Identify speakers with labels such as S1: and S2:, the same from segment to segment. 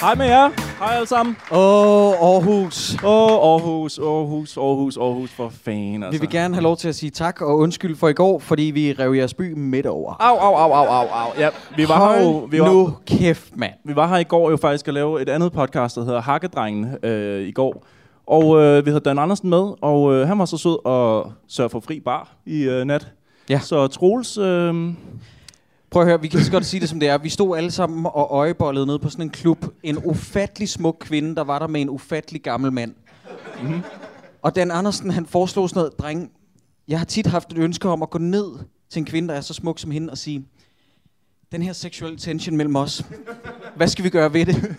S1: Hej med jer. Hej alle sammen.
S2: Åh, oh, Aarhus.
S1: Åh, oh, Aarhus, Aarhus, Aarhus, Aarhus, for fanden
S2: Vi
S1: altså.
S2: vil gerne have lov til at sige tak og undskyld for i går, fordi vi rev jeres by midt over.
S1: Au, au, au, au, au, au. Ja, vi var her jo, vi var,
S2: nu kæft, mand.
S1: vi var her i går jo faktisk at lave et andet podcast, der hedder Hakkedrengen øh, i går. Og øh, vi havde Dan Andersen med, og øh, han var så sød og sørge for fri bar i øh, nat.
S2: Ja.
S1: Så Troels, øh,
S2: Prøv at høre, vi kan lige så godt sige det, som det er. Vi stod alle sammen og øjebollede nede på sådan en klub. En ufattelig smuk kvinde, der var der med en ufattelig gammel mand. Mm. Og Dan Andersen, han foreslog sådan noget, dreng, jeg har tit haft et ønske om at gå ned til en kvinde, der er så smuk som hende, og sige, den her seksuelle tension mellem os, hvad skal vi gøre ved det?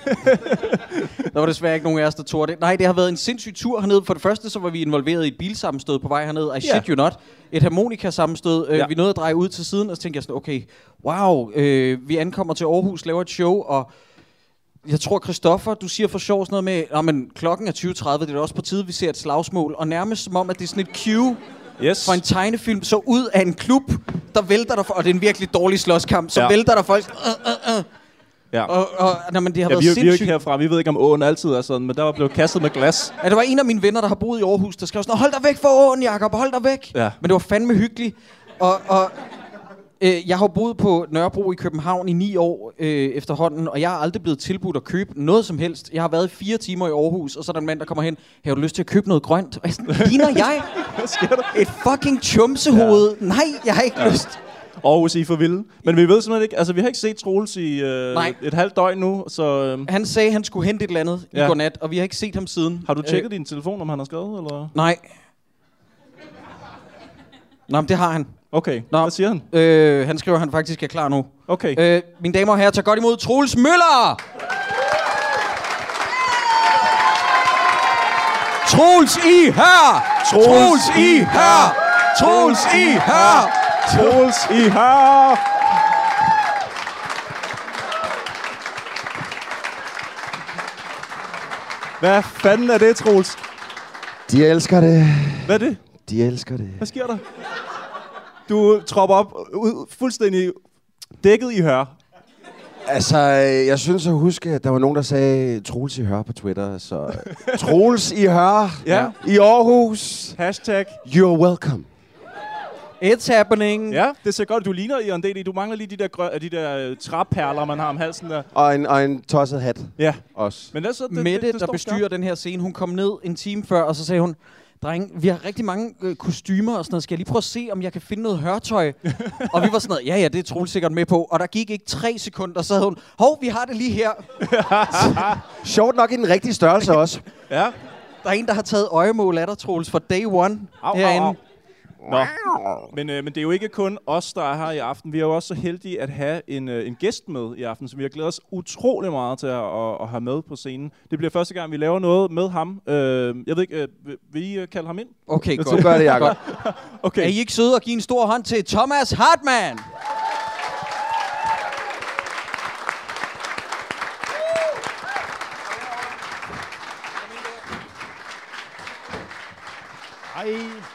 S2: der var desværre ikke nogen af os, der tog det. Nej, det har været en sindssyg tur hernede. For det første, så var vi involveret i et bilsammenstød på vej herned. I shit
S1: Ja.
S2: you not. Et harmonikasammenstød. Øh,
S1: Ja.
S2: ja. Vi nåede at dreje ud til siden, og så tænkte jeg sådan, okay, wow, øh, vi ankommer til Aarhus, laver et show, og jeg tror, Christoffer, du siger for sjov sådan noget med, "Nå, men klokken er 20.30, det er da også på tide, vi ser et slagsmål. Og nærmest som om, at det er sådan et cue
S1: yes.
S2: fra en tegnefilm, så ud af en klub, der vælter dig, for- og det er en virkelig dårlig slåskamp, så
S1: Ja.
S2: ja. vælter der folk, øh, øh, øh,
S1: Ja.
S2: og, og nej, men det har
S1: Ja,
S2: været
S1: vi, er- vi er jo
S2: sindssygt.
S1: ikke herfra. Vi ved ikke, om åen altid er sådan, men der var blevet kastet med glas.
S2: Ja, der var en af mine venner, der har boet i Aarhus, der skrev sådan, hold dig væk fra åen, Jacob, hold dig væk.
S1: Ja.
S2: Men det var fandme hyggeligt. Og, og øh, jeg har jo boet på Nørrebro i København i ni år øh, efterhånden, og jeg er aldrig blevet tilbudt at købe noget som helst. Jeg har været fire timer i Aarhus, og så er der en mand, der kommer hen, har du lyst til at købe noget grønt? Og jeg er sådan, ligner jeg et fucking chumsehoved? Ja. Nej, jeg har ikke ja. lyst.
S1: Aarhus, I er for vilde. Men vi ved simpelthen ikke, altså vi har ikke set Troels i øh,
S2: Nej.
S1: et halvt døgn nu, så øh,
S2: Han sagde, han skulle hente et eller andet ja.
S1: Ja.
S2: i går nat, og vi har ikke set ham siden. Øh,
S1: har du tjekket din telefon, om han har skrevet, eller?
S2: Nej. Nå, men det har han.
S1: Okay,
S2: Nå.
S1: hvad siger han?
S2: Øh, han skriver, at han faktisk er klar nu.
S1: Okay.
S2: Øh, mine damer og herrer, tag godt imod Troels Møller! Troels i her! Troels i her! Troels i her!
S1: Troels i her! Hvad fanden er det, Troels?
S3: De elsker det.
S1: Hvad er det?
S3: De elsker det.
S1: Hvad sker der? Du tropper op øh, ud, fuldstændig dækket i hør.
S3: Altså, øh, jeg synes at huske, at der var nogen, der sagde Troels i Hør på Twitter. Så øh, Troels i Hør
S1: Ja.
S3: i Aarhus.
S1: Hashtag.
S3: You're welcome.
S2: It's happening!
S1: Ja, det ser godt. Du ligner Iron D.D. Du mangler lige de der, grø- de der øh, træperler, man har om halsen der.
S3: Og en, og en tosset hat
S1: Ja.
S3: også.
S1: Men ellers så, det,
S2: Mette,
S1: det, det
S2: der
S1: står
S2: bestyrer
S1: skarpt.
S2: den her scene, hun kom ned en time før, og så sagde hun, dreng, vi har rigtig mange øh, kostymer og sådan noget. Skal jeg lige prøve at se, om jeg kan finde noget hørtøj? og vi var sådan noget, ja, ja, det er Troels sikkert med på. Og der gik ikke tre sekunder, så havde hun, hov, vi har det lige her.
S3: Sjovt nok i den rigtige størrelse også.
S1: Ja.
S2: Der er en, der har taget øjemål af dig, Troels, for day one
S1: Au, au,
S2: herinde.
S1: au. Nå. Men, øh, men det er jo ikke kun os, der er her i aften. Vi er jo også så heldige at have en, øh, en gæst med i aften, som vi har glædet os utrolig meget til at, at, at have med på scenen. Det bliver første gang, vi laver noget med ham. Øh, jeg ved ikke, øh, vil- vil I øh, kalde ham ind?
S2: Okay,
S3: Du
S2: godt.
S3: gør det, Jacob.
S1: Okay.
S2: Er I ikke søde at give en stor hånd til Thomas Hartmann?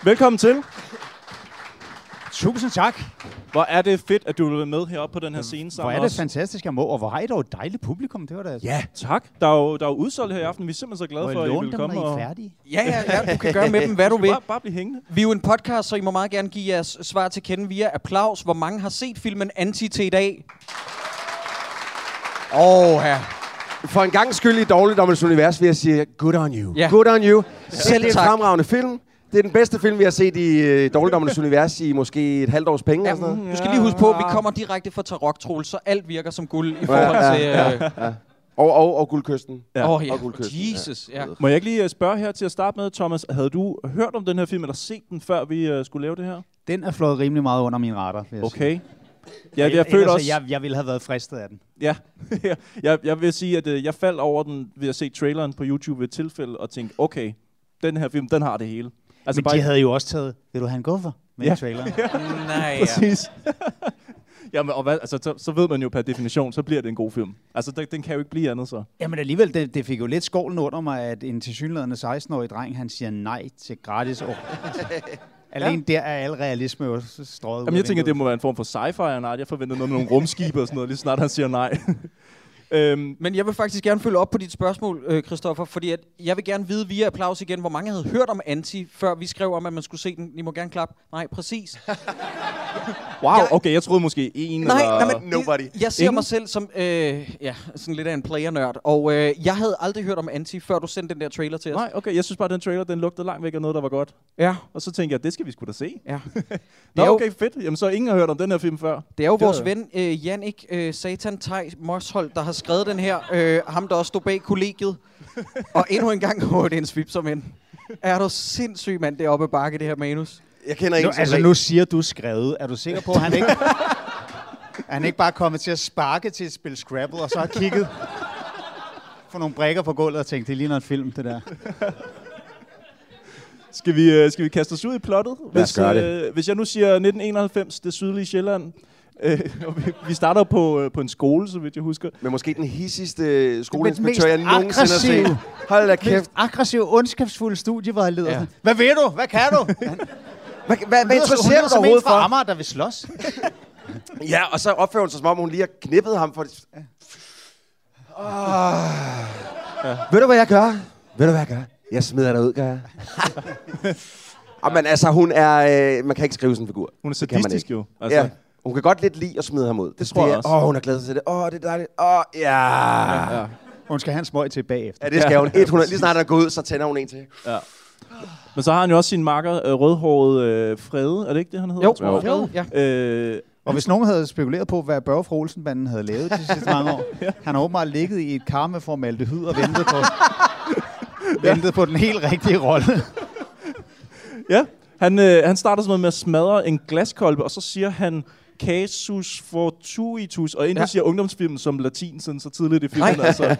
S1: Velkommen til.
S4: Tusind tak.
S1: Hvor er det fedt, at du vil være med heroppe på den her scene sammen
S4: Hvor er
S1: med
S4: det
S1: os.
S4: fantastisk, jeg må, og hvor har I dog et dejligt publikum. Det var da
S1: Ja, tak. Der er jo, der er jo udsolgt her i aften. Vi er simpelthen så glade
S4: Må
S1: for, at
S4: jeg
S1: I
S4: låne
S1: vil
S4: dem,
S1: komme.
S4: når I er
S1: og...
S4: færdige?
S2: Ja, ja, ja, du kan gøre med dem, hvad du vil.
S1: Bare, bare blive hængende.
S2: Vi er jo en podcast, så I må meget gerne give jeres svar til kende via applaus. Hvor mange har set filmen Anti til i dag? Åh, oh, ja.
S3: For en gang skyld i Dårligdommens Univers vil jeg sige, good on you.
S2: Ja.
S3: Good on you. Selv det er
S2: tak.
S3: en fremragende film. Det er den bedste film, vi har set i øh, Dårligdommens Univers i måske et halvt års penge. eller sådan noget.
S2: Du skal lige huske på, at vi kommer direkte fra Tarok, Troel, så alt virker som guld i forhold til... Åh, øh...
S3: Og, og, og Guldkysten.
S1: Ja.
S2: oh, ja.
S3: Og guldkysten,
S2: Jesus, ja.
S1: Må jeg ikke lige øh, spørge her til at starte med, Thomas, havde du hørt om den her film, eller set den, før vi øh, skulle lave det her?
S4: Den er flået rimelig meget under min radar. vil jeg sige.
S1: Okay. Jeg, jeg
S4: Ellers,
S1: følte også... Altså
S4: Jeg, jeg ville have været fristet af den.
S1: Ja, jeg, jeg vil sige, at øh, jeg faldt over den ved at se traileren på YouTube ved et tilfælde og tænkte, okay, den her film, den har det hele.
S4: Altså, Men de havde jo også taget, vil du have en guffer med
S1: Ja.
S4: ja. traileren?
S2: Nej, ja.
S1: Præcis. Jamen, og hvad, altså, så, så ved man jo per definition, så bliver det en god film. Altså, den, den kan jo ikke blive andet så.
S4: Jamen alligevel, det, det fik jo lidt skovlen under mig, at en tilsyneladende 16-årig dreng, han siger nej til gratis år. Alene ja. der er al realisme jo s- strøget
S1: Jamen, jeg tænker, det må være en form for sci-fi og nej. Jeg forventer noget med nogle rumskibe og sådan noget, lige så snart han siger nej. øhm,
S2: Men jeg vil faktisk gerne følge op på dit spørgsmål, øh, Christoffer, fordi at jeg vil gerne vide via applaus igen, hvor mange havde hørt om Anti, før vi skrev om, at man skulle se den. I må gerne klappe. Nej, præcis.
S1: wow,
S2: Jeg-
S1: okay, jeg troede måske en
S2: Nej,
S1: eller...
S2: nej, men
S5: Nobody.
S2: Jeg ser
S1: Ingen?
S2: mig selv som øh, ja, sådan lidt af en player-nørd, og øh, jeg havde aldrig hørt om Anti, før du sendte den der trailer til os.
S1: nej, okay, jeg synes bare, at den trailer, den lugtede langt væk af noget, der var godt.
S2: Ja,
S1: Og så tænkte jeg, det skal vi sgu da se.
S2: ja.
S1: Nå,
S2: Det er jo-
S1: okay, fedt. Jamen, så ingen har hørt om den her film før.
S2: Det er jo
S1: Det
S2: vores
S1: var-
S2: ven, øh, Jannik øh, Satan Tej Moshold, der har skrevet den her. Øh, ham, der også stod bag kollegiet. og endnu en gang, hvor det er en svip som en. Er du sindssyg, mand, det er oppe ad bakke, det her manus.
S5: Jeg kender
S4: Nu,
S5: ingen som
S4: altså,
S5: rent-
S4: nu siger du skrevet. Er du sikker på, at han ikke... er han ikke bare kommet til at sparke til et spil Scrabble, og så har kigget for nogle brækker på gulvet og tænkt, det ligner en film, det der.
S1: Skal vi, øh, skal vi kaste os ud i plottet?
S3: Lad os gøre
S1: Øh, hvis jeg nu siger 1991, det sydlige Sjælland. Øh, og vi, vi starter på, øh, på en skole, så vidt jeg husker.
S3: Men måske den hissigste skoleinspektør,
S4: mest
S3: jeg nogensinde har set.
S4: aggressive.
S3: Hold da
S4: Mest
S3: kæft.
S4: aggressiv, ondskabsfuld studievejleder.
S2: Ja.
S4: Ja. Hvad ved du? Hvad kan du?
S3: Hvad, hvad, hvad interesserer du dig overhovedet
S4: for?
S3: for?
S4: Amager, der vil slås.
S3: Ja, og så opfører hun sig, som om hun lige har knippet ham for... det- Ah. Ah. Ved du, hvad jeg gør? Ved du, hvad jeg gør? Jeg smider dig ud, gør jeg. Jamen, altså, hun er... Øh, man kan ikke skrive sådan en figur.
S1: Hun er
S3: Det kan man
S1: sadistisk
S3: ikke.
S1: jo.
S3: Altså.
S1: Altså.
S3: Ja. Hun kan godt lidt lide at smide ham ud. Det,
S1: tror jeg
S3: det er-
S1: også.
S3: Åh, hun har glædet sig til det. Åh, det er dejligt. Åh, ja. ja.
S4: Hun skal have en smøg til bagefter.
S3: Ja, det skal hun. 100. Lige snart han er gået ud, så tænder hun en til.
S1: Men så har han jo også sin makker, øh, rødhåret øh, Frede. Er det ikke det, han hedder?
S2: Jo,
S1: tror jeg?
S2: jo. Ja.
S1: Øh,
S4: Og hvis nogen havde spekuleret på, hvad Børge fra Olsenbanden havde lavet de sidste mange år, han har åbenbart ligget i et kar med formaldehyd og ventet på, ventet på den helt rigtige rolle.
S1: ja. Han, øh, han starter sådan noget med at smadre en glaskolbe, og så siger han casus fortuitus, og inden ja.
S2: Ja.
S1: siger ungdomsfilmen som latin sådan så tidligt i
S2: Nej.
S1: filmen. altså.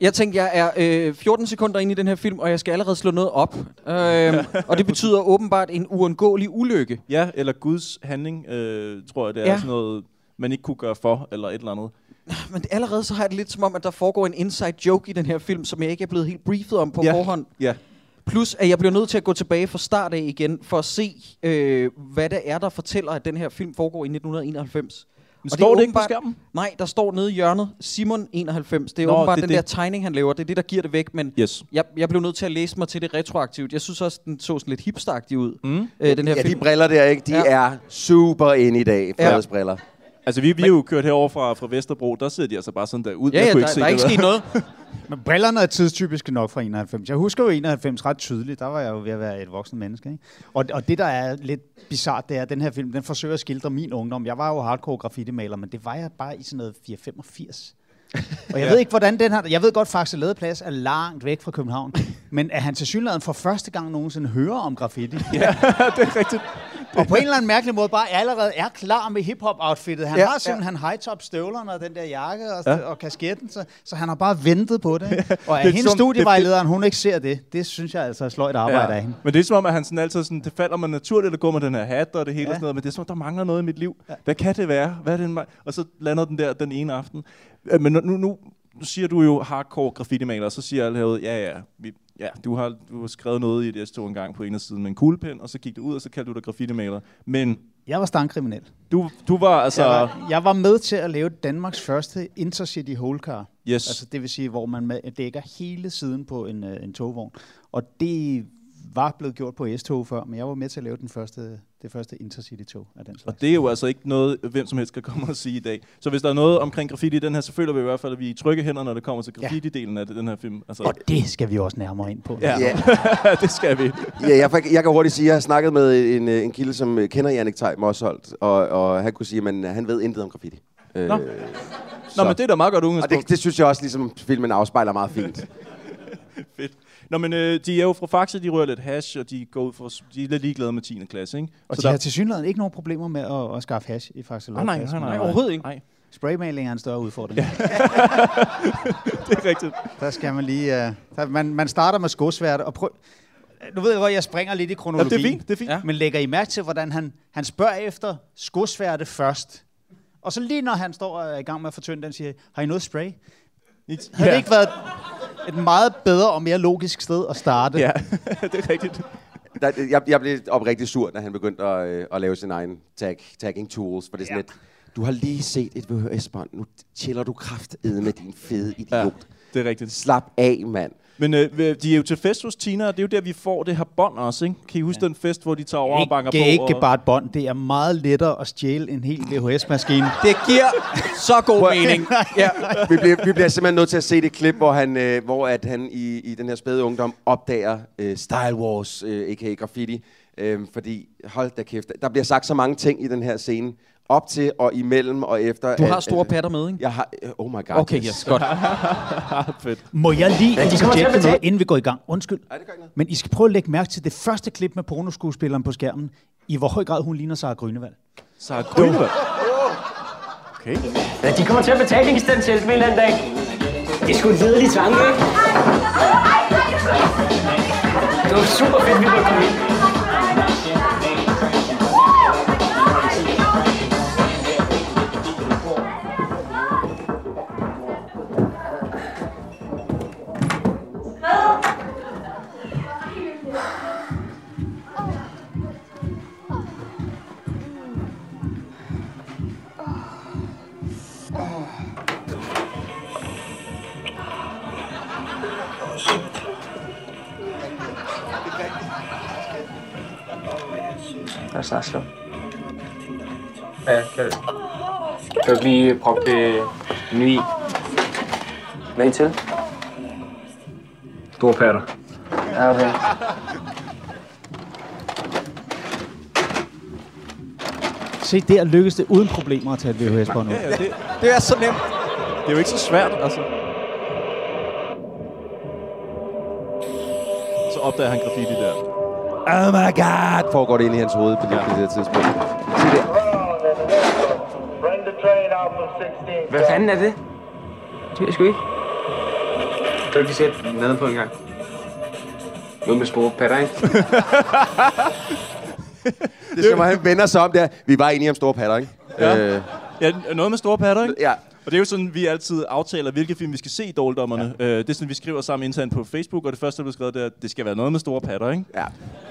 S2: Jeg tænkte, jeg er øh, 14 sekunder inde i den her film, og jeg skal allerede slå noget op. Øh, og det betyder åbenbart en uundgåelig ulykke.
S1: Ja, eller Guds handling, øh, tror jeg, det er ja.
S2: Ja.
S1: sådan noget, man ikke kunne gøre for, eller et eller andet.
S2: Men allerede så har jeg det lidt som om, at der foregår en inside joke i den her film, som jeg ikke er blevet helt briefet om på
S1: Ja.
S2: forhånd.
S1: Ja.
S2: Plus, at jeg bliver nødt til at gå tilbage fra start af igen, for at se, øh, hvad det er, der fortæller, at den her film foregår i 1991.
S1: Men
S2: Og
S1: står det,
S2: er
S1: det ikke på
S2: åbenbart-
S1: skærmen?
S2: Nej, der står nede i hjørnet, Simon 91. Det er
S1: Nå,
S2: Nå, åbenbart
S1: det er det.
S2: den der tegning, han laver. Det er det, der giver det væk, men
S1: Yes.
S2: jeg, jeg blev nødt til at læse mig til det retroaktivt. Jeg synes også, den så sådan lidt hipstagtig ud,
S1: Mm.
S2: øh, den her
S3: Ja, de
S2: film.
S3: briller der, ikke? De
S2: Ja.
S3: er super inde i dag,
S2: Ja.
S3: Fredes briller.
S1: Altså, vi, vi er jo kørt herover fra, fra Vesterbro, der sidder de altså bare sådan der ud.
S2: Ja, ja, der, der er ikke sket noget.
S4: Men brillerne er tidstypisk nok fra 91. Jeg husker jo 91 ret tydeligt. Der var jeg jo ved at være et voksen menneske. Ikke? Og, og det, der er lidt bizart, det er, at den her film den forsøger at skildre min ungdom. Jeg var jo hardcore graffitimaler, men det var jeg bare i sådan noget 485. Og jeg ved ikke, hvordan den her... Jeg ved godt, Faxe Ladeplads er langt væk fra København. Men at han til synligheden for første gang nogensinde hører om graffiti.
S1: det er rigtigt.
S4: Og på en eller anden mærkelig måde bare allerede er klar med hiphop-outfittet. Han
S2: Ja,
S4: ja, har
S2: ja.
S4: simpelthen ja. high-top støvlerne og den der jakke og, ja. og kasketten, så, så han har bare ventet på det. ikke? Og
S1: Det
S4: at
S1: er
S4: hendes
S1: som-
S4: studievejlederen, hun ikke ser det, det synes jeg altså er sløjt arbejde ja. af hende.
S1: Men det er som om, at han sådan altid sådan, det falder mig naturligt at gå med den her hat og det hele ja. og sådan noget, men det er som om, der mangler noget i mit liv. Ja. Hvad kan det være? Hvad er det, en vej? og så lander den der den ene aften. Øh, Men nu, nu, nu siger du jo hardcore graffitimaler, og så siger alle herude, ja ja, vi, ja du, har, du har skrevet noget i et S2 en gang på en af siden med en kuglepen, og så gik du ud, og så kaldte du dig graffitimaler. Men
S4: Jeg var stangkriminel.
S1: du, du var altså...
S4: Jeg var, jeg var med til at lave Danmarks første intercity holecar.
S1: Yes.
S4: Altså det vil sige, hvor man med- dækker hele siden på en, øh, en togvogn. Og det var blevet gjort på S-tog før, men jeg var med til at lave den første, det første intercity-tog af den slags.
S1: Og det er jo altså ikke noget, hvem som helst kan komme og sige i dag. Så hvis der er noget omkring graffiti i den her, så føler vi i hvert fald, at vi er i trygge hænder, når det kommer til graffiti-delen af den her film. Altså,
S4: Og det skal vi også nærmere ind på.
S1: ja,
S3: Ja.
S1: yeah. det skal vi.
S3: Ja, jeg, fik- jeg kan hurtigt sige, at jeg har snakket med en, øh, en kilde, som øh, kender Jannik Tej Mosholdt, og, og han kunne sige, at man- han ved intet om graffiti. Øh,
S1: Nå. Nå, men det er da meget godt
S3: og
S1: udgangspunkt.
S3: det, det synes jeg også, ligesom filmen afspejler meget fint.
S1: Fedt. Nå, men øh, de er jo fra Faxe, de rører lidt hash, og de, går ud for, de er lidt ligeglade med 10. klasse, ikke?
S4: Og
S1: Så Ah,
S4: de har til synligheden ikke nogen problemer med at, at skaffe hash i faktisk.
S1: Nej, nej, nej, nej, nej.
S2: overhovedet ikke.
S1: Nej,
S4: Spraymaling er en større udfordring. Ja.
S1: det er rigtigt.
S4: Der skal man lige... Uh, der, man, man starter med skosværd og prøv... Nu ved jeg godt, jeg springer lidt i
S1: Nå, det
S4: kronologien.
S1: er fint, det er fint.
S2: Ja.
S1: Ja.
S4: Men lægger I mærke til, hvordan han, han spørger efter skosværte først? Og så lige når han står og er i gang med at fortynde den, siger jeg, har I noget spray? Havde ja. det ikke været et meget bedre og mere logisk sted at starte?
S1: Ja, det er rigtigt.
S3: Der, jeg, jeg blev oprigtig sur, da han begyndte at, øh, at lave sin egen tag, tagging tools, for det er sådan ja. lidt, du har lige set et VHS-bånd, nu chiller du kraftedet med din fede idiot.
S1: Ja,
S3: Ja.
S1: det er rigtigt.
S3: Slap af, mand.
S1: Men øh, de er jo til fest hos Tina, og det er jo der, vi får det her bånd også, ikke? Kan I huske ja. den fest, hvor de tager over og banker
S4: Ikke,
S1: på?
S4: ikke
S1: og...
S4: bare et bånd. Det er meget lettere at stjæle en hel VHS-maskine.
S2: Det giver så god mening. Ja.
S3: Vi bliver, vi bliver simpelthen nødt til at se det klip, hvor han, øh, hvor at han i, i den her spæde ungdom opdager øh, Style Wars, øh, a.k.a. graffiti. Øh, fordi, hold da kæft, der bliver sagt så mange ting i den her scene. Op til og imellem og efter.
S2: Du har
S3: at-
S2: store
S3: at-
S2: patter med, ikke?
S3: Jeg har... øh, Oh my god.
S2: Okay, yes, godt.
S4: Må jeg lige interjecte noget, inden vi går i gang? Undskyld.
S3: Nej, det gør ikke noget.
S4: Men I skal prøve at lægge mærke til det første klip med pornoskuespilleren på skærmen. I hvor høj grad hun ligner Sara Grønevald.
S1: Så er Grønvald.
S5: Ja, de kommer til at betale eksistentielt med en eller anden dag. Det er sgu en ledelig tanke, ikke? Det var super fedt, vi måtte komme ind.
S6: Lad os snart slå. Ja, kan du. Kan du ikke lige proppe det nye i? Hvad er I til? Store patter. Ja, okay.
S4: Se, der lykkedes det uden problemer at tage et VHS-bånd ud.
S1: Ja, det,
S2: Det er så nemt.
S1: det er jo ikke så svært, altså. Så opdager han graffiti der.
S3: Oh my god! Foregår det inde i hans hoved på lige ja. det her tidspunkt. Se der.
S6: Hvad fanden er det? Det ved jeg sgu ikke. Kan du ikke lige sætte den nede på en gang? Noget med store patter, ikke?
S3: Det er som, om, han vender sig om der. Vi var enige om store patter, ikke?
S1: Ja.
S3: Øh,
S1: Ja, noget med store patter, ikke?
S3: ja.
S1: Og det er jo sådan, vi altid aftaler, hvilke film vi skal se i dårldommerne. Ja. Øh, det er sådan, vi skriver sammen internt på Facebook, og det første, der blev skrevet, det er, at det skal være noget med store patter, ikke?
S3: ja.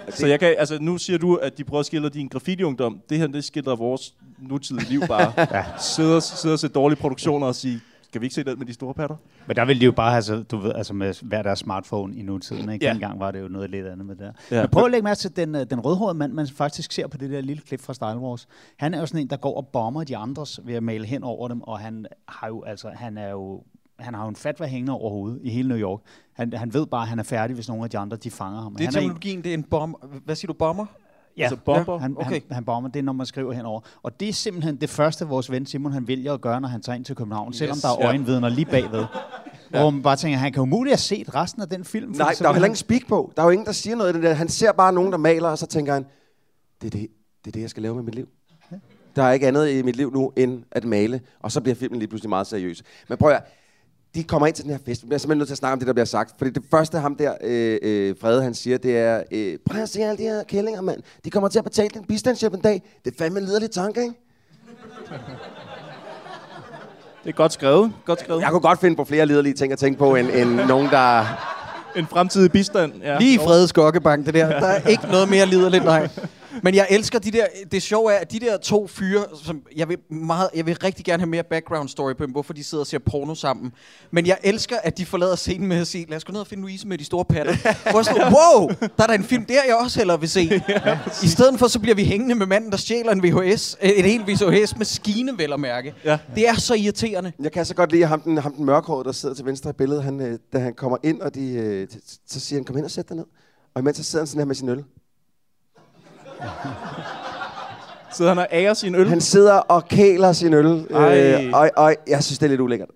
S1: Så jeg kan, altså, nu siger du, at de prøver at skildre din graffiti-ungdom. Det her, det skildrer vores nutidige liv bare. ja. sidde, og, sidde og se dårlige produktioner og sige, skal vi ikke se den med de store patter?
S4: Men der ville de jo bare have, så, du ved, altså med hver deres smartphone i nutiden. Ikke?
S1: Ja.
S4: Ja. Dengang var det jo noget lidt andet med det der.
S1: Ja.
S4: Ja. Men prøv at lægge mærke til den, øh, den rødhårede mand, man faktisk ser på det der lille klip fra Star Wars. Han er jo sådan en, der går og bomber de andres ved at male hen over dem, og han har jo, altså, han er jo han har jo en fatwa hængende over hovedet i hele New York. Han, han ved bare, at han er færdig, hvis nogle af de andre de fanger ham.
S2: Det er
S4: han en-
S2: teknologien, det er en bomber. Hvad siger du, bomber?
S4: Ja,
S1: Altså bomber?
S4: Han, okay.
S2: Okay.
S4: han, han bomber, det er, når man skriver henover. Og det er simpelthen det første, vores ven Simon han vælger at gøre, når han tager ind til København, yes, selvom der er
S1: ja.
S4: øjenvidner lige bagved. ja. Hvor man bare tænker, han kan umuligt have set resten af den film. fordi
S3: Nej,
S4: så
S3: der er jo
S4: vil
S3: heller
S4: han-
S3: ingen speak på. Der er jo ingen, der siger noget af det der. Han ser bare nogen, der maler, og så tænker han, det er det, det, er det jeg skal lave med mit liv. Der er ikke andet i mit liv nu, end at male. Og så bliver filmen lige pludselig meget seriøs. Men prøv at høre, de kommer ind til den her fest. Vi bliver simpelthen nødt til at snakke om det, der bliver sagt. Fordi det første, ham der, øh, øh, Frede, han siger, det er, øh, prøv at se alle de her kællinger, mand. De kommer til at betale din bistandshjælp en dag. Det er fandme en liderlig tanke, ikke?
S1: Det er godt skrevet. Godt skrevet.
S3: Jeg kunne godt finde på flere liderlige ting at tænke på, end, end nogen, der...
S1: En fremtidig bistand. Ja.
S2: Lige i Fredes Gokkebank, det der. Der er ikke noget mere liderligt, nej. Men jeg elsker de der... Det sjove er, at de der to fyre, som jeg vil, meget, jeg vil rigtig gerne have mere background story på dem, hvorfor de sidder og ser porno sammen. Men jeg elsker, at de forlader scenen med at sige, lad os gå ned og finde Louise med de store patter. Hvor jeg sådan, wow, der er da en film der, jeg også hellere vil se. I stedet for, så bliver vi hængende med manden, der stjæler en VHS, øh, en hel VHS-maskine, vel at mærke.
S1: Ja.
S2: Det er så irriterende.
S3: Jeg kan så godt lide ham den, ham den mørkhårede, der sidder til venstre i billedet. Han, øh, da han kommer ind, og de, øh, t- t- så siger han, kom hen og sæt dig ned. Og imens så sidder han sådan her med sin øl.
S1: Sidder han og ærer sin øl.
S3: Han sidder og kæler sin Øh, øl.
S1: Ej.
S3: og, og jeg synes, det er lidt ulækkert.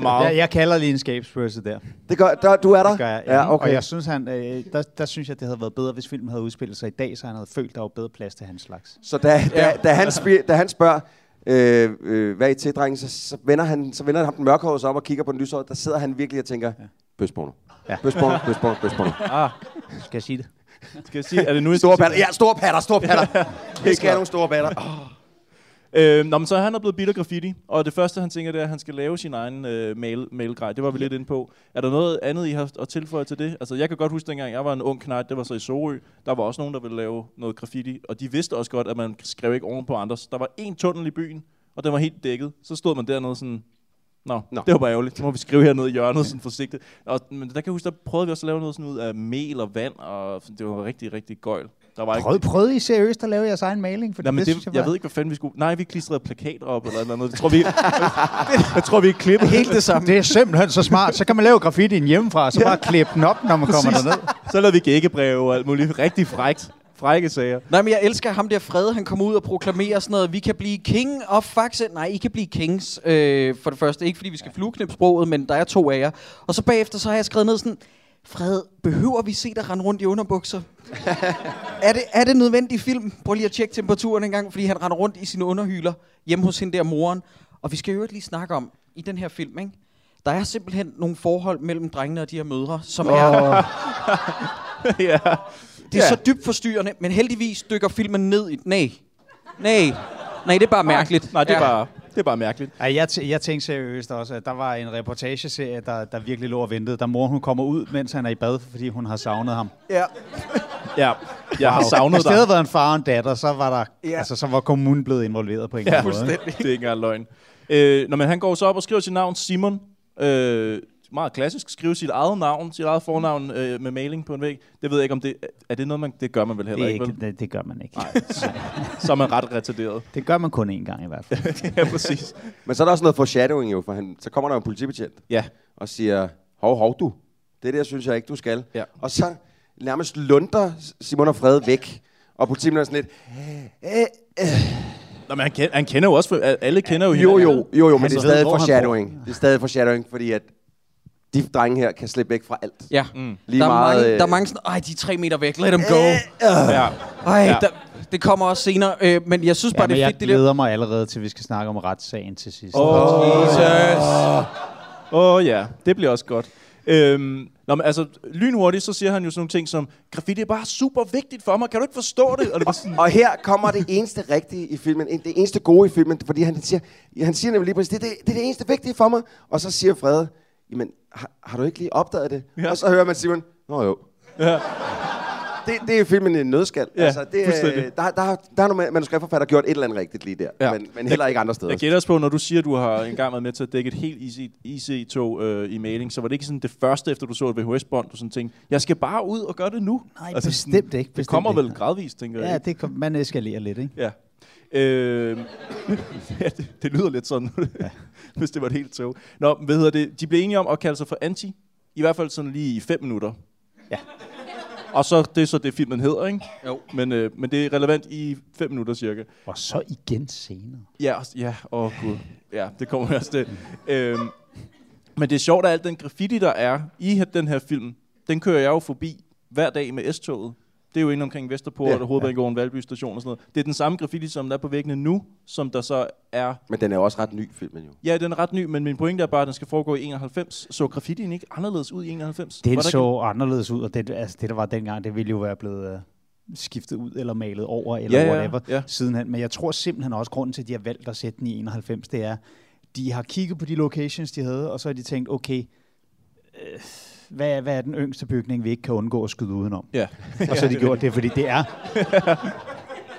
S1: Meget.
S4: Jeg, jeg kalder lige en skabsførelse der.
S3: Det gør, der, du er der?
S4: Det gør jeg.
S3: Ja,
S4: Og
S3: okay.
S4: jeg synes, han, øh, der, der synes jeg, det havde været bedre, hvis filmen havde udspillet sig i dag, så han havde følt, der var bedre plads til hans slags.
S3: Så da, da, da, han, spi- da han spørger, øh, øh, hvad er I til, drenge, så, så, vender han, så vender han den mørkhårede sig op og kigger på den lyshårede. Der sidder han virkelig og tænker, bøsporno. Ja. Bøsporno, bøsporno, bøsporno.
S4: Skal jeg sige det?
S1: Skal jeg sige, er det nu, jeg
S3: Store
S1: skal
S3: patter. Ja, store patter, store patter. Vi skal have nogle store patter.
S1: Øh, nå, men så han er blevet bitter graffiti, og det første, han tænker, det er, at han skal lave sin egen øh, mail, mailgrej. Det var vi lidt inde på. Er der noget andet, I har at tilføje til det? Altså, jeg kan godt huske, dengang jeg var en ung knægt, det var så i Sorø, der var også nogen, der ville lave noget graffiti, og de vidste også godt, at man skrev ikke oven på andres. Der var en tunnel i byen, og den var helt dækket. Så stod man dernede sådan, Nå, Nå,
S3: Nå.
S1: det var bare ærgerligt. Så må vi skrive hernede i hjørnet sådan forsigtigt. Og, men der kan jeg huske, der prøvede vi også at lave noget sådan ud af mel og vand, og det var rigtig, rigtig gøjl. Der var ikke
S4: Prøv, prøvede I seriøst at lave jeres egen maling? For
S1: Nej, men det, det, jeg, jeg ved ikke, hvad fanden vi skulle... Nej, vi klistrede plakater op eller et eller andet. Jeg tror, vi, jeg tror, vi klippede helt det samme.
S4: Det er simpelthen så smart. Så kan man lave graffitien hjemmefra, og så bare klippe den op, når man kommer derned.
S1: Så lavede vi gækkebreve og alt muligt. Rigtig frækt. Frække sager.
S2: Nej, men jeg elsker ham der Frede. Han kommer ud og proklamerer sådan noget. Vi kan blive king of Faxe. Nej, I kan blive kings øh, for det første. Ikke fordi vi skal flueknippe sproget, men der er to af jer. Og så bagefter så har jeg skrevet ned sådan... Frede, behøver vi se dig rende rundt i underbukser? er, det, er det nødvendigt i film? Prøv lige at tjekke temperaturen en gang, fordi han render rundt i sine underhyler hjemme hos hende der moren. Og vi skal jo lige snakke om i den her film, ikke? Der er simpelthen nogle forhold mellem drengene og de her mødre, som oh. er
S1: ja.
S2: det er
S1: Ja.
S2: så dybt forstyrrende, men heldigvis dykker filmen ned i... Nej. Nej. Nej, det er bare mærkeligt.
S1: Nej, det er,
S2: Ja.
S1: bare, det er bare mærkeligt.
S4: Ej, jeg, tæ- jeg tænkte seriøst også, at der var en reportageserie, der, der virkelig lå og ventede. Der mor, hun kommer ud, mens han er i bad, fordi hun har savnet ham.
S2: Ja.
S1: Ja, jeg har
S4: Hvis
S1: savnet
S4: Altså, det
S1: dig.
S4: havde været en far og en datter, så var, der,
S2: Ja.
S4: ja. altså, så var kommunen blevet involveret på en eller
S1: Ja,
S4: anden måde. ikke?
S1: fuldstændig. Det er ikke engang løgn. Øh, når man, han går så op og skriver sit navn Simon. Øh, meget klassisk. Skrive sit eget navn, sit eget fornavn øh, med maling på en væg. Det ved jeg ikke, om det... Er det noget, man... Det gør man vel
S4: Det,
S1: heller
S4: er
S1: ikke,
S4: ikke,
S1: vel?
S4: det, det gør man ikke.
S1: Så er man ret retarderet.
S4: Det gør man kun én gang i hvert fald.
S1: ja, præcis.
S3: Men så er der også noget foreshadowing jo, for han, så kommer der en politibetjent
S1: Ja.
S3: og siger, hov, hov du, det der synes jeg ikke, du skal.
S1: Ja.
S3: Og så nærmest lunder Simon og Fred væk, og politimanden er sådan lidt,
S1: Nå, men han, kender, han kender jo også... Alle kender jo
S3: jo,
S1: hinanden.
S3: jo, jo, jo men det er
S4: ved,
S3: stadig
S4: hvor han
S3: foreshadowing. Det er stadig foreshadowing, fordi at de drenge her kan slippe væk fra alt.
S2: ja.
S3: Lige
S2: der, er
S3: meget,
S2: mange,
S3: øh,
S2: der er mange sådan, ej, de er tre meter væk, let dem go.
S1: Ja.
S2: Ej, ja. der, det kommer også senere, øh, men jeg synes
S4: Ja,
S2: bare,
S4: men
S2: det er
S4: jeg
S2: fedt, det der.
S4: glæder mig allerede til, at vi skal snakke om retssagen til sidst.
S1: Åh oh, ja, det bliver også godt. Øhm, nå, men altså, lynhurtigt, så siger han jo sådan nogle ting som, graffiti er bare super vigtigt for mig, kan du ikke forstå det? Og det var sådan,
S3: Og her kommer det eneste rigtige i filmen, en- det eneste gode i filmen, fordi han siger, ja, han siger nemlig lige præcis, det, er det, det er det eneste vigtige for mig. Og så siger Frede, jamen, har, har du ikke lige opdaget det?
S1: Ja.
S3: Ja. Og så hører man Simon, nå jo. Ja. Det, det er filmen en nødskal.
S1: Ja,
S3: det,
S1: fuldstændig.
S3: øh, der, der, har- der har nogle manuskriptforfatter gjort et eller andet rigtigt lige der,
S1: Ja.
S3: ja. men, men heller ikke andre steder.
S1: jeg gætter os på, når du siger, at du har engang været med til at dække et helt IC IC-tog øh, i mailing, så var det ikke sådan det første, efter du så et VHS-bånd, du sådan tænkte, jeg skal bare ud og gøre det nu. Altså,
S4: Nej, bestemt ikke,
S1: Det
S4: bestemt
S1: kommer
S4: ikke.
S1: vel gradvist, tænker jeg.
S4: Ja, det kom, man eskalerer lidt, ikke?
S1: Ja. Øh, ja det, det lyder lidt sådan, ja. hvis det var et helt tog. Nå, hvad hedder det? De blev enige om at kalde sig for anti. I hvert fald sådan lige i fem minutter.
S4: Ja.
S1: Og så, det er så det, filmen hedder, ikke?
S2: Jo.
S1: Men, øh, men det er relevant i fem minutter cirka.
S4: Og så igen senere.
S1: Ja, og- ja, åh oh, gud. Ja, det kommer også til. Øhm, men det er sjovt, at alt den graffiti, der er i den her film, den kører jeg jo forbi hver dag med S-toget. Det er jo inde omkring Vesterport
S3: Ja,
S1: og Hovedbanegården, Valby Station og sådan noget. Det er den samme graffiti, som der er på væggene nu, som der så er...
S3: Men den er jo også ret ny, filmen jo.
S1: Ja, den er ret ny, men min pointe er bare, at den skal foregå i 91. Så graffitien ikke anderledes ud i 91? Var
S4: Den
S1: der ikke-
S4: så anderledes ud, og det, altså, det, der var dengang, det ville jo være blevet øh, skiftet ud eller malet over, eller
S1: Ja, ja,
S4: whatever,
S1: ja.
S4: sidenhen. Men jeg tror simpelthen også, grunden til, at de har valgt at sætte den i 91, det er, de har kigget på de locations, de havde, og så har de tænkt, okay, øh, hvad, hvad er den yngste bygning, vi ikke kan undgå at skyde udenom?
S1: Ja.
S4: Og så har de gjort det, fordi det er...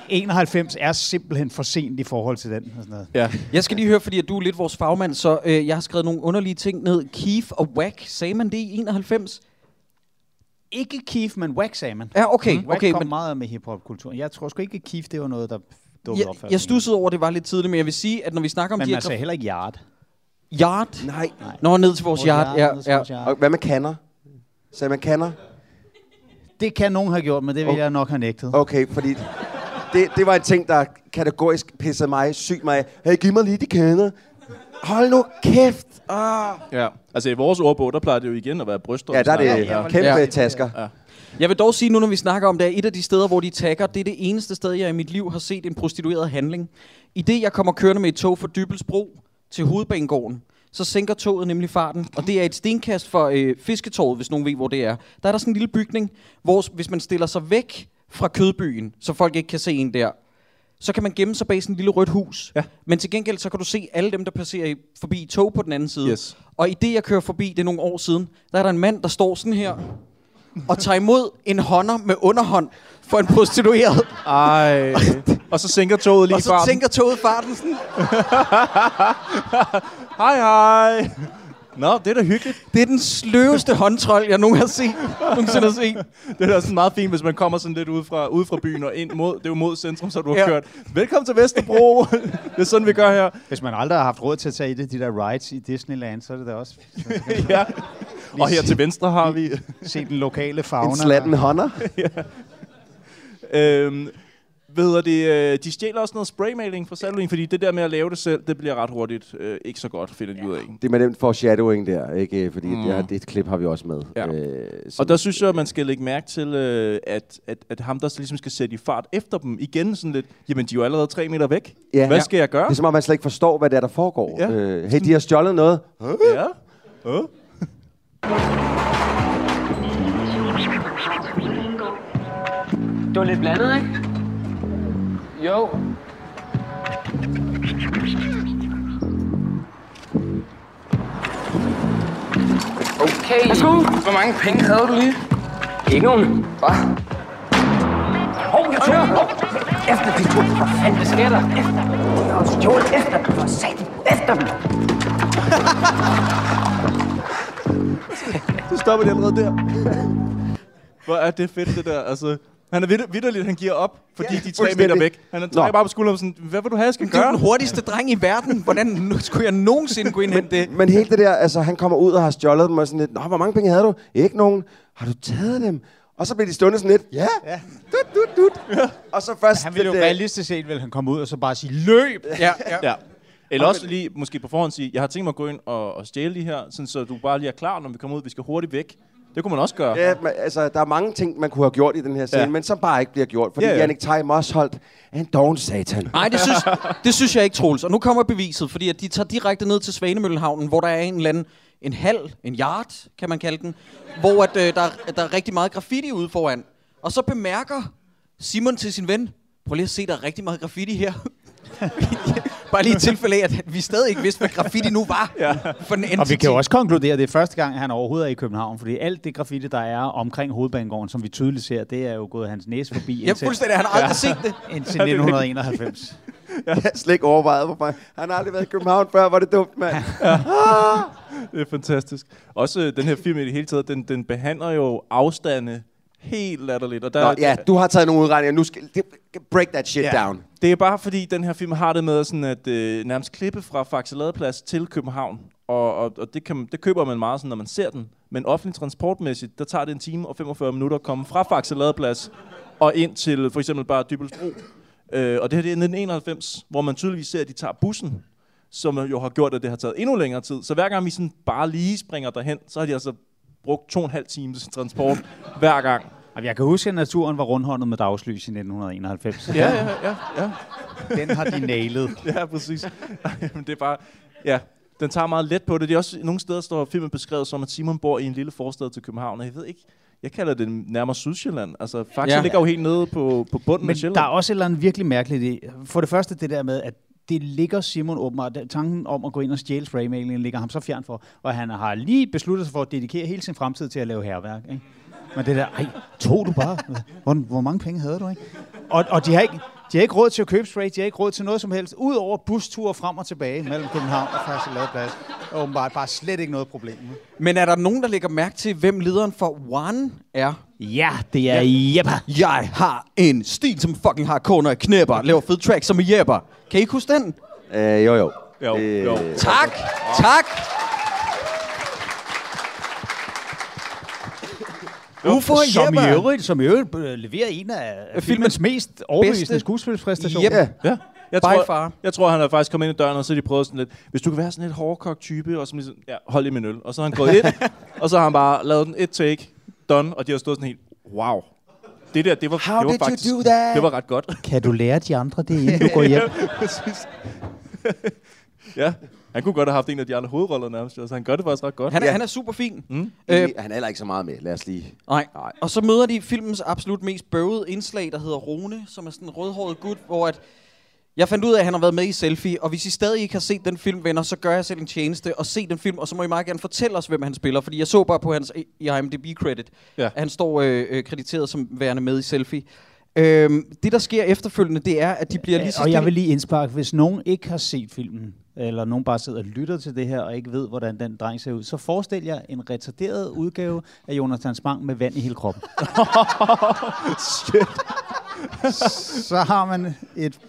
S4: 91 er simpelthen for sent i forhold til den. Og sådan noget.
S1: ja.
S2: Jeg skal lige høre, fordi at du er lidt vores fagmand, så øh, jeg har skrevet nogle underlige ting ned. Keef og Wack, sagde man det i 91?
S4: Ikke Keef, men Wack sagde man.
S2: Ja, okay, mm,
S4: Wack
S2: okay.
S4: kom
S2: Men
S4: meget med hiphop-kulturen. Jeg tror sgu ikke, at Keef, det var noget, der dukkede op
S2: jeg,
S4: først.
S2: jeg stussede over, at det var lidt tidligt, men jeg vil sige, at når vi snakker om
S4: Men altså-
S2: de her...
S4: man sagde
S2: graf-
S4: heller ikke Yard.
S2: Yard?
S3: Nej.
S2: Nå, ned til vores yard. Ja, ja.
S3: Og hvad med kanner? Sagde man kanner?
S4: Det kan nogen have gjort, men det vil jeg nok have nægtet.
S3: Okay, fordi det, det var en ting, der kategorisk pissede mig sygt mig af. Hey, giv mig lige de kander. Hold nu kæft! Ah.
S1: Ja. Altså i vores ordbog, der plejer det jo igen at være bryster.
S3: Ja,
S1: vi
S3: der er
S1: snakker om.
S3: det kæmpe
S2: Ja.
S3: tasker.
S2: Jeg vil dog sige nu, når vi snakker om det, at et af de steder, hvor de tagger, det er det eneste sted, jeg i mit liv har set en prostitueret handling. I det, jeg kommer kørende med et tog fra Dybelsbro til Hovedbanegården, så sænker toget nemlig farten, og det er et stenkast for øh, fisketorvet, hvis nogen ved, hvor det er. Der er der sådan en lille bygning, hvor s- hvis man stiller sig væk fra kødbyen, så folk ikke kan se en der, så kan man gemme sig bag sådan et lille rødt hus. Ja. Men til gengæld, så kan du se alle dem, der passerer i- forbi i tog på den anden side.
S1: Yes.
S2: Og i det, jeg kører forbi, det er nogle år siden, der er der en mand, der står sådan her og tager imod en hånder med underhånd for en prostitueret.
S1: Ej. Og så sænker toget lige
S2: og så
S1: fra
S2: tænker toget farten sådan,
S1: Hej, hej. Nå, det er da hyggeligt.
S2: det er den sløveste håndtrol, jeg nogen har set. nogensinde har set.
S1: Det er da sådan meget fint, hvis man kommer sådan lidt ude fra, ude fra byen og ind mod, det er jo mod centrum, så du har
S2: Ja.
S1: ja. kørt. Velkommen til Vesterbro. det er sådan, vi gør her.
S4: Hvis man aldrig har haft råd til at tage et af de der rides i Disneyland, så er det da også
S1: Ja. Og her til venstre har vi...
S4: se den lokale fauna.
S3: En slatten hånder.
S1: Øhm, hvad hedder det, øh, de stjæler også noget spraymaling fra Salvin, fordi det der med at lave det selv, det bliver ret hurtigt øh, ikke så godt, finder de ud af. ikke?
S3: Det er med den for shadowing der, ikke? Fordi mm. det, her, det klip har vi også med.
S1: Ja.
S3: Øh, som-
S1: Og der synes jeg, at man skal lægge mærke til, øh, at, at, at ham, der ligesom skal sætte i fart efter dem, igen sådan lidt, jamen de er jo allerede tre meter væk.
S3: Ja.
S1: Hvad
S3: Ja.
S1: skal jeg gøre?
S3: Det er som om, man slet ikke forstår, hvad det er, der foregår.
S1: Ja.
S3: Ja. Øh, hey, de har stjålet noget.
S1: Ja. Oh.
S5: Det var lidt blandet, ikke? Jo. Okay. Værsgo. Hvor mange penge havde du lige? Ikke nogen. Hvad? Hov, jeg tog den. Hov, Efter de to. Hvad fanden sker der? Efter dem. Jeg har stjålet efter dem. For satan. Efter dem.
S1: Så stopper de allerede der. Hvor er det fedt, det der. Altså, han er vidt- vitterligt, han giver op, fordi ja, de er tre
S3: fuldstændig.
S1: meter væk. Han trækker
S3: Nå.
S1: bare på skulderen sådan, hvad vil du have, jeg skal
S2: Det er
S1: gøre?
S2: den hurtigste dreng i verden. Hvordan nu skulle jeg nogensinde gå ind i det?
S3: Men hele det der, altså han kommer ud og har stjålet dem og sådan lidt. Nå, hvor mange penge havde du? Ikke nogen. Har du taget dem? Og så bliver de stående sådan lidt. Ja. ja. Dut, dut, dut. Ja. Og så først...
S4: Han ville jo
S3: lidt, øh,
S4: realistisk set, vil han komme ud og så bare sige, løb!
S2: Ja, ja.
S1: Ja. Eller også lige, måske på forhånd sige, jeg har tænkt mig at gå ind og, og stjæle de her, sådan, så du bare lige er klar, når vi kommer ud, vi skal hurtigt væk. Det kunne man også gøre.
S3: Ja, man, altså, der er mange ting, man kunne have gjort i den her scene,
S1: Ja.
S3: ja. men som bare ikke bliver gjort, fordi
S1: Ja,
S3: ja,
S1: ja.
S3: ja. Jannik Theim også holdt en doven satan.
S2: Nej, det synes, det synes jeg ikke, Troels. Og nu kommer beviset, fordi at de tager direkte ned til Svanemøllehavnen, hvor der er en eller anden en halv, en yard, kan man kalde den, hvor at, øh, der, er- der er rigtig meget graffiti ude foran. Og så bemærker Simon til sin ven, prøv lige at se, der er rigtig meget graffiti her. Bare lige i tilfælde af, at vi stadig ikke vidste, hvad graffiti nu var. Ja. For den
S4: Og vi
S2: entity.
S4: kan jo også konkludere, at det er første gang, han overhovedet er i København, fordi alt det graffiti, der er omkring hovedbanegården, som vi tydeligt ser, det er jo gået hans næse forbi
S2: Ja,
S4: indtil,
S2: fuldstændig. Han har aldrig ja. set det.
S4: indtil 1991.
S3: Jeg har slet ikke overvejet, hvorfor han har aldrig været i København før. Hvor er det dumt, mand.
S1: Det er fantastisk. Også øh, den her film i det hele taget, den, den behandler jo afstande helt latterligt. Og der,
S3: Nå, ja, du har taget nogle udregninger. Nu skal... det- Break that shit
S1: Ja.
S3: yeah. down.
S1: Det er bare fordi, den her film har det med sådan at øh, nærmest klippe fra Faxe Ladeplads til København. Og, og, og det, kan, man- det køber man meget, sådan, når man ser den. Men offentlig transportmæssigt, der tager det en time og 45 minutter at komme fra Faxe Ladeplads og ind til for eksempel bare Dybelsbro. Øh, og det her det er 1991, hvor man tydeligvis ser, at de tager bussen, som jo har gjort, at det har taget endnu længere tid. Så hver gang vi sådan bare lige springer derhen, så har de altså brugt to og en halv times transport hver gang.
S4: Jamen, jeg kan huske, at naturen var rundhåndet med dagslys i 1991.
S1: Ja, ja, ja. ja.
S4: Den har de nailet.
S1: ja, præcis. Jamen, det er bare... Ja, den tager meget let på det. Det er også nogle steder, står filmen beskrevet som, at Simon bor i en lille forstad til København. Og jeg ved ikke, jeg kalder det nærmere Sydsjælland. Altså, faktisk
S2: Ja.
S1: ja. ligger jo helt nede på, på bunden af
S4: Men
S1: Sjælland.
S4: der er også et eller andet virkelig mærkeligt i. For det første det der med, at det ligger Simon åbenbart, at tanken om at gå ind og stjæle spraymalingen ligger ham så fjern for, og han har lige besluttet sig for at dedikere hele sin fremtid til at lave herværk. Ikke? Men det der, ej, tog du bare? Hvor, hvor mange penge havde du, ikke? Og, og de, har ikke, de har ikke råd til at købe spray, de har ikke råd til noget som helst, udover busture frem og tilbage mellem København og Faste Ladeplads. Åbenbart bare slet ikke noget problem.
S2: Men er der nogen, der lægger mærke til, hvem lederen for One er?
S4: Ja, det er Jeppa.
S2: Jeg har en stil, som fucking har kunder og knæpper, laver fed tracks som jæber. Kan I ikke huske den?
S3: Øh, jo, jo.
S1: Jo, jo.
S2: Tak, tak. Ufo og
S4: som i
S2: Jepper.
S4: øvrigt, som i øvrigt øh, leverer en af
S2: Filmens
S4: filmens mest overbevisende
S2: bedste.
S4: skuespilspræstationer.
S2: Jep.
S3: Ja.
S1: Ja. jeg
S2: Bye,
S1: tror,
S2: far.
S1: jeg tror, han er faktisk kommet ind ad døren, og så har de prøvet sådan lidt, hvis du kan være sådan lidt hårdkogt type, og sådan ligesom, ja, hold i min øl. Og så er han gået ind, og så har han bare lavet den et take, done, og de har stået sådan helt, wow. Det der, det var,
S3: How
S1: det var
S3: did you
S1: faktisk,
S3: do that?
S1: det var ret godt.
S4: Kan du lære de andre det, inden du går hjem?
S1: Præcis. ja, han kunne godt have haft en af de andre hovedroller nærmest, altså han gør det faktisk ret godt.
S2: Han er,
S3: Ja.
S2: han er super fin. Mm.
S3: Øh, han er heller ikke så meget med, lad os lige...
S2: Nej. Nej. Og så møder de filmens absolut mest bøvede indslag, der hedder Rune, som er sådan en rødhåret gut, hvor at jeg fandt ud af, at han har været med i Selfie, og hvis I stadig ikke har set den film, venner, så gør jeg selv en tjeneste og se den film, og så må I meget gerne fortælle os, hvem han spiller, fordi jeg så bare på hans IMDb-credit,
S1: Ja.
S2: at han står øh, øh, krediteret som værende med i Selfie. Øhm, det, der sker efterfølgende, det er, at de bliver lige så
S4: Øh, Og jeg
S2: stille-
S4: vil lige indsparke, hvis nogen ikke har set filmen, eller nogen bare sidder og lytter til det her, og ikke ved, hvordan den dreng ser ud, så forestil jer en retarderet udgave af Jonathan Spang med vand i hele kroppen. så har man et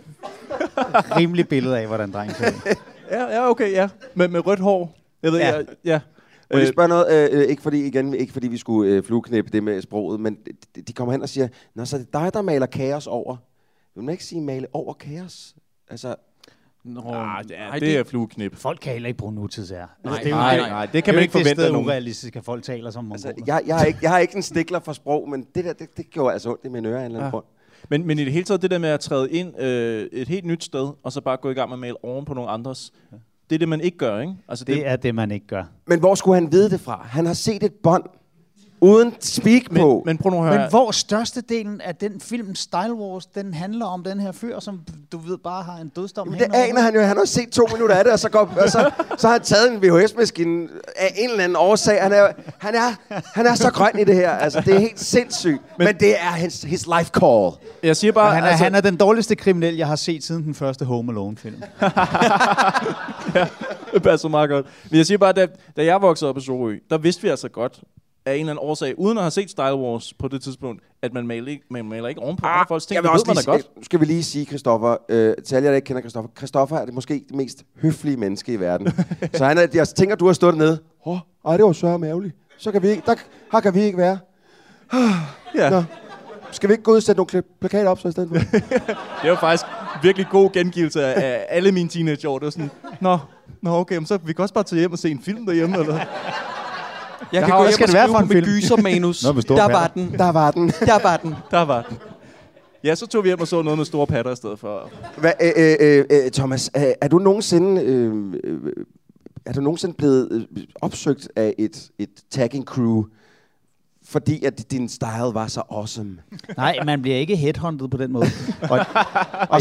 S4: rimeligt billede af, hvordan drengen ser ud.
S1: Ja, ja, okay, ja. Med, med rødt hår. Jeg ved,
S4: Ja.
S1: ja. Jeg, ja.
S3: Må jeg
S1: Øh,
S3: lige spørge noget? Øh, øh, ikke, fordi, igen, ikke fordi vi skulle øh, flueknæppe det med sproget, men de, de kommer hen og siger, Nå, så er det dig, der maler kaos over. Vil man ikke sige male over kaos? Altså,
S2: Nå,
S1: ah, ja,
S2: nej,
S1: det er flueknip.
S4: Folk kan heller ikke bruge nutidsære.
S2: Nej,
S4: det er jo
S2: nej,
S4: det.
S2: nej.
S1: Nej, det
S4: Det
S1: kan man ikke forvente af
S4: Det er
S1: nogen.
S4: urealistisk, at folk taler som mongoler.
S3: altså jeg, jeg, er ikke, jeg er ikke en stikler for sprog, men det der, det, det gjorde altså ondt i mine ører af en eller anden
S1: Ja.
S3: grund.
S1: Men, men i det hele taget, det der med at træde ind øh, et helt nyt sted, og så bare gå i gang med at male oven på nogle andres, det er det, man ikke gør, ikke? Altså, det,
S4: Det er det, man ikke gør.
S3: Men hvor skulle han vide det fra? Han har set et bånd uden speak
S1: men,
S3: på.
S1: men prøv nu at høre.
S4: Men hvor størstedelen af den film, Style Wars, den handler om den her fyr, som du ved bare har en dødsdom
S3: Jamen, det
S4: hængende over
S3: aner han jo. Han har også set to minutter af det, og så, går, og så, så har han taget en VHS-maskine af en eller anden årsag. Han er, han er, han er så grøn i det her. Altså, det er helt sindssygt. Men, Men det er hans, his life call.
S1: Jeg siger
S4: Og
S1: bare,
S4: han, er,
S1: altså,
S4: han er den dårligste kriminel, jeg har set siden den første Home Alone-film.
S1: det passer meget godt. Men jeg siger bare, da, da jeg voksede op i Sorø, der vidste vi altså godt, af en eller anden årsag, uden at have set Style Wars på det tidspunkt, at man maler ikke, man maler ikke oven på andre folks ting.
S3: Ah, jeg
S1: Det
S3: vil
S1: ved
S3: også
S1: man da godt.
S3: lige, sige- Nu skal vi lige sige, Christoffer, øh, til alle jer, der ikke kender Christoffer, Christoffer er det måske det mest høflige menneske i verden. så han er, jeg tænker, du har stået dernede. Åh, oh, det var sørme ærgerligt. Så kan vi ikke, der, her kan vi ikke være.
S1: Ja.
S3: Nå. Skal vi ikke gå ud og sætte nogle kla- plakater op så i stedet for?
S1: Det var faktisk virkelig god gengivelse af alle mine teenageår. Det var sådan, nå, nå okay, men så vi kan også bare tage hjem og se en film derhjemme. Eller?
S2: jeg
S4: har
S2: kan gå
S4: også-
S2: hjem
S4: skal
S2: og
S4: det være
S2: skrive
S4: for
S2: på
S4: en
S2: mit
S4: film?
S2: gysermanus.
S4: Nå, med store
S2: der var
S4: patter.
S2: den.
S3: Der var den.
S2: Der var den.
S1: Der var den. Ja, så tog vi hjem og så noget med store patter i stedet for.
S3: Hva, øh, øh, øh, øh, Thomas, øh, er du nogensinde... Øh, øh, er du nogensinde blevet øh, opsøgt af et, et tagging crew, fordi at din style var så awesome?
S4: Nej, man bliver ikke headhunted på den måde. Og,
S3: Og jeg
S4: jeg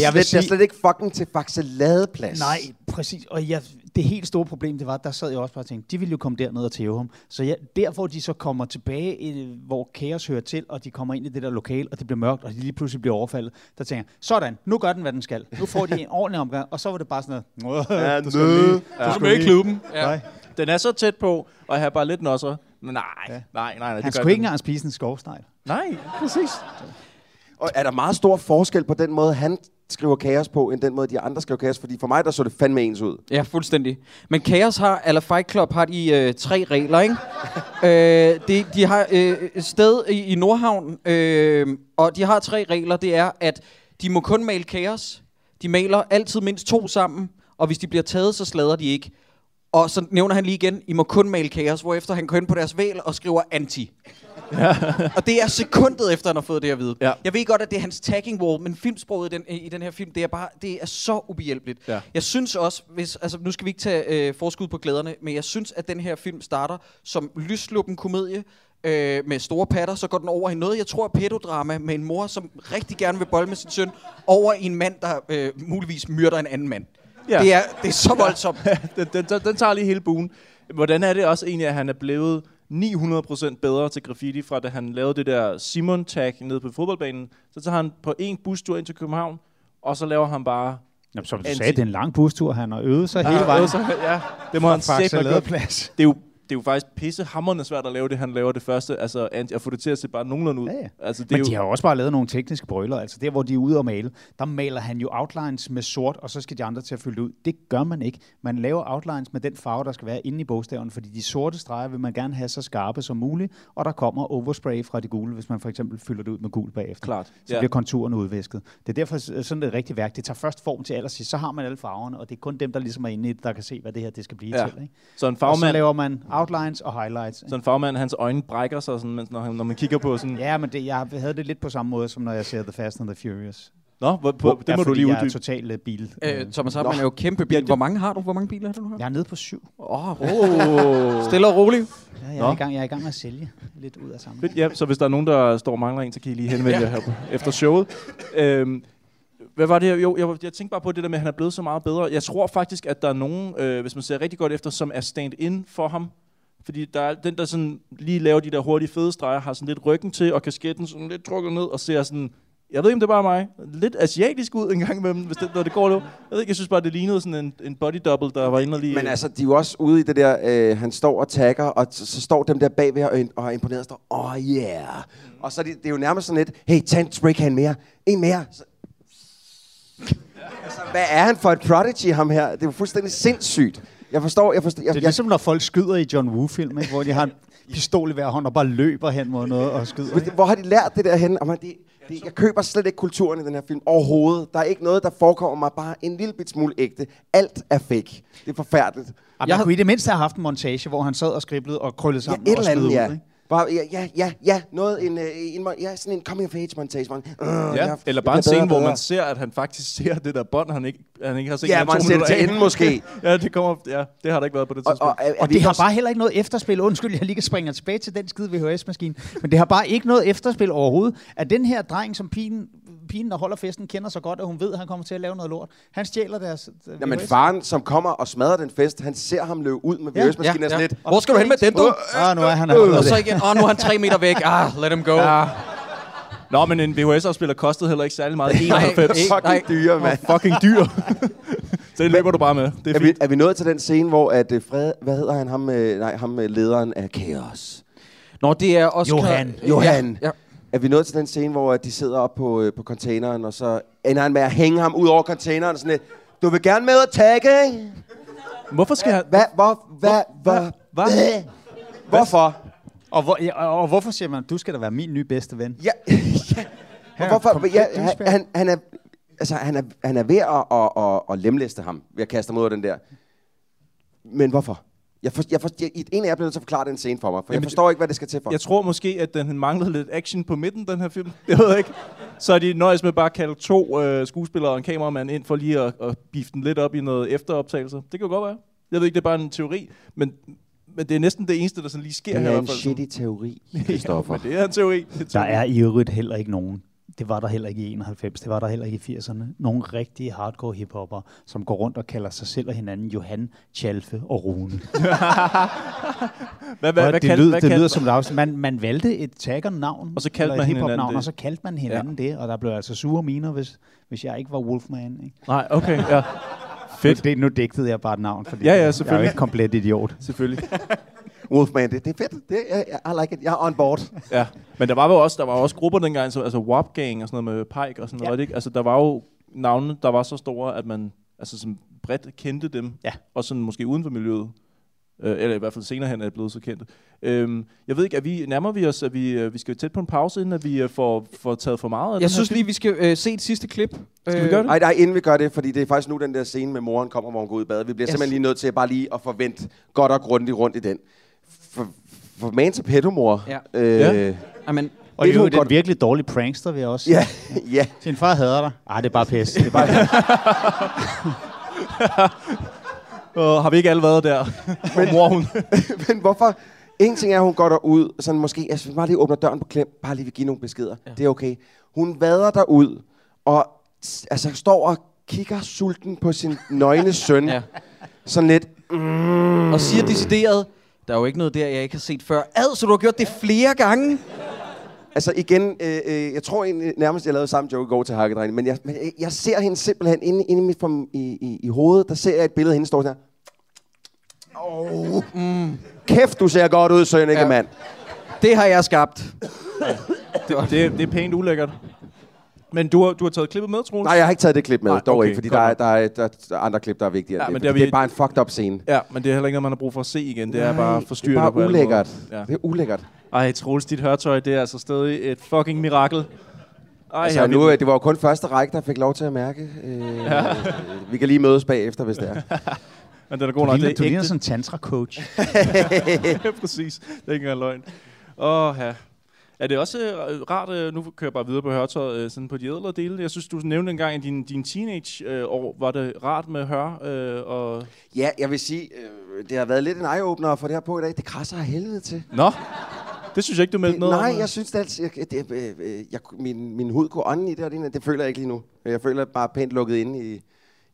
S3: slet, sige...
S4: vil
S3: jeg Altså, er
S4: sige-
S3: slet ikke fucking til faxeladeplads.
S4: nej, præcis. Og jeg, det helt store problem, det var, at der sad jeg også bare og tænkte, de ville jo komme derned og tæve ham. Så jeg, der, hvor de så kommer tilbage, øh, hvor kaos hører til, og de kommer ind i det der lokal, og det bliver mørkt, og de lige pludselig bliver overfaldet, der tænker jeg, sådan, nu gør den, hvad den skal. Nu får de en ordentlig omgang, og så var det bare sådan noget. "Nå,
S1: Ja,
S4: du skal lige-
S1: Du skal
S4: skal
S1: med i
S4: lige-
S1: klubben. Ja.
S4: Nej.
S1: Den er så tæt på, og jeg har bare lidt nosser. Men nej, nej, nej, nej. det
S4: Han
S1: gør
S4: skulle ikke
S1: den.
S4: engang spise en skovsnegl.
S1: Nej, præcis.
S3: Og er der meget stor forskel på den måde, han skriver kaos på, end den måde, de andre skriver kaos? Fordi for mig, der så det fandme ens ud.
S2: Ja, fuldstændig. Men Chaos har, eller Fight Club har de øh, tre regler, ikke? øh, de, de har øh, et sted i, i Nordhavn, øh, og de har tre regler. Det er, at de må kun male Chaos. De maler altid mindst to sammen, og hvis de bliver taget, så slader de ikke. Og så nævner han lige igen, I må kun male Chaos, hvorefter han går ind på deres væl og skriver anti. og det er sekundet efter, han har fået det at vide.
S1: Ja.
S2: Jeg ved godt, at det er hans tagging wall, men filmsproget i den, i den her film, det er bare det er så ubehjælpeligt.
S1: Ja.
S2: Jeg synes også, hvis, altså nu skal vi ikke tage øh, forskud på glæderne, men jeg synes, at den her film starter som lysluppen komedie øh, med store patter, så går den over i noget, jeg tror er pædodrama med en mor, som rigtig gerne vil bolle med sin søn, over i en mand, der øh, muligvis myrder en anden mand.
S1: Ja.
S2: Ja. Det, er, det er så voldsomt.
S1: den, den, den, den tager lige hele buen. Hvordan er det også egentlig, at han er blevet 900% bedre til graffiti, fra da han lavede det der Simon-tag nede på fodboldbanen? Så tager han på en bustur ind til København, og så laver han bare...
S4: Jamen, som du
S1: Anti-
S4: sagde, det er en lang bustur, han har øvet sig hele vejen.
S1: Ja, det må han sætte
S4: Faxe
S1: med.
S4: ladeplads.
S1: Det er jo det er jo faktisk pissehammerende svært at lave det, han laver det første. Altså, anti- at få det til at se bare nogenlunde ud.
S4: Ja, ja.
S1: Altså, det er
S4: Men
S1: jo,
S4: de har jo også bare lavet nogle tekniske brøler. Altså der, hvor de er ude og male, der maler han jo outlines med sort, og så skal de andre til at fylde det ud. Det gør man ikke. Man laver outlines med den farve, der skal være inde i bogstaven, fordi de sorte streger vil man gerne have så skarpe som muligt, og der kommer overspray fra de gule, hvis man for eksempel fylder det ud med gul bagefter.
S1: Klart,
S4: Så
S1: ja.
S4: bliver konturen udvisket. Det er derfor s- sådan et rigtigt værk. Det tager først form til allersidst, så har man alle farverne, og det er kun dem, der ligesom er inde i det, der kan se, hvad det her det skal blive
S1: Ja.
S4: til. Ikke?
S1: Så en
S4: Og så
S1: fagmand,
S4: laver man outlines og highlights.
S1: så en fagmand, hans øjne brækker sig, sådan, mens, når, han- når man kigger på sådan...
S4: Ja, men det, jeg havde det lidt på samme måde, som når jeg ser The Fast and the Furious.
S1: Nå, hvor, på, det
S4: ja,
S1: må du
S4: fordi
S1: lige
S4: Jeg er
S1: uddybe.
S4: totalt øh, bil. Øh.
S2: Øh, Thomas Hartmann er jo kæmpe bil. Hvor mange har du? Hvor mange biler har du nu?
S4: Jeg er nede på syv.
S2: Åh, oh, Stille og roligt.
S4: Ja, jeg,
S1: Nå.
S4: er i gang, jeg er i gang med at sælge lidt ud af sammen.
S1: Fedt, ja, så hvis der er nogen, der står og mangler en, så kan I lige henvende jer her på- efter showet. Øhm, hvad var det her? Jo, jeg, var- jeg tænkte bare på det der med, at han er blevet så meget bedre. Jeg tror faktisk, at der er nogen, øh, hvis man ser rigtig godt efter, som er stand-in for ham. Fordi der er den, der sådan lige laver de der hurtige fede streger, har sådan lidt ryggen til, og kasketten sådan lidt trukket ned, og ser sådan, jeg ved ikke, om det er bare mig, lidt asiatisk ud en gang imellem, hvis det, når det går lidt. Jeg ved ikke, jeg synes bare, det lignede sådan en, en body double, der var inde og lige...
S3: Men altså, de er jo også ude i det der, øh, han står og tagger, og t- så står dem der bagved og, og er imponeret og står, oh yeah. Og så er de, det er jo nærmest sådan lidt, hey, tag en Sprighan mere, en mere. Så, altså, hvad er han for et prodigy, ham her? Det er jo fuldstændig sindssygt. Jeg forstår, jeg forstår. Jeg,
S4: Det er
S3: jeg,
S4: ligesom, når folk skyder i John Woo-film, ikke? hvor de har en pistol i hver hånd og bare løber hen mod noget og skyder.
S3: Hvor-
S4: Ikke?
S3: Hvor har de lært det der hen? Og man, det, det, jeg køber slet ikke kulturen i den her film overhovedet. Der er ikke noget, der forekommer mig bare en lille bit smule ægte. Alt er fake. Det er forfærdeligt.
S4: Jamen,
S2: Jeg
S4: jeg
S2: har-
S4: kunne i det mindste have haft en montage, hvor han sad og skriblede og krøllede
S3: Ja,
S4: sammen
S3: et
S4: og
S3: eller andet,
S4: smed
S3: ja.
S4: ud. Ikke?
S3: Bare, ja, ja, ja, ja, noget, en, øh, en, mon- ja, sådan en coming of age montage. Man. Uh,
S1: Ja, eller bare en scene, hvor man ser, at han faktisk ser det der bånd, han ikke, han ikke har set.
S3: Ja,
S1: i to
S3: man ser det
S1: minutter
S3: til
S1: af.
S3: enden måske.
S1: ja, det kommer, ja, det har der ikke været på det
S3: Og,
S1: tidspunkt.
S3: og, er, er vi
S4: Og det
S3: ikke
S4: har
S3: også-
S4: bare heller ikke noget efterspil. Undskyld, jeg lige kan springe tilbage til den skide VHS-maskine. Men det har bare ikke noget efterspil overhovedet. At den her dreng, som pigen, pigen der holder festen, kender så godt, at hun ved, at han kommer til at lave noget lort. Han stjæler deres øh,
S3: Jamen,
S4: VHS.
S3: faren, som kommer og smadrer den fest, han ser ham løbe ud med
S4: Ja,
S3: virusmaskinen ja, ja, lidt.
S2: Hvor skal du hen med den, du?
S4: Ah, nu er han
S1: Øh.
S2: Og så
S4: her.
S2: igen, åh, nu er han tre meter væk. Ah, let him go. Ja,
S1: Nå, men en VHS-afspiller kostede heller ikke særlig meget. 91.
S2: ikke.
S1: Fuck,
S3: Fucking dyre, mand.
S1: fucking dyr. så det løber du bare med. Det
S3: Er
S1: er
S3: vi,
S1: fint.
S3: er vi nået til den scene, hvor at øh, Fred, hvad hedder han, ham, øh, nej, ham øh, lederen af Chaos?
S2: Nå, det er også...
S4: Johan.
S3: Johan.
S2: Ja, ja.
S3: Er vi nået til den scene, hvor at de sidder op på, øh, på containeren, og så ender han med at hænge ham ud over containeren og sådan lidt, du vil gerne med at tagge, ikke?
S1: Hvorfor skal han...
S3: Hvad, hvor, hvad, hvor,
S1: Hvad?
S3: hvorfor?
S4: Og, hvor, ja, og og hvorfor siger man, du skal da være min nye bedste ven?
S3: Ja, ja.
S4: Her er
S3: hvorfor?
S4: komplet
S3: Ja, han,
S4: douchebag.
S3: han, han er, altså, han er, han er ved at, at, at, at lemlæste ham, ved at kaste ham ud af den der. Men hvorfor? Jeg for, jeg for, jeg, en af jer bliver nødt til at forklare den scene for mig, for
S1: Jamen,
S3: jeg forstår ikke, hvad det skal til for.
S1: Jeg tror måske, at den manglede lidt action på midten, den her film. Jeg ved ikke. Så er de nøjes med bare at kalde to øh, skuespillere og en kameramand ind for lige at, at beefe den lidt op i noget efteroptagelse. Det kan jo godt være. Jeg ved ikke, det er bare en teori, men, men det er næsten det eneste, der sådan lige sker
S3: det
S1: her. i
S3: er
S1: hvert
S3: en
S1: fald.
S3: shitty teori,
S1: ja,
S3: Christoffer.
S1: men det er en teori. Det er en
S4: Der
S1: teori.
S4: er i øvrigt heller ikke nogen. Det var der heller ikke i 91, det var der heller ikke i 80'erne. Nogle rigtige hardcore hiphopper, som går rundt og kalder sig selv og hinanden Johan, Chalfe og Rune.
S1: Hvad, hvad,
S4: Hvad,
S1: hvad
S4: det,
S1: kaldte-
S4: lyder,
S1: hvad
S4: det
S1: kaldte-
S4: lyder som et afsnit. Man, man valgte et taggernavn,
S1: Og så kaldte
S4: eller et
S1: man hinanden
S4: hiphopnavn,
S1: det.
S4: og så kaldte man hinanden det, og der blev altså sure miner, hvis, hvis jeg ikke var Wolfman. Ikke?
S1: Nej, okay, ja. Fedt.
S4: Fedt. Det, nu digtede jeg bare et navn, fordi
S1: Ja, ja,
S4: jeg- jeg er
S1: selvfølgelig.
S4: jo ikke komplet idiot.
S1: Selvfølgelig.
S3: Wolfman, det, det er fedt. Det, jeg, jeg, I like it. Jeg er on board.
S1: Ja. Men der var jo også, der var også grupper dengang, som, altså WAP Gang og sådan noget med Pike og sådan noget, var det ikke? Altså, der var jo navne, der var så store, at man altså, som bredt kendte dem.
S4: Ja.
S1: Og sådan måske uden for miljøet. Øh, eller i hvert fald senere hen er det blevet så kendte. Øhm, jeg ved ikke, er vi, nærmer vi os, at vi, øh, vi skal jo tæt på en pause, inden at vi øh, får, får taget for meget af den her
S2: Jeg synes
S1: film?
S2: lige, vi skal øh, se et sidste klip. øh, Skal
S1: vi gøre det?
S3: Nej, nej, inden vi gør det, fordi det er faktisk nu den der scene med moren kommer, hvor hun går ud i badet. Vi bliver yes. simpelthen lige nødt til bare lige at forvente godt og grundigt rundt i den. For, for man til pedomor.
S2: Ja.
S3: Øh,
S1: Ja.
S3: ja.
S2: Amen.
S4: Og
S3: Det
S4: det
S3: kunne
S4: er en
S3: godt-
S4: virkelig dårlig prankster, vil jeg også sige.
S3: ja. ja.
S4: Sin far hader dig. Ah, det er bare pis. Det er bare
S1: Øh, har vi ikke alle været der? Men, mor, hun.
S3: Men hvorfor? En ting er, at hun går derud, sådan måske, altså hvis man bare lige åbner døren på klem, bare lige vil give nogle beskeder. Ja. Det er okay. Hun vader derud, og s- altså står og kigger sulten på sin nøgne søn.
S2: Ja.
S3: ja. Sådan lidt,
S2: Og siger decideret, der er jo ikke noget der, jeg ikke har set før. Ad, så du har gjort det flere gange.
S3: Altså igen, øh, øh, jeg tror egentlig nærmest, jeg lavede samme joke i går til Hakkedrengen, men jeg, men jeg, jeg ser hende simpelthen inde, inde i, mit, form- i, i, i hovedet, der ser jeg et billede af hende, der står sådan her. kæft, du ser godt ud, Sønneke,
S2: Ja.
S3: Mm. ja. mand.
S2: Det har jeg skabt.
S1: Det, det, det er pænt ulækkert. Men du har, du har taget klippet med, Troels?
S3: Nej, jeg har ikke taget det klip med,
S1: Nej,
S3: Nej, dog
S1: okay,
S3: okay, ikke, fordi
S1: godt
S3: der er,
S1: nok.
S3: der, er, der er andre klip, der er vigtigere.
S1: Ja,
S3: Ja,
S1: men
S3: det,
S1: det har
S3: det
S1: vi-
S3: er bare en fucked up scene.
S1: Ja, men det er heller ikke noget, man har brug for at se igen. Det er bare
S3: Det
S1: forstyrrende.
S3: er bare
S1: på alle
S3: ulækkert.
S1: måder. Ja.
S3: Det er ulækkert.
S1: Ej, Troels, dit hørtøj, det er altså stadig et fucking mirakel. Ej,
S3: Altså,
S1: her-
S3: nu, øh, det var jo kun første række, der fik lov til at mærke. Øh, ja. øh, vi kan lige mødes bagefter, hvis det er.
S1: men den er god
S4: Du
S1: nok.
S4: ligner,
S1: Det
S4: du
S1: er
S4: ligner
S1: ægte.
S4: sådan en tantra-coach.
S1: ja, præcis. Det er ikke engang løgn. Åh, ja. Er det også øh, rart, øh, nu kører jeg bare videre på hørtøjet, øh, sådan på de ædlere dele. Jeg synes, du nævnte engang, at din, din teenage-år var det rart med hør. Øh, og...
S3: Ja, jeg vil sige, øh, det har været lidt en eye-opener at få det her på i dag. Det krasser af helvede til.
S1: Nå, det synes jeg ikke, du meldte
S3: Det,
S1: noget
S3: nej,
S1: om.
S3: jeg synes det altid, jeg, det, øh, øh, jeg, min, min hud kunne ånde i det, og det, det føler jeg ikke lige nu. Jeg føler bare pænt lukket inde i,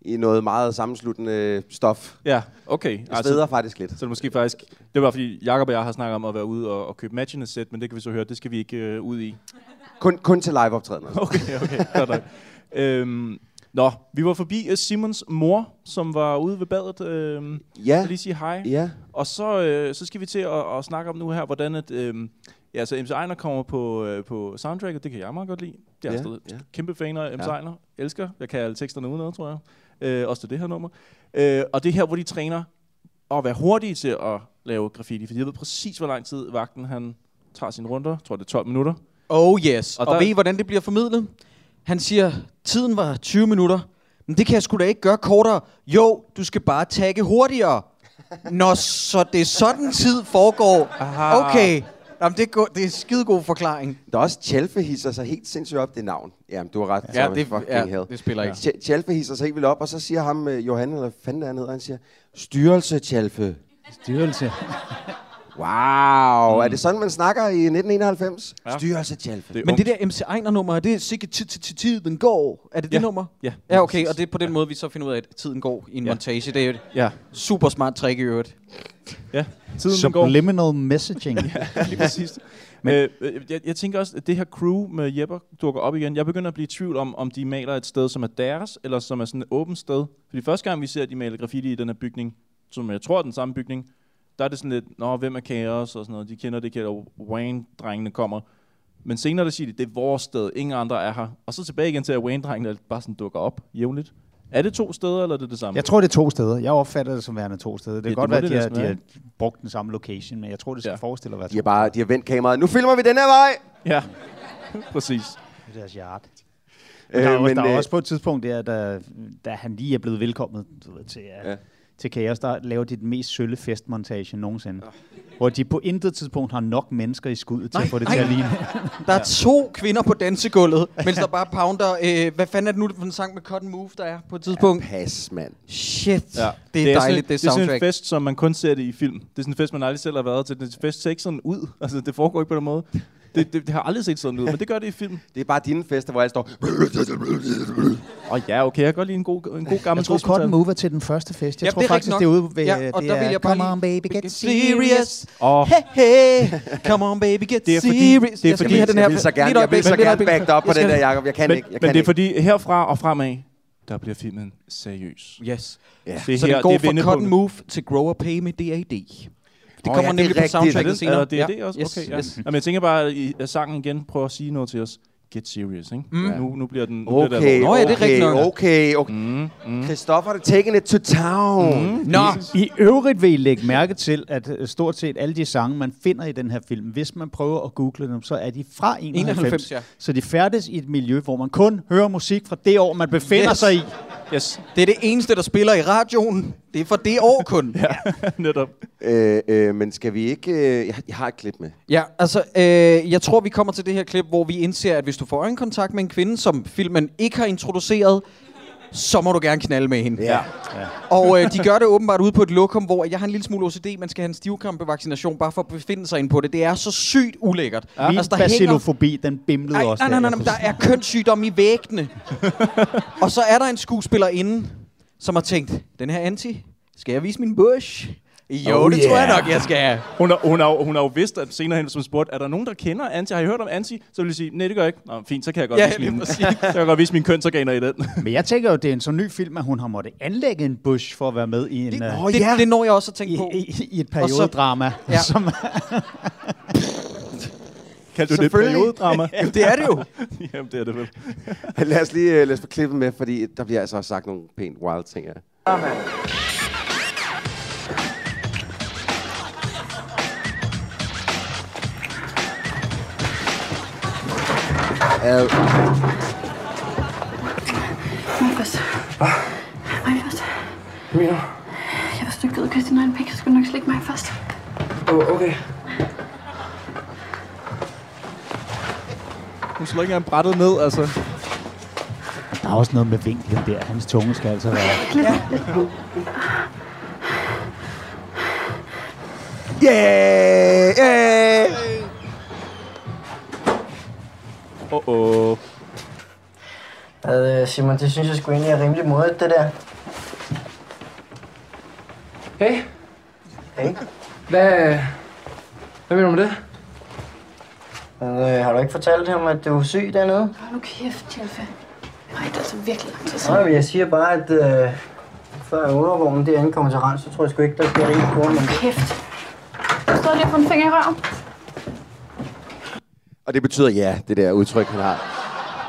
S3: i noget meget sammensluttende stof.
S1: Ja, okay. Altså,
S3: Det sveder faktisk lidt.
S1: Så det er måske faktisk... Det var fordi, Jacob og jeg har snakket om at være ude og, og købe matchende sæt, men det kan vi så høre, det skal vi ikke øh, ud i.
S3: Kun, kun til liveoptrædener.
S1: Okay, okay. Godt nok. øhm, nå, vi var forbi øh, Simons mor, som var ude ved badet. Øhm,
S3: Ja.
S1: så Lige sige hej.
S3: Ja.
S1: Og så, øh, så skal vi til at, at snakke om nu her, hvordan at, øh, ja, så MC Ejner kommer på, øh, på soundtracket. Det kan jeg meget godt lide. Det er
S3: Ja,
S1: ja, stadig ja.
S3: ja.
S1: kæmpe fan af MC ja. Ejner. Elsker. Jeg kan alle teksterne udenad, tror jeg. Øh, også til det her nummer. Øh, og det er her, hvor de træner at være hurtige til at lave graffiti. Fordi jeg ved præcis, hvor lang tid vagten han tager sine runder. Jeg tror, det er 12 minutter.
S2: Oh yes.
S1: Og
S2: Og,
S1: der-
S2: og ved I, hvordan det bliver formidlet? Han siger, tiden var 20 minutter. Men det kan jeg sgu da ikke gøre kortere. Jo, du skal bare tagge hurtigere. Nå, så det er sådan tid foregår.
S1: Aha.
S2: Okay. Jamen, det, er go- det er skidegod forklaring.
S3: Der er også Chelfe hisser sig helt sindssygt op det navn. Jamen, du har ret.
S2: Ja,
S3: Thomas.
S2: det-
S3: Fucking
S2: ja,
S3: hell.
S2: det spiller ikke.
S3: Ch- Chelfe hisser sig helt vildt op, og så siger ham, øh, Johan, eller hvad fanden der ned, han siger, styrelse, Chelfe.
S4: Styrelse.
S3: Wow, mm. er det sådan, man snakker i 1991?
S1: Ja.
S3: Ja. Styrelse, Chelfe.
S1: er
S2: Men
S1: ungt.
S2: det der MC Ejner-nummer, er det sikkert tid til tiden går? Er det
S1: Ja.
S2: det nummer?
S1: Ja.
S2: Ja, okay. Og det er på den måde, vi så finder ud af, at tiden går i en
S1: Ja.
S2: montage. Det er jo et
S1: Ja.
S2: super smart trick i øvrigt.
S1: ja. Tiden den går.
S4: Subliminal messaging.
S1: lige præcis. Men, øh, øh, jeg, jeg tænker også, at det her crew med Jepper dukker op igen. Jeg begynder at blive i tvivl om, om de maler et sted, som er deres, eller som er sådan et åbent sted. Fordi første gang, vi ser, at de maler graffiti i den her bygning, som jeg tror er den samme bygning, der er det sådan lidt, nå, hvem er Kaos og sådan noget. De kender det, kender Wayne-drengene kommer. Men senere der siger de, det er vores sted, ingen andre er her. Og så tilbage igen til, at Wayne-drengene bare sådan dukker op jævnligt. Er det to steder, eller er det det samme?
S4: Jeg tror, det er to steder. Jeg opfatter det som værende to steder. Det kan
S1: Ja, det
S4: godt
S1: må
S4: være, at
S1: det
S4: de, har,
S1: næsten
S4: de
S1: være,
S4: har brugt den samme location, men jeg tror, det skal
S1: Ja.
S4: ja. forestille at være
S3: De
S4: to
S3: har bare de har vendt kameraet. Nu filmer vi den her vej!
S1: Ja, præcis.
S4: Det er deres yard.
S3: Øh,
S4: Men der, er, men,
S3: men,
S4: der er
S3: øh,
S4: også på et tidspunkt, der, da, da han lige er blevet velkommet du ved, til,
S3: Ja.
S4: ja. til Kaos, der laver de den mest sølle festmontage nogensinde. Hvor de på intet tidspunkt har nok mennesker i skuddet til at få det til at ligne.
S2: Der er to kvinder på dansegulvet, mens der bare pounder. Øh, hvad fanden er det nu for en sang med Cotton Move, der er på et tidspunkt?
S3: Pas, mand.
S2: Shit,
S1: Ja.
S2: ja. det er dejligt,
S1: sådan,
S2: det
S1: Det er sådan en
S2: soundtrack.
S1: fest, som man kun ser det i film. Det er sådan en fest, man aldrig selv har været til. Det er en fest ser ikke sådan ud. Altså, det foregår ikke på den måde. Det, det, det har aldrig set sådan ud, men det gør det i film.
S3: Det er bare dine fester, hvor jeg står...
S1: Og ja, okay, jeg kan godt lide en god, en god gammel
S4: Jeg tror, Cotton Move er til den første fest. Jeg
S2: Ja,
S4: tror
S2: det er
S4: faktisk,
S2: rigtigt
S4: det er
S2: nok.
S4: ude ved...
S2: Ja, og
S4: det
S2: der
S4: er,
S2: vil jeg bare
S4: Come
S2: lige-
S4: on, baby, get,
S2: Get
S4: serious.
S2: serious.
S1: Åh,
S2: Hey, hey. Come on, baby, get
S1: Det er fordi-
S2: serious.
S1: det er
S2: Jeg skal
S1: fordi-
S2: lige have den her-
S3: Jeg vil så
S2: Lige
S3: gerne,
S2: et
S3: jeg vil
S2: øjeblik,
S3: så
S2: lige et
S3: gerne
S2: øjeblik.
S3: backed op på
S2: Jeg
S3: den
S2: skal-
S3: der, Jacob. Jeg kan
S1: men,
S3: ikke. Jeg
S1: men
S3: kan
S1: det er
S3: ikke.
S1: fordi, herfra og fremad, der bliver filmen seriøs.
S2: Yes.
S3: Ja.
S1: Det
S2: Så
S1: her,
S2: den går
S1: det er
S2: fra Cotton
S1: vendepunktet.
S2: Move til Grow and Pay med DAD. Det
S3: Åh,
S2: kommer
S3: ja, det er
S2: nemlig på
S3: rigtigt.
S1: Er
S2: soundtracket
S1: det, er
S2: senere.
S1: det, er det også?
S2: Yes,
S1: Okay, ja.
S2: yes.
S1: Jamen, jeg tænker bare, at I- at sangen igen prøver at sige noget til os. Get serious, ikke? Mm. Nu, nu bliver den... Nu bliver
S3: Okay,
S1: det
S2: Nå, ja, det er rigtigt
S3: okay,
S2: nok. Mm,
S3: okay, okay. Christoffer, det taking it to town.
S2: Nå,
S4: I øvrigt vil I lægge mærke til, at øh, stort set alle de sange, man finder i den her film, hvis man prøver at google dem, så er de fra 91.
S2: 91, ja.
S4: Så de færdes i et miljø, hvor man kun hører musik fra det år, man befinder
S2: Yes. altså,
S4: yes. sig i.
S1: alvorligt. Yes,
S2: det er det eneste, der spiller i radioen. Det er for det år kun. ja.
S1: netop.
S3: Øh, øh, men skal vi ikke... Øh, jeg, jeg har et klip med.
S2: Ja, altså, øh, jeg tror, vi kommer til det her klip, hvor vi indser, at hvis du får øjenkontakt med en kvinde, som filmen ikke har introduceret, så må du gerne knalde med hende.
S3: Ja.
S2: Og øh, de gør det åbenbart ude på et lokum, hvor jeg har en lille smule OCD, man skal have en stivkrampevaccination bare for at befinde sig ind på det. Det er så sygt ulækkert. Altså, Ja.
S4: Min bacilofobi, den bimlede
S2: Ej,
S4: også.
S2: nej, nej,
S4: da
S2: nej,
S4: jeg
S2: nej,
S4: kunne
S2: der er kønssygdomme i væggene. og så er der en skuespillerinde, som har tænkt, den her anti, skal jeg vise min bush? Jo, oh, det yeah. tror jeg nok, jeg skal.
S1: Hun har, hun, har, hun har jo vidst, at senere hen, som spurgte, er der nogen, der kender Anti? Har I hørt om Anti? Så vil jeg sige, nej, det gør jeg ikke. Nå, fint, så kan jeg godt,
S2: Ja,
S1: vise,
S2: lige
S1: min, så
S2: præcis.
S1: kan jeg godt vise mine kønsorganer i den.
S4: Men jeg tænker jo, det er en så ny film, at hun har måttet anlægge en bush for at være med i en... øh,
S2: det,
S4: ja.
S2: det når jeg også at tænke
S4: i,
S2: på.
S4: i, i et
S2: Og så-
S4: periodedrama.
S2: Ja.
S4: Ja. Som,
S1: Kaldte du det
S2: Selvfølgelig.
S1: periodedrama?
S2: Jamen, det er det jo.
S1: Jamen, det er det vel.
S3: Lad os lige øh, lad os få klippet med, fordi der bliver altså også sagt nogle pænt wild ting. Ja. Au.
S7: Magnus. Magnus,
S6: Hvad mener du?
S7: jeg var stykket ud, Christian Ejn Pæk. Jeg skulle nok slikke mig først.
S6: Åh, okay.
S1: Hun slår ikke engang brættet ned, altså.
S4: der er også noget med vinklen der. Hans tunge skal altså være...
S1: Åh, oh, oh.
S8: Hvad, øh, Simon, det synes jeg sgu egentlig er rimelig modigt, det der.
S6: Hey.
S8: Hey.
S6: Hvad, hvad mener du med det?
S8: Men, øh, har du ikke fortalt ham, at du er syg dernede?
S7: Hold nu kæft, Jelfe. Nej, det er altså virkelig lang tid siden.
S8: Nej, men jeg siger bare, at øh, før undervognen derinde kommer til rand, så tror jeg sgu ikke, der sker en kone. Men...
S7: Kæft. Jeg står lige på en finger i røven.
S3: Og det betyder ja, det der udtryk, han har.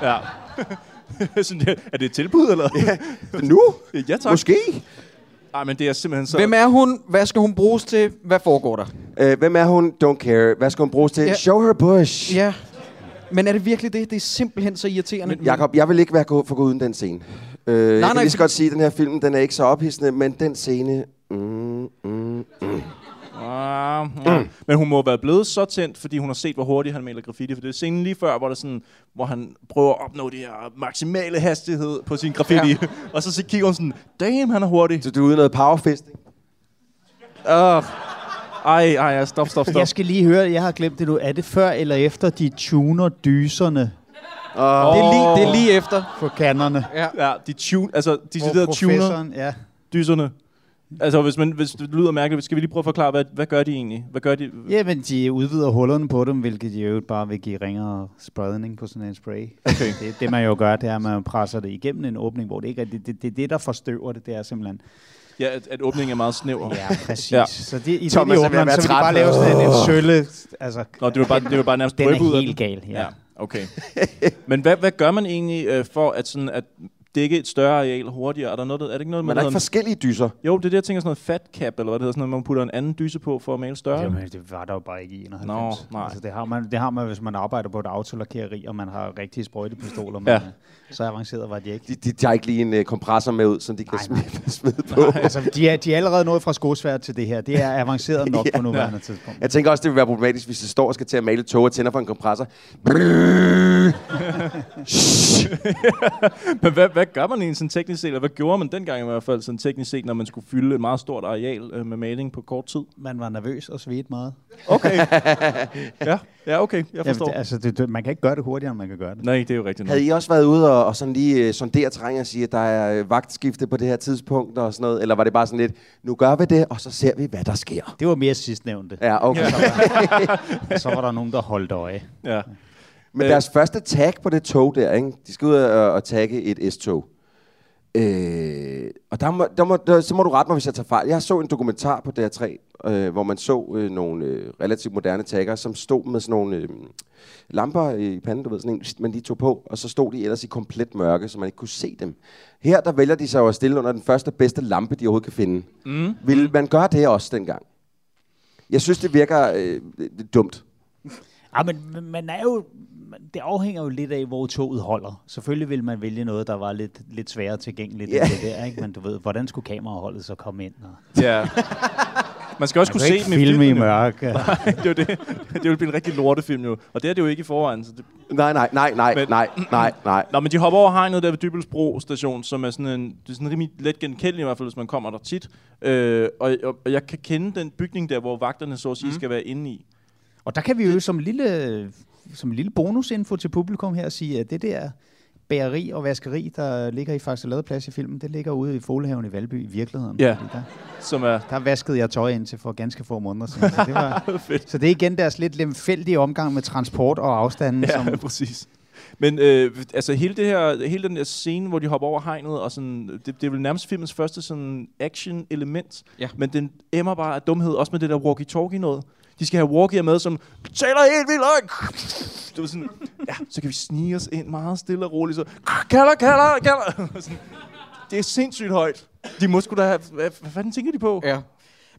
S1: Ja. Sådan, det- er det et tilbud, eller?
S3: Nu?
S1: ja, tak.
S3: Måske?
S1: Nej, men det er simpelthen så...
S2: Hvem er hun? Hvad skal hun bruges til? Hvad foregår der?
S3: Øh, hvem er hun? Don't care. Hvad skal hun bruges til?
S2: Ja.
S3: Show her bush.
S2: Ja. Men er det virkelig det? Det er simpelthen så irriterende. Men,
S3: Jakob, jeg vil ikke være gå, for gå uden den scene. Øh, nej, jeg kan
S2: nej,
S3: lige så
S2: fordi-
S3: godt sige, at den her film den er ikke så ophidsende, men den scene... Mm, mm,
S1: Ah, ja. Men hun må være blevet så tændt, fordi hun har set, hvor hurtigt han maler graffiti. For det er scenen lige før, hvor, der sådan, hvor han prøver at opnå det her maksimale hastighed på sin graffiti. Ja. og så, så kigger hun sådan, damn, han er hurtig.
S3: Så du er ude i noget powerfisting?
S1: Uh, ej, ej, ej, stop, stop, stop.
S4: Jeg skal lige høre, jeg har glemt det nu. Er det før eller efter, de tuner dyserne
S2: det, er lige, det er lige efter.
S4: på kannerne?
S1: Ja, de tune, altså, de
S4: Hvor
S1: sidder tuner
S4: professoren- Ja.
S1: dyserne. Altså, hvis, man, hvis det lyder mærkeligt, skal vi lige prøve at forklare, hvad, hvad gør de egentlig? Hvad gør de?
S4: Jamen, de udvider hullerne på dem, hvilket de i øvrigt bare vil give ringere spredning på sådan en spray. Okay. Det, det, man jo gør, det er, at man presser det igennem en åbning, hvor det ikke er det, det, det, er det der forstøver det, det er simpelthen.
S1: Ja, at, at åbningen er meget snæver.
S4: Ja, præcis.
S1: Ja.
S4: ja. Så det, i
S3: Thomas
S4: det,
S3: er
S4: de
S3: ved at
S4: åbner, den,
S3: være
S4: så vil de
S3: træt.
S4: bare lave sådan en, en sølle... Altså,
S1: Nå, det var bare, det var bare nærmest
S4: den
S1: dryppe ud
S4: er
S1: af
S4: helt gal, ja.
S1: Ja, okay. Men hvad, hvad gør man egentlig øh, for at, sådan, at dække et større areal hurtigere? Er, der noget, der- er det ikke noget,
S3: Men
S1: man
S3: der er ikke
S1: hedder,
S3: forskellige dyser.
S1: Jo, det er det, jeg tænker, sådan noget fat cap, eller hvad det hedder, sådan noget, man putter en anden dyse på for at male større. Jamen.
S4: Jamen, det var der jo bare ikke i 91.
S1: Nå, nej.
S4: Altså, det, har man, det har man, hvis man arbejder på et autolakeri, og man har rigtige sprøjtepistoler.
S1: Ja.
S4: Men, øh, så avanceret var de ikke.
S3: De, de tager ikke lige en øh, kompressor med ud, som de kan smide, smide på.
S4: Altså, de er, de er allerede nået fra skosvær til det her. Det er avanceret nok ja, på nuværende tidspunkt.
S3: Jeg tænker også, det vil være problematisk, hvis de står og skal til at male et tog og tænder for en kompressor.
S1: Men hvad, hvad gør man egentlig sådan teknisk set, eller hvad gjorde man dengang i hvert fald sådan teknisk set, når man skulle fylde et meget stort areal øh, med maling på kort tid?
S4: Man var nervøs og svedte meget.
S1: Ja, ja okay, jeg
S4: Jamen,
S1: forstår.
S4: det, altså, det, det, man kan ikke gøre det hurtigere, end man kan gøre det.
S1: Nej, det er jo rigtigt. nok.
S3: Havde I også været ude og, og sådan lige øh, sondere terræn og sige, at der er øh, vagtskifte på det her tidspunkt og sådan noget? Eller var det bare sådan lidt, nu gør vi det, og så ser vi, hvad der sker?
S4: Det var mere sidstnævnte. Ja.
S3: Ja, okay. Ja.
S4: Så var der nogen, der holdt øje.
S1: Ja.
S3: Men
S1: Øh.
S3: deres første tag på det tog der, ikke? de skal ud og, og tagge et S-tog. Øh, og der må, der må, der, så må du rette mig, hvis jeg tager fejl. Jeg så en dokumentar på DR3, øh, hvor man så øh, nogle øh, relativt moderne tagger, som stod med sådan nogle øh, lamper i panden, du ved, sådan en, man lige tog på, og så stod de ellers i komplet mørke, så man ikke kunne se dem. Her der vælger de sig jo at stille under den første bedste lampe, de overhovedet kan finde. Mm. Vil man gøre det også dengang? Jeg synes, det virker øh, dumt.
S4: Ja, men man er jo, man- det afhænger jo lidt af, hvor toget holder. Selvfølgelig ville man vælge noget, der var lidt, lidt sværere tilgængeligt
S3: Ja.
S4: yeah. end det der, ikke? Men du ved, hvordan skulle kameraholdet så komme ind? Og...
S1: ja. Man skal også kunne se dem i filmen. jo.
S4: mørke.
S1: Nej, det er jo det. Det ville blive en rigtig lortefilm jo. Og det er det jo ikke i forvejen, så det,
S3: Nej, nej, nej, nej,
S1: Men-
S3: nej, nej, nej.
S1: Nå, men de hopper over hegnet der ved Dybelsbro station, som er sådan en, det er sådan rimelig let genkendelig i hvert fald, hvis man kommer der tit. Øh, og, og, og, jeg kan kende den bygning der, hvor vagterne så at sige mm. skal være inde i.
S4: Og der kan vi jo som lille, som lille bonusinfo til publikum her sige, at det der bageri og vaskeri, der ligger i Faxe Ladeplads i filmen, det ligger ude i Folehaven i Valby i virkeligheden.
S1: Ja.
S4: Fordi Der,
S1: Som er...
S4: der vaskede jeg tøj indtil for ganske få måneder siden. Så det, var, så det er igen deres lidt lemfældige omgang med transport og afstanden.
S1: Ja,
S4: som,
S1: præcis. Men øh, altså hele, det her, hele den der scene, hvor de hopper over hegnet, og sådan, det, det er vel nærmest filmens første sådan action-element,
S2: Ja.
S1: men den emmer bare af dumhed, også med det der walkie-talkie noget. De skal have walkie med, som taler helt vildt højt. Det var sådan, ja, så kan vi snige os ind meget stille og roligt, så kalder, kalder, kalder. Sådan, det er sindssygt højt. De må sgu da have, hvad, hvad fanden tænker de på?
S2: Ja.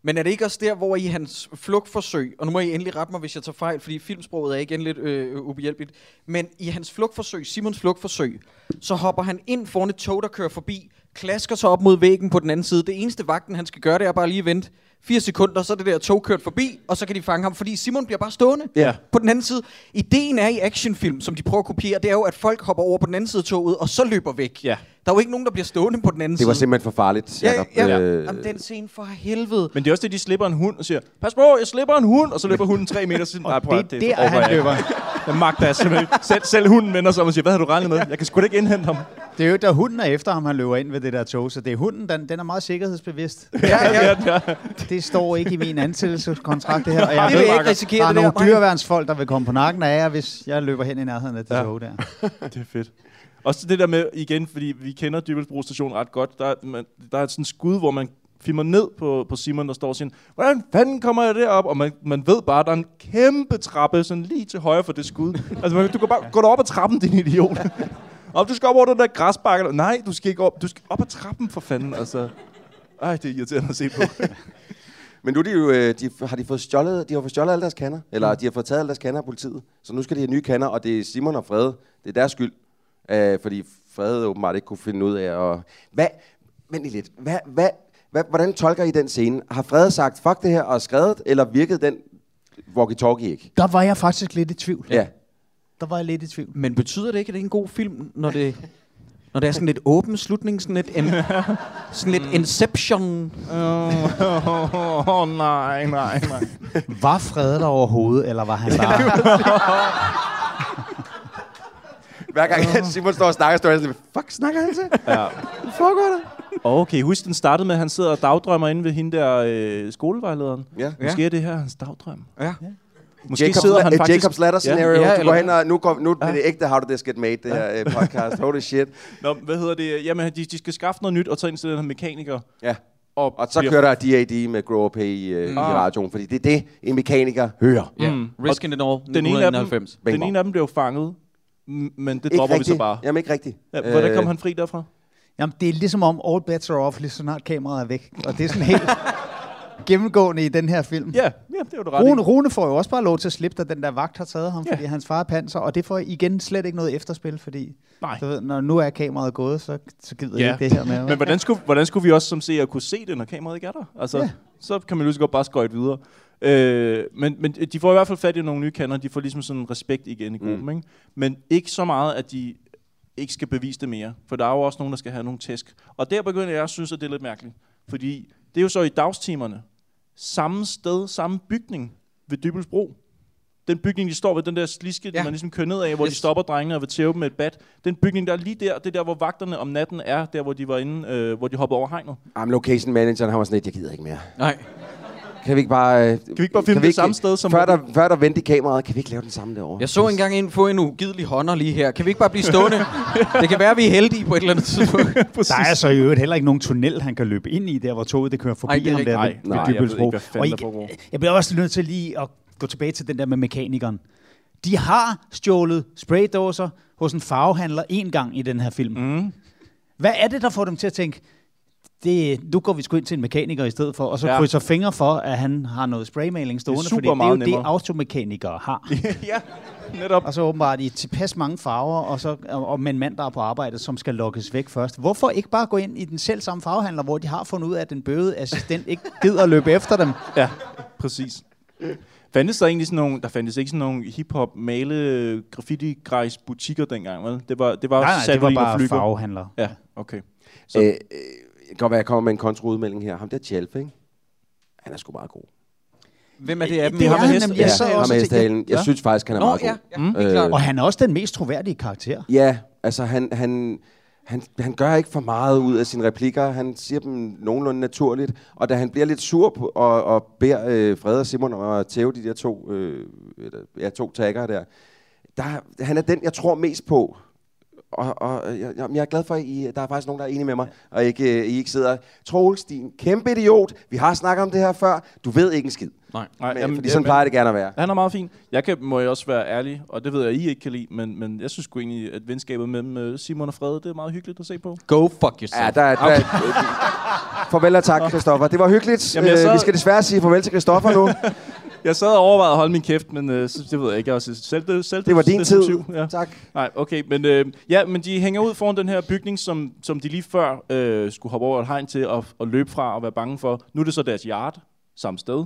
S2: Men er det ikke også der, hvor i hans flugtforsøg, og nu må I endelig rette mig, hvis jeg tager fejl, fordi filmsproget er igen lidt øh, ubehjælpeligt, men i hans flugtforsøg, Simons flugtforsøg, så hopper han ind foran et tog, der kører forbi, klasker sig op mod væggen på den anden side. Det eneste vagten, han skal gøre, det er bare lige at vente fire sekunder, så er det der tog kørt forbi, og så kan de fange ham, fordi Simon bliver bare stående
S1: Ja.
S2: på den anden side. Ideen er i actionfilm, som de prøver at kopiere, det er jo, at folk hopper over på den anden side af toget, og så løber væk.
S1: Ja.
S2: Der er jo ikke nogen, der bliver stående på den anden
S3: Det var
S2: side.
S3: simpelthen for farligt,
S2: Ja,
S3: Jacob.
S2: ja, ja.
S3: Øh,
S2: Jamen, den scene for helvede.
S1: Men det er også det, de slipper en hund og siger, pas på, jeg slipper en hund, og så løber hunden tre meter siden. Nej, prøv,
S4: det
S1: at-
S4: er
S1: for
S4: der, han
S1: overreagerer.
S4: løber.
S1: Den magter jeg simpelthen. Selv, selv hunden vender sig om og siger, hvad har du regnet med? Jeg kan sgu da ikke indhente ham.
S4: Det er jo, da hunden er efter ham, han løber ind ved det der tog, så det er hunden, den, den er meget sikkerhedsbevidst.
S1: Ja, ja.
S4: Det står ikke i min ansættelseskontrakt, det her. Og
S2: Det
S4: jeg
S2: vil jeg
S4: ved,
S2: ikke
S4: der
S2: risikere,
S4: er
S2: det der.
S4: nogle dyreværnsfolk, der vil komme på nakken af jer, hvis jeg løber hen i nærheden af det
S1: Ja.
S4: tog der.
S1: Det er fedt. Også det der med, igen, fordi vi kender Dybelsbro station ret godt, der, er- man, der er sådan en skud, hvor man filmer ned på, på Simon, der står og siger, hvordan fanden kommer jeg derop? Og man, man ved bare, at der er en kæmpe trappe, sådan lige til højre for det skud. altså, man, du kan bare gå derop ad trappen, din idiot. og du skal op over den der græsbakke. Nej, du skal ikke op. Du skal op ad trappen, for fanden. Altså, ej, det er irriterende at se på.
S3: Men nu er de jo, øh, de, har de fået stjålet, de har fået stjålet alle deres kanner, eller de har fået taget alle deres kanner af politiet. Så nu skal de have nye kanner, og det er Simon og Frede. Det er deres skyld, øh, fordi Frede åbenbart ikke kunne finde ud af at... Hvad? Vent lige lidt. Hvad, hvad, hvad, hvordan tolker I den scene? Har Frede sagt, fuck det her, og skrevet, eller virkede den walkie-talkie ikke?
S4: Der var jeg faktisk lidt i tvivl.
S3: Ja.
S4: Der var jeg lidt i tvivl.
S2: Men betyder det ikke, at det er en god film, når det, når det er sådan lidt åben slutning, sådan lidt, en, sådan lidt Inception?
S1: Åh, oh, oh, nej, nej, nej.
S4: Var Frede der overhovedet, eller var han bare...
S3: Hver gang Simon står og snakker, står jeg sådan, fuck snakker han til? Ja. Hvad foregår der?
S1: Okay, husk, den startede med, at han sidder og dagdrømmer inde ved hende der øh, skolevejlederen.
S3: Ja.
S1: Måske er det her hans dagdrøm.
S2: Ja.
S1: Måske
S3: Jacobs,
S1: sidder han
S3: eh,
S1: faktisk...
S3: Jacobs Ladder scenario.
S2: Ja,
S3: Ja, ja, du
S2: eller-
S3: går hen og nu, går, nu bliver det ægte How Did This Get Made, det her øh, podcast. Holy shit.
S1: Nå, hvad hedder det? Jamen, de, de skal skaffe noget nyt og tage ind til den her mekaniker.
S3: Ja.
S1: Og, Ah.
S3: Og så kører der DAD med Grow Up i, øh, mm. i radioen, fordi det er det, en mekaniker hører.
S2: Yeah. Mm. Risk in it all,
S1: den ene af dem,
S2: 1991.
S1: den
S3: Bang,
S1: ene af dem blev fanget, m- men det
S3: Ikke
S1: dropper vi så
S3: rigtigt. Øh.
S1: bare.
S3: Jamen ikke rigtigt.
S1: Ja, hvordan kom han fri derfra?
S4: Jamen, det er ligesom om all bets are off, lige så snart kameraet er væk. Og det er sådan helt gennemgående i den her film.
S1: Ja, ja det var du ret
S4: Rune,
S1: Rune.
S4: Rune får jo også bare lov til at slippe, da den der vagt har taget ham,
S1: Ja.
S4: ja. fordi hans far er panser, og det får igen slet ikke noget efterspil, fordi
S1: Nej.
S4: du ved, når nu er kameraet gået, så, så gider
S1: Ja.
S4: jeg ikke det her med.
S1: Men hvordan skulle, hvordan skulle vi også som seere kunne se det, når kameraet ikke er der? Altså,
S4: Ja.
S1: så kan man jo lige så godt bare skøjte videre. Øh, men, men de får i hvert fald fat i nogle nye kander. De får ligesom sådan respekt igen i gruppen, mm. ikke? Men ikke så meget, at de ikke skal bevise det mere. For der er jo også nogen, der skal have nogle tæsk. Og der begynder jeg at synes, at det er lidt mærkeligt. Fordi det er jo så i dagstimerne. Samme sted, samme bygning ved Dybelsbro. Den bygning, de står ved, den der sliske,
S2: Ja.
S1: ja. man ligesom kører ned af, hvor yes.
S2: Yes.
S1: de stopper drengene og vil tæve dem med et bat. Den bygning, der er lige der, det er der, hvor vagterne om natten er, der hvor de var inde, øh, hvor de hopper over hegnet.
S3: Jamen, location manageren, han var sådan lidt, jeg gider ikke mere.
S2: Nej.
S3: Kan vi ikke bare... Øh, kan
S1: vi ikke bare filme det samme sted, som-
S3: Før der, før der vendte i kameraet, kan vi ikke lave den samme derovre?
S2: Jeg så engang en få en ugidelig hånder lige her. Kan vi ikke bare blive stående? det kan være, vi er heldige på et eller andet tidspunkt.
S4: Der er så i øvrigt heller ikke nogen tunnel, han kan løbe ind i, der hvor toget det kører forbi
S2: Ej, det er
S4: ham
S2: rigtigt.
S4: der
S1: Nej,
S4: ved, ved
S3: nej, jeg ved
S4: Dybbølsbro.
S1: ikke, hvad fanden
S4: Og
S1: der foregår.
S4: Jeg bliver også nødt til lige at gå tilbage til den der med mekanikeren. De har stjålet spraydåser hos en farvehandler en gang i den her film. Mm. Hvad er det, der får dem til at tænke, det, nu går vi sgu ind til en mekaniker i stedet for, og så
S1: Ja.
S4: ja. krydser fingre for, at han har noget spraymaling stående,
S1: super
S4: fordi det er jo
S1: meget
S4: det,
S1: nemmere.
S4: automekanikere har.
S1: ja, netop.
S4: Og så åbenbart i tilpas mange farver, og, så, og, og med en mand, der er på arbejde, som skal lokkes væk først. Hvorfor ikke bare gå ind i den selv samme farvehandler, hvor de har fundet ud af, at den bøde assistent ikke gider at løbe efter dem?
S1: Ja, præcis. Fandtes der egentlig sådan nogle, der fandtes ikke sådan nogle hip-hop, male, graffiti grejs butikker dengang, vel? Det var, det var
S4: Nej, nej, det var
S1: Saturn og
S4: bare
S1: Flyger.
S4: farvehandler.
S1: Ja, okay.
S3: Øh, øh, det kan godt være, jeg kommer med en kontraudmelding her. Ham der Tjalfe, ikke? Han er sgu meget god.
S2: Hvem er det af dem?
S4: Det er
S2: Ham med
S4: han
S2: hesten?
S4: nemlig. Jeg sad
S3: ham
S4: også
S3: med
S4: og tænkte,
S3: hestehalen. Jeg
S4: ja.
S3: synes faktisk, han er
S2: Nå,
S3: meget
S2: ja.
S3: god.
S2: ja det er klart.
S4: Og han er også den mest troværdige karakter.
S3: Ja, Altså, han, han, han, han gør ikke for meget ud af sine replikker. Han siger dem nogenlunde naturligt. Og da han bliver lidt sur på, og, og beder øh, Fred og Simon og Theo, de der to, øh, eller, ja, to tagger der, der, han er den, jeg tror mest på. Og, og øh, jeg, jeg jeg er glad for, at I, der er faktisk nogen, der er enige med mig, ja. og ikke, øh, I ikke sidder. Troels, din kæmpe idiot. Vi har snakket om det her før. Du ved ikke en skid.
S1: Nej,
S3: Men- fordi sådan plejer det gerne at være.
S1: Han er meget fin. Jeg kan, må jeg også være ærlig, og det ved jeg, I ikke kan lide, men, men jeg synes sgu egentlig, at venskabet mellem øh, Simon og Frede, det er meget hyggeligt at se på.
S2: Go fuck yourself.
S3: Ja, der, er- der,
S1: Okay.
S3: okay. farvel og tak, Christoffer. Det var hyggeligt.
S1: Jamen, jeg
S3: Øh,
S1: sad-
S3: Vi skal desværre sige farvel til Christoffer nu.
S1: Jeg sad og overvejede at holde min kæft, men øh, så- det ved jeg ikke. Jeg er også selv, det, selv
S3: Det var din tid.
S1: defensiv, Ja.
S3: Tak.
S1: Nej, okay. Men, øh, ja, men de hænger ud foran den her bygning, som, som de lige før øh, skulle hoppe over et hegn til og, og løbe fra og være bange for. Nu er det så deres yard samme sted.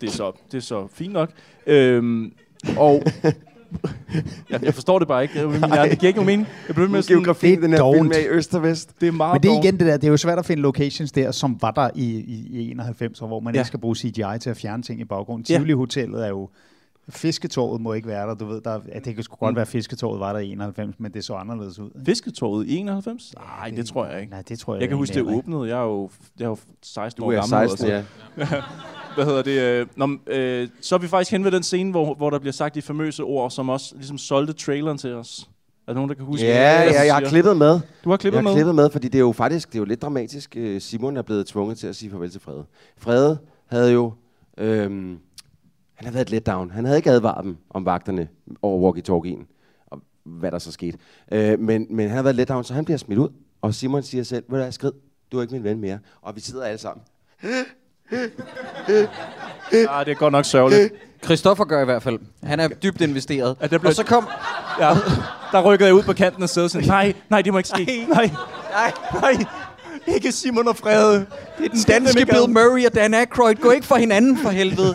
S1: Det er så, det er så fint nok. Øhm, og jeg, jeg forstår det bare ikke. Jeg, min hjerne, det giver ikke nogen mening. Jeg blev med sådan,
S3: Geografien, den her film
S4: dovent.
S3: med i Øst og Vest.
S1: det er meget
S4: Men det er
S1: dårligt.
S4: igen det der, det er jo svært at finde locations der, som var der i, i, i 91, hvor man
S1: Ja.
S4: ja. ikke skal bruge CGI til at fjerne ting i baggrunden.
S1: Ja.
S4: Tivoli Hotellet er jo... Fisketorvet må ikke være der, du ved. Der, ja, det kan sgu godt være, at Fisketorvet var der i 91, men det så anderledes ud. Ikke?
S1: Fisketoget i 91? Nej, det tror jeg ikke.
S4: Nej, det tror jeg
S1: Jeg kan
S4: egentlig
S1: huske, det
S4: heller ikke.
S1: åbnede. Jeg er jo, jeg er jo 16
S3: Du
S1: år
S3: er
S1: gammel. og
S3: 16,
S1: sådan
S3: ja.
S1: hvad hedder det? Øh, nå, men, øh, så er vi faktisk hen ved den scene, hvor, hvor der bliver sagt de famøse ord, som også ligesom solgte traileren til os. Er der nogen, der kan huske
S3: Ja,
S1: hvad
S3: ja, jeg har
S1: siger?
S3: klippet med.
S1: Du har klippet
S3: jeg har
S1: med?
S3: klippet med, fordi det er jo faktisk det er jo lidt dramatisk. Øh, Simon er blevet tvunget til at sige farvel til Frede. Frede havde jo... Øhm, han havde været et letdown. Han havde ikke advaret dem om vagterne over walkie-talkien, og hvad der så skete. Øh, men, men han havde været et letdown, så han bliver smidt ud. Og Simon siger selv, ved du hvad, skrid, du er ikke min ven mere. Og vi sidder alle sammen.
S1: Ah, det er godt nok sørgeligt.
S2: Christoffer gør i hvert fald. Han er dybt investeret.
S1: Ja, der blev-
S2: Og så kom...
S1: Ja, der rykkede jeg ud på kanten af sædet sådan, nej, nej, det må ikke ske. Nej, nej, nej. Ikke Simon og Frede. Det er den
S2: Danske Bill Murray og Dan Aykroyd, gå ikke for hinanden for helvede.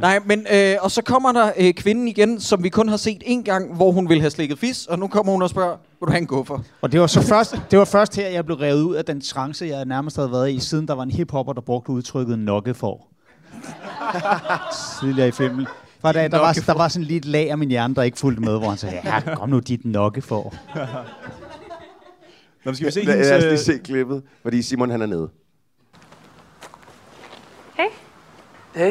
S2: Nej, men øh, og så kommer der øh, kvinden igen, som vi kun har set en gang, hvor hun vil have slikket fis, og nu kommer hun og spørger, vil du have en guffer?
S4: Og det var, så først, det var først her, jeg blev revet ud af den trance, jeg nærmest havde været i, siden der var en hiphopper, der brugte udtrykket nokke for. Tidligere i filmen. Fra da, der, var, der var sådan lige et lag af min hjerne, der ikke fulgte med, hvor han sagde, ja, kom nu dit nokke for.
S1: Nå, men skal vi se
S3: Lad, lad os lige
S1: hendes... øh,
S3: se klippet, fordi Simon han er nede.
S5: Hey,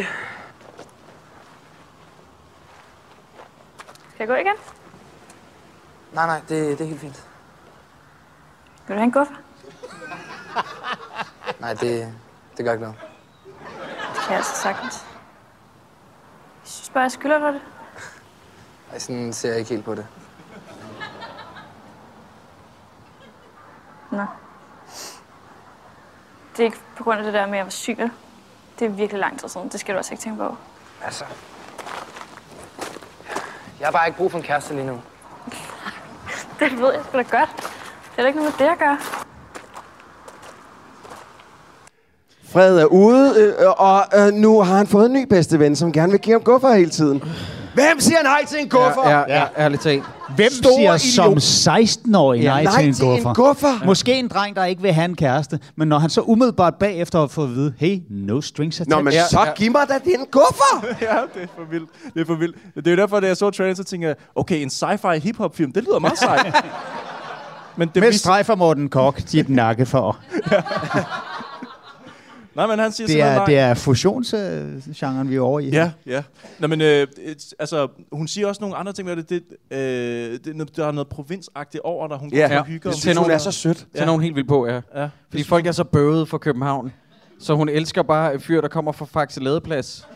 S9: Skal jeg gå igen?
S5: nej, nej, det, det er helt fint.
S9: Vil du have en guffer?
S5: Nej, det, det gør ikke noget.
S9: Det kan jeg altså sagtens. Jeg synes bare, jeg skylder dig det.
S5: Ej, sådan ser jeg ikke helt på det.
S9: Nå. Det er ikke på grund af det der med, at jeg var syg. vel? Det er virkelig lang tid siden. Det skal du også ikke tænke på.
S5: Altså... Jeg har bare ikke brug for en kæreste lige nu.
S9: Det ved jeg sgu da godt. Det er da ikke noget med det at gøre.
S3: Fred er ude, øh, og øh, nu har han fået en ny bedste ven, som gerne vil give ham guffer hele tiden. Hvem siger nej til en guffer?
S2: Ja, ja, ja. ærligt talt.
S4: Hvem
S3: Store
S4: siger
S3: idiot.
S4: som 16-årig nej,
S3: nej
S4: til en
S3: til en
S4: guffer?
S3: guffer.
S4: Ja. Måske en dreng, der ikke vil have en kæreste, men når han så umiddelbart bagefter har fået at vide, hey, no strings attached.
S3: Nå, men
S2: Ja,
S3: så
S2: ja.
S3: giv mig da den guffer!
S1: Ja, det er for vildt. Det er for vildt. Det er jo derfor, da jeg så traileren, så tænkte jeg, okay, en sci-fi hip-hop film, det lyder meget sejt. Men det
S4: Med
S1: viste-
S4: strejfer Morten Kok dit nakke for.
S1: Nej, men han siger
S4: Det
S1: simpelthen
S4: er,
S1: nej.
S4: det er fusionsgenren, vi er over i.
S1: Ja, ja. Nå, men øh, et- altså, hun siger også nogle andre ting med det. det, øh, det er noget- der er noget provinsagtigt over dig. Hun går
S3: Ja.
S1: til
S3: Ja.
S1: og hygger.
S3: Jeg
S1: om-
S3: synes, hun er så sødt.
S2: Så er nogen helt vildt på, ja.
S1: Ja.
S2: Fordi folk er så bøvede fra København. Så hun elsker bare et fyr, der kommer fra Faxe Ladeplads.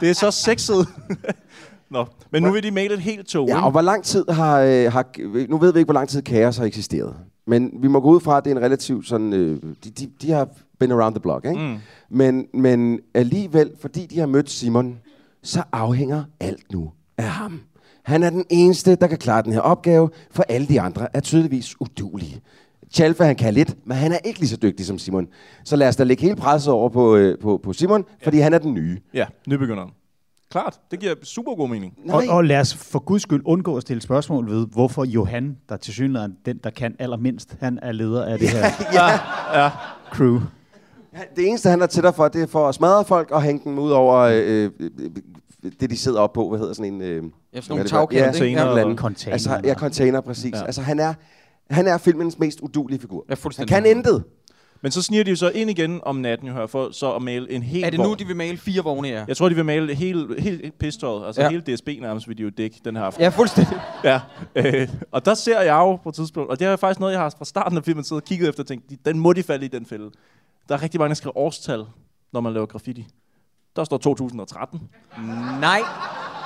S1: Det er så sexet. Nå, men nu vil de male et helt tog,
S3: Ja, og
S1: ikke?
S3: hvor lang tid har, øh, har... Nu ved vi ikke, hvor lang tid kaos har eksisteret. Men vi må gå ud fra, at det er en relativt sådan... Øh, de, de, de har been around the block, ikke? Mm. Men, men alligevel, fordi de har mødt Simon, så afhænger alt nu af ham. Han er den eneste, der kan klare den her opgave, for alle de andre er tydeligvis udulige. Chalfa, han kan lidt, men han er ikke lige så dygtig som Simon. Så lad os da lægge hele presset over på, øh, på, på Simon, fordi han er den nye.
S1: Ja, nybegynderen. Klart, det giver super god mening.
S4: Og, og lad os for guds skyld undgå at stille spørgsmål ved, hvorfor Johan, der til synligheden er den, der kan allermindst, han er leder af det her ja, ja. crew.
S3: Det eneste, han er til dig for, det er for at smadre folk og hænge dem ud over øh, øh, øh, det, de sidder op på. Hvad hedder sådan en... Øh,
S2: Ja, sådan
S3: Hvad
S2: nogle
S3: det var?
S2: tagkatter,
S3: ja,
S2: ikke? Ja.
S3: et eller andet.
S2: Container,
S3: Altså, ja,
S2: eller-
S3: container, præcis.
S2: Ja.
S3: Ja. Altså, han er, han er filmens mest udulige figur.
S2: Ja,
S3: han
S2: fuldstændig.
S3: kan intet.
S1: Men så sniger de jo så ind igen om natten, jo her, for så at male en hel
S2: Er det nu,
S1: vogn.
S2: de vil male fire vogne, ja?
S1: Jeg tror, de vil male hele, hele pistøjet, altså
S2: Ja.
S1: ja. hele DSB nærmest vil de jo dække den her aften.
S2: Ja, fuldstændig.
S1: Ja, øh, og der ser jeg jo på et tidspunkt, og det er faktisk noget, jeg har fra starten af filmen siddet og kigget efter og tænkt, den må de falde i den fælde. Der er rigtig mange, der skriver årstal, når man laver graffiti. Der står 2013.
S2: Nej.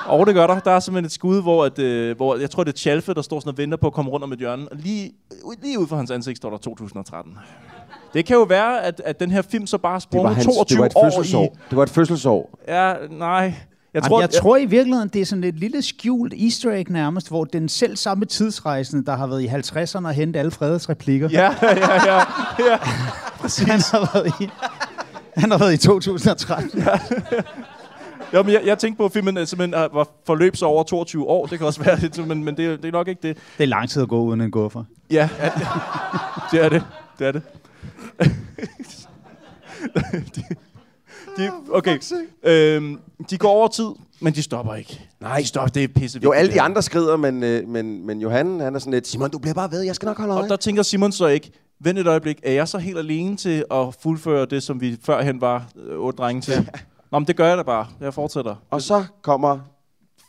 S1: Og det gør der. Der er simpelthen et skud, hvor, at, øh, hvor jeg tror, det er Chalfe, der står sådan og venter på at komme rundt om et hjørne. Og lige, øh, lige ud for hans ansigt står der 2013. Det kan jo være, at, at den her film så bare
S3: Det var,
S1: sprunget
S3: hans,
S1: 22
S3: det var et
S1: år i...
S3: fødselsår. Det var et fødselsår.
S1: Ja, nej.
S4: Jeg tror, jeg tror i virkeligheden, det er sådan et lille skjult easter egg nærmest, hvor den selv samme tidsrejsende, der har været i 50'erne og hentet alle Fredes replikker.
S1: Ja, ja, ja. ja.
S4: Præcis. Han har været i, han har været i 2013.
S1: Jo, men jeg, jeg tænkte på, at filmen øh, simpelthen øh, var forløb sig over 22 år. Det kan også være, det, men, men det, er- det er nok ikke det.
S4: Det er lang tid at gå uden en guffer.
S1: Ja, ja det er det. Det er det. de, de, okay, øhm, de går over tid, men de stopper ikke. Nej, de stopper, det er pisse
S3: Jo, alle de andre skrider, men, øh, men, men Johan, han er sådan lidt, Simon, du bliver bare ved, jeg skal nok holde
S1: Og
S3: øje.
S1: der tænker Simon så ikke, vent et øjeblik, er jeg så helt alene til at fuldføre det, som vi førhen var øh, otte drenge til? Nå, men det gør jeg da bare. Jeg fortsætter.
S3: Og så kommer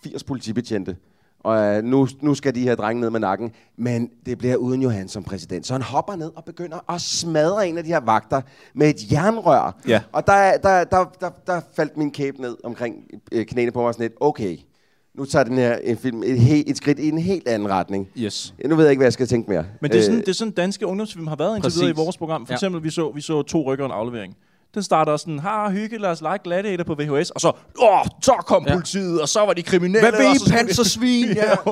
S3: 80 politibetjente, og øh, nu, nu skal de her drenge ned med nakken. Men det bliver uden Johan som præsident. Så han hopper ned og begynder at smadre en af de her vagter med et jernrør.
S1: Ja.
S3: Og der, der, der, der, der faldt min kæbe ned omkring øh, knæene på mig og sådan lidt, okay, nu tager den her øh, film et, he, et skridt i en helt anden retning.
S1: Yes.
S3: Nu ved jeg ikke, hvad jeg skal tænke mere.
S1: Men det er, sådan,
S3: Øh,
S1: det er sådan, danske ungdomsfilm har været indtil videre i
S2: Præcis.
S1: vores program. For
S2: Ja.
S1: eksempel, vi så, vi så to rykker og en aflevering. Den starter sådan, har hygge, lad os lege gladiator på VHS, og så, åh, så kom
S2: Ja.
S1: ja. politiet, og så var de kriminelle.
S2: Hvad ved
S1: og
S2: I,
S1: så skulle de-
S2: pansersvin? Ja.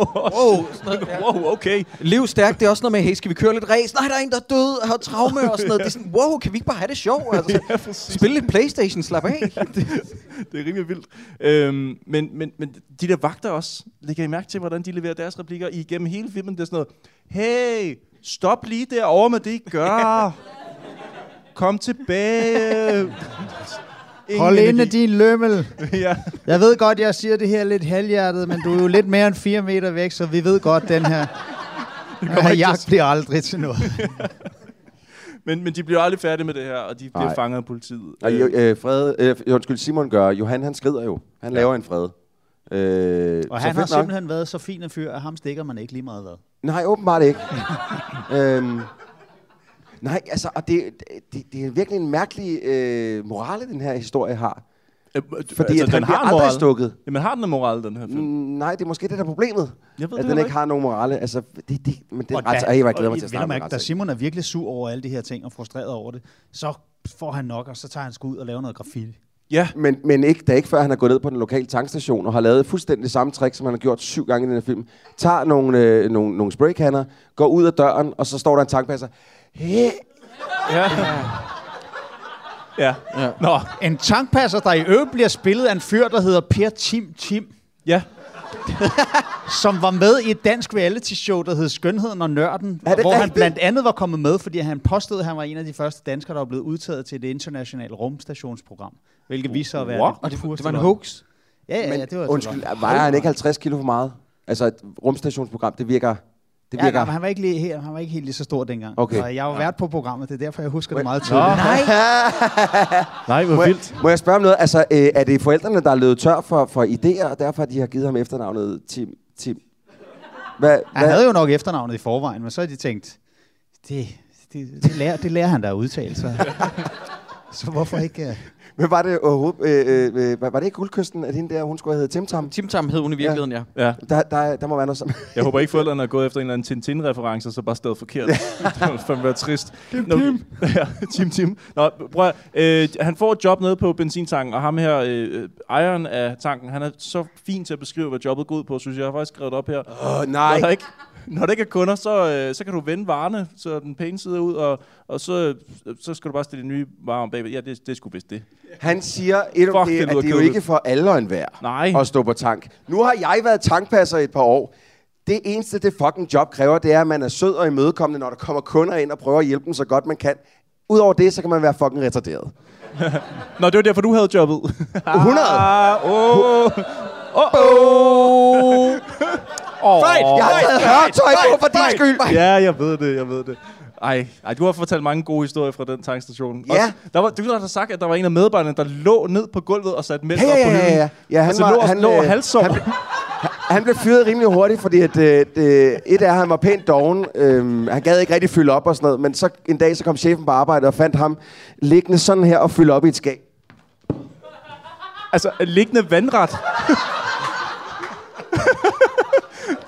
S1: Wow, wow, okay.
S2: Lev stærkt, det er også noget med, hey, skal vi køre lidt race? Nej, der er en, der er død og har traume og sådan noget. Det er sådan, wow, kan vi ikke bare have det sjovt? Altså,
S1: Ja, præcis.
S2: spille lidt Playstation, slap af.
S1: Det er rimelig vildt. Øhm, men, men, men de der vagter også, lægger I mærke til, hvordan de leverer deres replikker igennem hele filmen? Det er sådan noget, hey, stop lige derovre med det, I gør. Kom tilbage. Ingen
S4: Hold inde
S1: energi.
S4: din lømmel.
S1: ja.
S4: Jeg ved godt, jeg siger det her lidt halvhjertet, men du er jo lidt mere end 4 meter væk, så vi ved godt, den her... Den
S1: kommer ikke
S4: her
S1: til at
S4: jagt bliver aldrig til noget.
S1: Men, men de bliver aldrig færdige med det her, og de bliver
S3: Nej.
S1: fanget af politiet.
S3: Og jo, øh, Fred, øh, undskyld, Simon gør, Johan han skrider jo. Han ja. laver en fred. Øh,
S4: Og
S3: så
S4: han har
S3: fedt nok.
S4: simpelthen været så fin en fyr, at ham stikker man ikke lige meget hvad.
S3: Nej, åbenbart ikke. øhm, nej, altså, og det, det, det er virkelig en mærkelig øh, morale, den her historie har.
S1: Øh,
S3: Fordi at han bliver
S1: en
S3: aldrig
S1: moral.
S3: stukket.
S1: Jamen har den en moral, den her film?
S3: Mm, nej, det er måske det, der er problemet.
S1: Jeg ved det
S3: at
S1: heller
S3: den ikke
S1: ikke.
S3: har nogen morale. Altså, det, det, men det er
S4: Og
S3: ret...
S4: da-
S3: Ej, hvor altså, jeg glæder
S4: og
S3: mig til at
S4: vel
S3: snakke med
S4: mærke, Da
S3: ret.
S4: Simon er virkelig sur over alle de her ting og frustreret over det, så får han nok, og så tager han sgu ud og laver noget graffiti.
S1: Ja,
S3: Men, men ikke, da ikke før han er gået ned på den lokale tankstation og har lavet fuldstændig samme trick, som han har gjort syv gange i den her film. Tager nogle, øh, nogle, nogle spraykanner, går ud af døren, og så står der en tankpasser. Hey,
S1: ja. Ja. ja. Nå,
S4: En tankpasser, der i øvrigt bliver spillet af en fyr, der hedder Per Tim Tim,
S1: ja.
S4: som var med i et dansk reality-show, der hed Skønheden og Nørden,
S3: Er det
S4: hvor han
S3: rigtigt?
S4: blandt andet var kommet med, fordi han påstod, at han var en af de første danskere, der var blevet udtaget til det internationale rumstationsprogram, hvilket viser at være
S1: What?
S2: Og det, det var en
S4: pureste løgn.
S2: hoax.
S4: Ja, ja, ja, det var
S3: Undskyld, vejer han ikke 50 kilo for meget? Altså, et rumstationsprogram, det virker... Det
S4: Ja,
S3: virker...
S4: nej, men han var, ikke lige, her- han var ikke helt lige så stor dengang.
S3: Okay.
S4: Og jeg var vært på programmet, det er derfor, jeg husker det meget
S3: Nå.
S4: tydeligt.
S2: Nej,
S1: Nej,
S3: må,
S1: hvor
S3: jeg, må jeg spørge om noget? Altså, øh, er det forældrene, der er løbet tør for, for idéer, og derfor de har givet ham efternavnet Tim? Tim? Hvad,
S4: Han
S3: hvad?
S4: havde jo nok efternavnet i forvejen, men så har de tænkt, det, det, det, lærer, det lærer han der at udtale sig. så hvorfor ikke... Uh...
S3: Men var det overhovedet... Øh, øh, øh, var, var det ikke guldkysten, at hende der, hun skulle have heddet Tim Tam?
S2: Tim Tam hed hun i virkeligheden, ja.
S1: Ja.
S3: Der, der, der må være noget sammen.
S1: Jeg håber ikke, forældrene er gået efter en eller anden Tintin-reference, og så bare stadig forkert. det ville fandme være trist. Tim Tim. ja, Tim Tim. Nå, prøv at, øh, han får et job nede på benzintanken, og ham her, øh, ejeren af tanken, han er så fin til at beskrive, hvad jobbet går ud på, synes jeg. Jeg har faktisk skrevet det op her.
S3: Åh,
S1: Når
S3: oh, nej.
S1: der, ikke, når der ikke er kunder, så, øh, så kan du vende varerne, så den pæne side ud, og, og så, så skal du bare stille de nye varer om bagved. Ja, det, det er sgu vist det.
S3: Han siger, et om
S1: Fuck, det
S3: det, at
S1: lyder
S3: det er jo
S1: kedeligt.
S3: ikke for alle og enhver
S1: Nej.
S3: at stå på tank. Nu har jeg været tankpasser i et par år. Det eneste, det fucking job kræver, det er, at man er sød og imødekommende, når der kommer kunder ind og prøver at hjælpe dem så godt man kan. Udover det, så kan man være fucking retarderet.
S1: Nå, det var Ah, derfor, du havde jobbet.
S3: 100!
S1: Ah, oh. Oh, oh.
S3: Fight! Jeg har taget hørtøj på for din skyld!
S1: Ja, jeg ved det, jeg ved det. Ej, ej, du har fortalt mange gode historier fra den tankstation. Og
S3: Ja.
S1: Der var, du har sagt, at der var en af medarbejderne, der lå ned på gulvet og satte mælk
S3: Ja,
S1: op
S3: ja,
S1: på
S3: ja,
S1: hylden.
S3: ja, ja. ja han,
S1: altså,
S3: var,
S1: lå,
S3: han,
S1: lå
S3: øh,
S1: halvsov.
S3: Han, ble- han blev fyret rimelig hurtigt, fordi at, øh, det, et af han var pænt doven. Øhm, han gad ikke rigtig fylde op og sådan noget. Men så en dag, så kom chefen på arbejde og fandt ham liggende sådan her og fylde op i et skab.
S1: Altså, liggende vandret.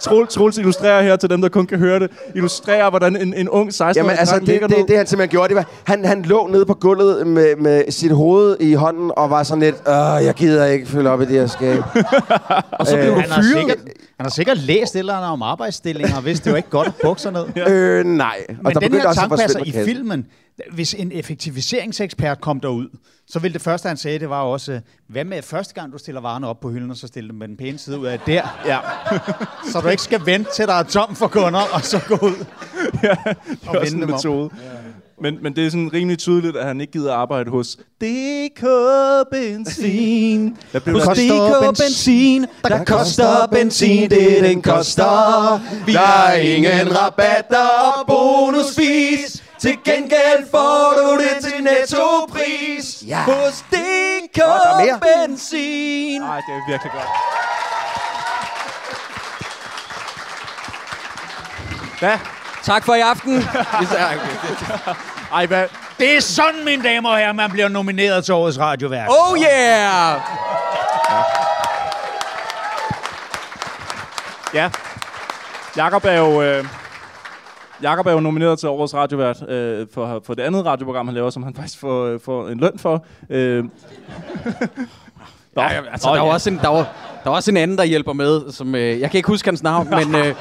S1: Troels, Troels illustrerer her til dem, der kun kan høre det. Illustrerer, hvordan en, en ung 16-årig
S3: Jamen altså,
S1: dreng
S3: det,
S1: ligger
S3: det,
S1: ned.
S3: det, han simpelthen gjorde, det var, han, han lå nede på gulvet med, med sit hoved i hånden og var sådan lidt, Åh, jeg gider ikke fylde op i det her skab.
S4: Og så blev
S3: Øh,
S4: du
S3: han har
S4: fyret.
S3: sikkert-
S4: han har sikkert læst et eller andet om arbejdsstillinger, og vidste det var ikke godt at bukke sig ned.
S3: øh, nej. Og
S4: Men
S3: der
S4: den
S3: begyndte
S4: her
S3: også at
S4: tankpasser i
S3: forsvinde kassen.
S4: filmen, hvis en effektiviseringsekspert kom derud, så ville det første, han sagde, det var også, øh, hvad med første gang, du stiller varerne op på hylden, og så stiller dem med den pæne side ud af der,
S1: Ja.
S4: så du ikke skal vente til, der er tom for kunder, og så gå ud.
S1: Det er også en
S4: dem om.
S1: metode. Men, men det er sådan rimelig tydeligt, at han ikke gider arbejde hos DK Benzin. Der blev
S2: Hos DK Benzin, der koster benzin, det den koster. Der er ingen rabatter og bonusvis. Til gengæld får du det til nettopris.
S3: Ja.
S2: Hos DK
S3: Nå, der er mere.
S2: Benzin.
S1: Nej, det er virkelig godt. Hvad?
S2: Tak for i aften.
S1: Ej, hvad?
S4: Det er sådan, mine damer og herrer, man bliver nomineret til årets radioværk.
S2: Oh yeah!
S1: Ja. Jakob er jo... Øh, Jakob er jo nomineret til årets radiovært øh, for, for det andet radioprogram, han laver, som han faktisk får, øh, får en løn for. Øh. Nå,
S2: Ja, altså, der, er jo også en, der, var, der er også en anden, der hjælper med, som... Øh, jeg kan ikke huske hans navn, men... Øh,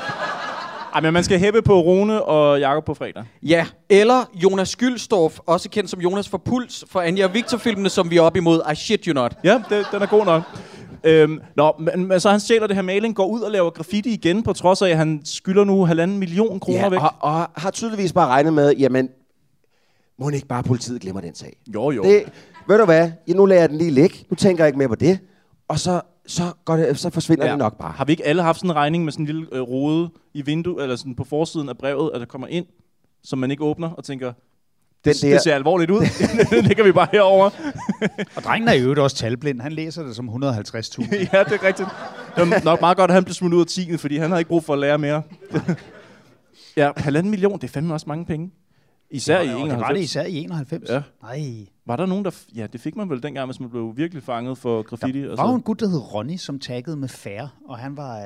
S1: Ej, men man skal hæppe på Rune og Jakob på fredag.
S2: Ja, eller Jonas Gyldstorff, også kendt som Jonas for Puls, fra Anja og Victor-filmene, som vi er op imod. I shit you not.
S1: Ja, det, den er god nok. Øhm, nå, men, men så han stjæler det her maling, går ud og laver graffiti igen, på trods af, at han skylder nu halvanden million kroner væk.
S3: og, og har tydeligvis bare regnet med, jamen, må ikke bare politiet glemmer den sag?
S1: Jo, jo.
S3: Det, ved du hvad? Ja, nu lader jeg den lige ligge. Nu tænker jeg ikke mere på det. Og så, så, går det, så forsvinder ja. det nok bare.
S1: Har vi ikke alle haft sådan en regning med sådan en lille øh, rode i vinduet, eller sådan på forsiden af brevet, at der kommer ind, som man ikke åbner, og tænker,
S3: Den
S1: det, det ser alvorligt ud. det ligger vi bare herover.
S4: Og drengen er i øvrigt også talblind. Han læser det som 150.000.
S1: ja, det er rigtigt. Det var nok meget godt, at han blev smidt ud af 10, fordi han har ikke brug for at lære mere. ja, halvanden million, det er fandme også mange penge. Især i
S4: Og
S1: 91.
S4: det var det især i 91.
S1: Ja.
S4: Nej.
S1: Var der nogen, der... F- ja, det fik man vel dengang, hvis man blev virkelig fanget for graffiti.
S4: Der
S1: og
S4: var jo en
S1: så.
S4: gut, der hed Ronny, som taggede med færre, og han var... Øh,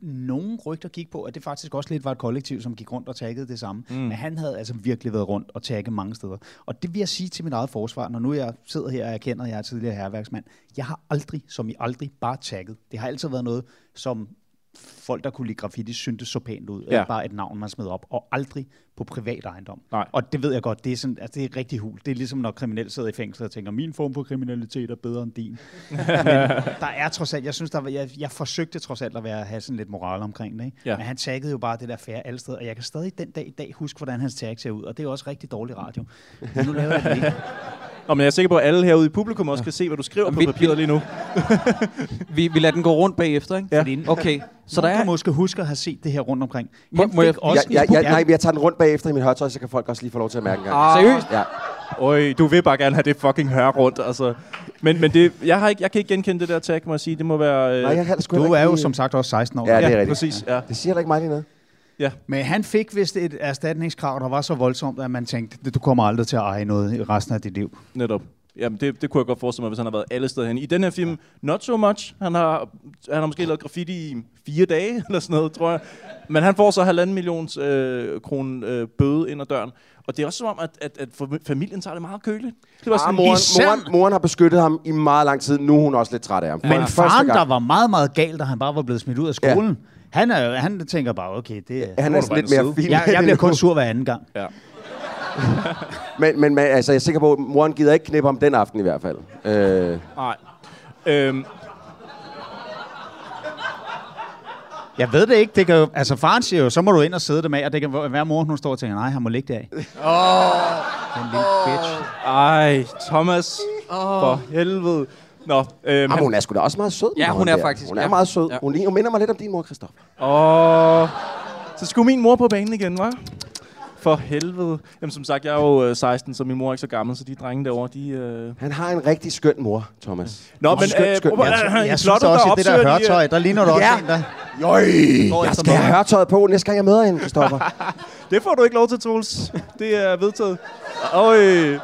S4: nogen rygter gik på, at det faktisk også lidt var et kollektiv, som gik rundt og taggede det samme. Mm. Men han havde altså virkelig været rundt og tagget mange steder. Og det vil jeg sige til mit eget forsvar, når nu jeg sidder her og erkender, at jeg er tidligere herværksmand. Jeg har aldrig, som I aldrig, bare tagget. Det har altid været noget, som folk, der kunne lide graffiti, syntes så pænt ud.
S1: Ja.
S4: Ja. Bare et navn, man smed op. Og aldrig på privat ejendom.
S1: Nej.
S4: Og det ved jeg godt, det er, sådan, altså, det er rigtig hul. Det er ligesom, når kriminelle sidder i fængsel og tænker, min form for kriminalitet er bedre end din. der er trods alt, jeg synes, der var, jeg, jeg forsøgte trods alt at være, have sådan lidt moral omkring det. Ikke?
S1: Ja.
S4: Ja. Men han taggede jo bare det der færre alle steder, og jeg kan stadig den dag i dag huske, hvordan hans tag ser ud, og det er også rigtig dårlig radio. Men nu laver jeg det ikke.
S1: Nå, men jeg er sikker på, at alle herude i publikum også kan se, hvad du skriver på
S2: vi-
S1: papiret lige nu.
S2: Vi, vi lader den gå rundt bagefter, ikke?
S1: Ja.
S2: Okay, så der
S4: Du
S2: er...
S4: måske huske at have set det her rundt omkring.
S2: Må-
S4: Han
S2: må jeg-
S4: fik også
S3: Jeg, jeg,
S4: en-
S3: jeg, nej, men jeg tager den rundt bagefter i min hørtøj, så kan folk også lige få lov til at mærke en gang.
S2: Seriøst?
S3: Ja.
S1: Øj, du vil bare gerne have det fucking hør rundt, altså. Men, men det, jeg, har ikke, jeg kan ikke genkende det der tag, må jeg sige. Det må være... Øh,
S3: Nej, jeg kan da sgu
S4: Du
S3: heller
S4: er
S3: ikke
S4: jo
S3: lige-
S4: som sagt også 16 år.
S3: Ja, det
S1: ja,
S3: er rigtigt.
S1: præcis. Ja.
S3: Det siger heller ikke mig lige noget.
S4: Men han fik vist et erstatningskrav, der var så voldsomt, at man tænkte, du kommer aldrig til at eje noget i resten af dit liv.
S1: Netop. Jamen, det, det kunne jeg godt forestille mig, hvis han har været alle steder hen. I den her film, not so much. Han har, han har måske lavet graffiti i fire dage, eller sådan noget, tror jeg. Men han får så halvanden millions øh, kroner øh, bøde ind ad døren. Og det er også som om, at, at, at fam- familien tager det meget køligt. Det var
S3: Ah,
S1: sådan,
S3: moren,
S4: især-
S3: moren, moren har beskyttet ham i meget lang tid. Nu er hun også lidt træt af ham.
S4: Men
S3: Første
S4: faren,
S3: gang-
S4: der var meget, meget gal, da han bare var blevet smidt ud af
S3: Ja.
S4: skolen, ja. han, er, han tænker bare, okay, det er...
S3: Han
S1: Hvor
S3: er
S1: du
S3: sådan lidt
S1: var
S3: mere
S1: sød.
S3: fin.
S4: Jeg, jeg bliver kun sur hver anden gang.
S3: Men, men, men altså, jeg er sikker på, at moren gider ikke knippe om den aften i hvert fald. Øh,
S1: Nej. Øhm,
S4: Jeg ved det ikke. Det kan jo, altså, faren siger jo, så må du ind og sidde dem af, og det kan være, mor, hun står og tænker, nej, han må ligge det af. Åh! Oh, den lille bitch.
S1: ej, Thomas. Oh. For helvede. Nå, øhm,
S3: Jamen, hun er sgu da også meget sød.
S1: Ja,
S3: Maren
S1: hun er
S3: der.
S1: faktisk-
S3: Hun er
S1: ja.
S3: meget sød.
S1: Ja.
S3: Hun, ligner- hun minder mig lidt om din mor, Christoffer.
S1: Åh, så skulle min mor på banen igen, var? For helvede. Jamen som sagt, jeg er jo øh, 16, så min mor er ikke så gammel, så de drenge derovre, de... Øh...
S3: Han har en rigtig skøn mor, Thomas.
S1: Nå,
S3: Hun er
S1: men, øh, prøv at-
S3: Jeg,
S1: i
S3: jeg synes
S1: plottet,
S3: da også,
S1: der
S3: at det der
S1: opsøger de, øh,
S3: hørtøj, der ligner du også
S1: Ja.
S3: ja.
S4: en, der...
S3: Jøj,
S1: Nå,
S3: jeg
S1: efter
S3: skal have
S1: noget.
S3: hørtøjet på, næste gang jeg møder hende, Christoffer.
S1: øh, Det får du ikke lov til, Troels. Det er vedtaget. Øj.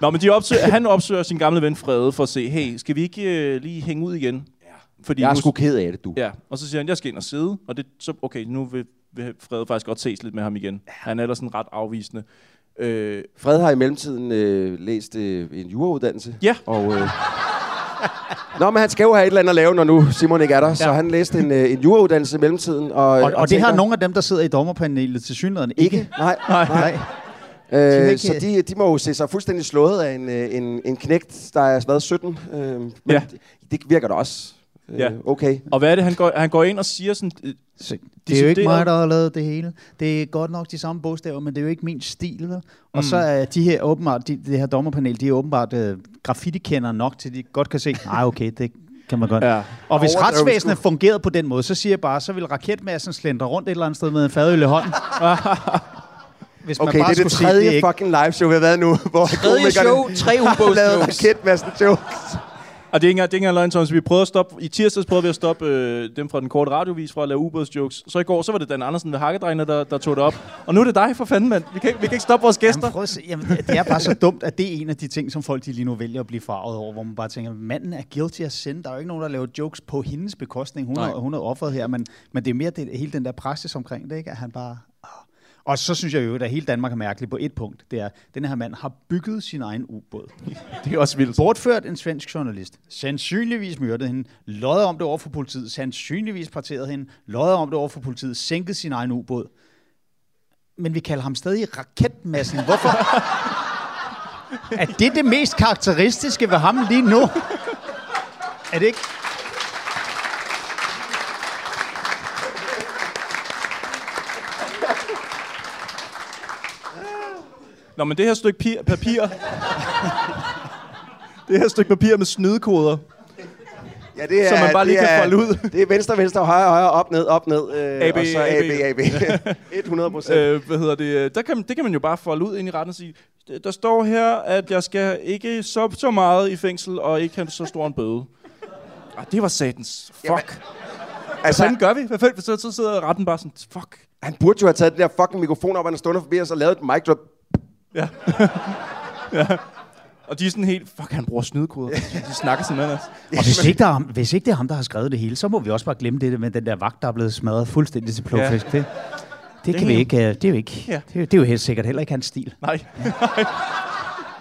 S1: Nå, men de opsøger, han opsøger sin gamle ven Frede for at se, hey, skal vi ikke øh, lige hænge ud igen? Ja. Fordi
S3: Jeg er
S1: nu-
S3: sgu ked af det, du.
S1: Ja, og så siger han, jeg skal ind og sidde, og det, så, okay, nu vil, vil Frede faktisk godt ses lidt med ham igen. Ja. Han er ellers sådan ret afvisende. Øh,
S3: Fred har i mellemtiden øh, læst øh, en jurauddannelse.
S1: Ja.
S3: Og, øh, Nå, men han skal jo have et eller andet at lave, når nu Simon ikke er der. Ja. Så han læste en, øh, en jurauddannelse i mellemtiden. Og,
S4: Og, og det
S3: tænker-
S4: har nogle af dem, der sidder i dommerpanelet til synligheden ikke.
S3: Ikke? Nej, nej. nej.
S4: vil
S3: Øh,
S4: ikke-
S3: så de, de må jo se sig fuldstændig slået af en, øh, en, en knægt, der er været 17. Øh, men
S1: Ja.
S3: ja. det, det virker da også. Øh,
S1: Ja.
S3: Okay.
S1: og hvad er det, han går, han går ind og siger sådan... Øh,
S4: Det er jo ikke
S1: decideret-
S4: mig, der har lavet det hele. Det er godt nok de samme bogstaver, men det er jo ikke min stil. Vel? Og
S1: Mm.
S4: så er de her åbenbart, de, det her dommerpanel, de er åbenbart øh, graffitikender nok, til de godt kan se, nej okay, det kan man godt.
S1: Ja.
S4: Og hvis
S1: Overdrevet
S4: retsvæsenet
S1: sku-
S4: fungerede på den måde, så siger jeg bare, så vil raketmassen slendre rundt et eller andet sted med en fadøl i hånden. hvis
S3: Okay, det er det
S4: sige,
S3: tredje
S4: er ikke-
S3: fucking live show, vi har været nu, hvor
S4: Tredje show, tre
S3: har lavet
S4: ubådsjokes.
S3: raketmassen jokes.
S1: Og det er ikke engang- det er ikke engang løgn, Thomas. Vi prøvede at stoppe, I tirsdags prøvede vi at stoppe øh, dem fra den korte radiovis fra at lave ubådsjokes. Så i går, så var det Dan Andersen ved Hakkedrengene, der, der tog det op. Og nu er det dig, for fanden, mand. Vi kan, ikke- vi kan ikke stoppe vores gæster.
S4: Jamen, prøv at se. Jamen, det er bare så dumt, at det er en af de ting, som folk de lige nu vælger at blive farvet over, hvor man bare tænker, manden er guilty as sin. Der er jo ikke nogen, der laver jokes på hendes bekostning. Hun,
S2: Nej.
S4: er, hun er offeret her, men, men det er mere det, hele den der praksis omkring det, ikke? at han bare... Åh. Og så synes jeg jo, at hele Danmark er mærkelig på et punkt. Det er, at den her mand har bygget sin egen ubåd.
S1: Det er også vildt.
S4: Bortført en svensk journalist. Sandsynligvis myrdet hende. Løjet om det over for politiet. Sandsynligvis parteret hende. Løjet om det over for politiet. Sænket sin egen ubåd. Men vi kalder ham stadig raketmassen. Hvorfor? er det det mest karakteristiske ved ham lige nu? Er det ikke?
S1: Nå, men det her stykke pir, papir... det her stykke papir med snydekoder.
S3: Ja, det er,
S1: Som man bare lige
S3: det
S1: kan
S3: er,
S1: folde ud.
S3: Det er venstre, venstre, højre, højre, op, ned, op, ned. Øh,
S1: AB,
S3: og så
S1: AB.
S3: AB, AB. 100 procent.
S1: Øh, hvad hedder det? øh, Der kan, det kan man jo bare folde ud ind i retten og sige, "D- der står her, at jeg skal ikke så, så meget i fængsel, og ikke have så stor en bøde. Ah, det var satans. Fuck. Jamen, altså, hvad fanden gør vi? Hvad fanden? Så, så sidder retten bare sådan, fuck.
S3: Han burde jo have taget den der fucking mikrofon op, han er stående forbi os og lavet et mic drop.
S1: Ja. ja. Og de er sådan helt, fuck, han bruger snydekoder. De snakker sådan, altså.
S4: Og hvis ikke, der er, ham- hvis ikke det er ham, der har skrevet det hele, så må vi også bare glemme det med den der vagt, der er blevet smadret fuldstændig til plukfisk. Ja. Det, det, kan vi
S1: Damn.
S4: ikke. øh, Det er jo ikke.
S1: Ja.
S4: Ja. Det, er jo- det er jo helt sikkert heller ikke hans stil.
S1: Nej.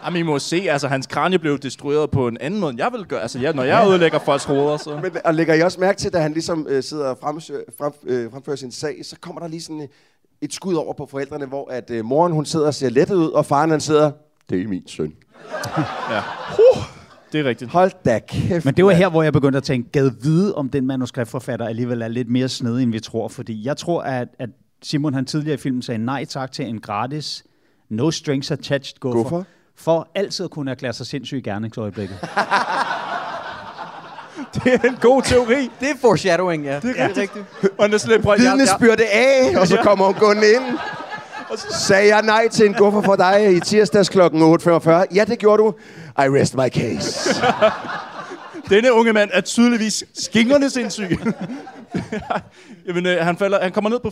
S1: Jamen, I må se, altså, hans kranje blev destrueret på en anden måde, end jeg vil gøre. Altså, ja, når jeg ødelægger folks hoveder, så...
S3: Men, og lægger I også mærke til, da han ligesom øh, sidder og fremsø- frem, øh, fremfører sin sag, så kommer der lige sådan øh, et skud over på forældrene, hvor at øh, moren hun sidder og ser lettet ud, og faren han sidder, det er min søn.
S1: Ja. Det er rigtigt.
S3: Hold da kæft.
S4: Men det var her, hvor jeg begyndte at tænke, gad vide, om den manuskriptforfatter alligevel er lidt mere snedig, end vi tror. Fordi jeg tror, at, at Simon han tidligere i filmen sagde nej tak til en gratis, no strings attached guffer.
S3: Guffer?
S4: For altid at kunne erklære sig sindssyg i gerningsøjeblikket.
S1: Det er en god teori.
S2: Det er foreshadowing, ja.
S1: Det er rigtig rigtigt. Og næsten lidt, prøv, jeg, jeg,
S3: Vidnesbyrde af, og så kommer hun gående ind. Sagde jeg nej til en guffer for dig i tirsdags kl. 8.45? Ja, det gjorde du. I rest my case.
S1: denne unge mand er tydeligvis skingerne sindssyg. Jamen, øh, han, falder, han kommer ned på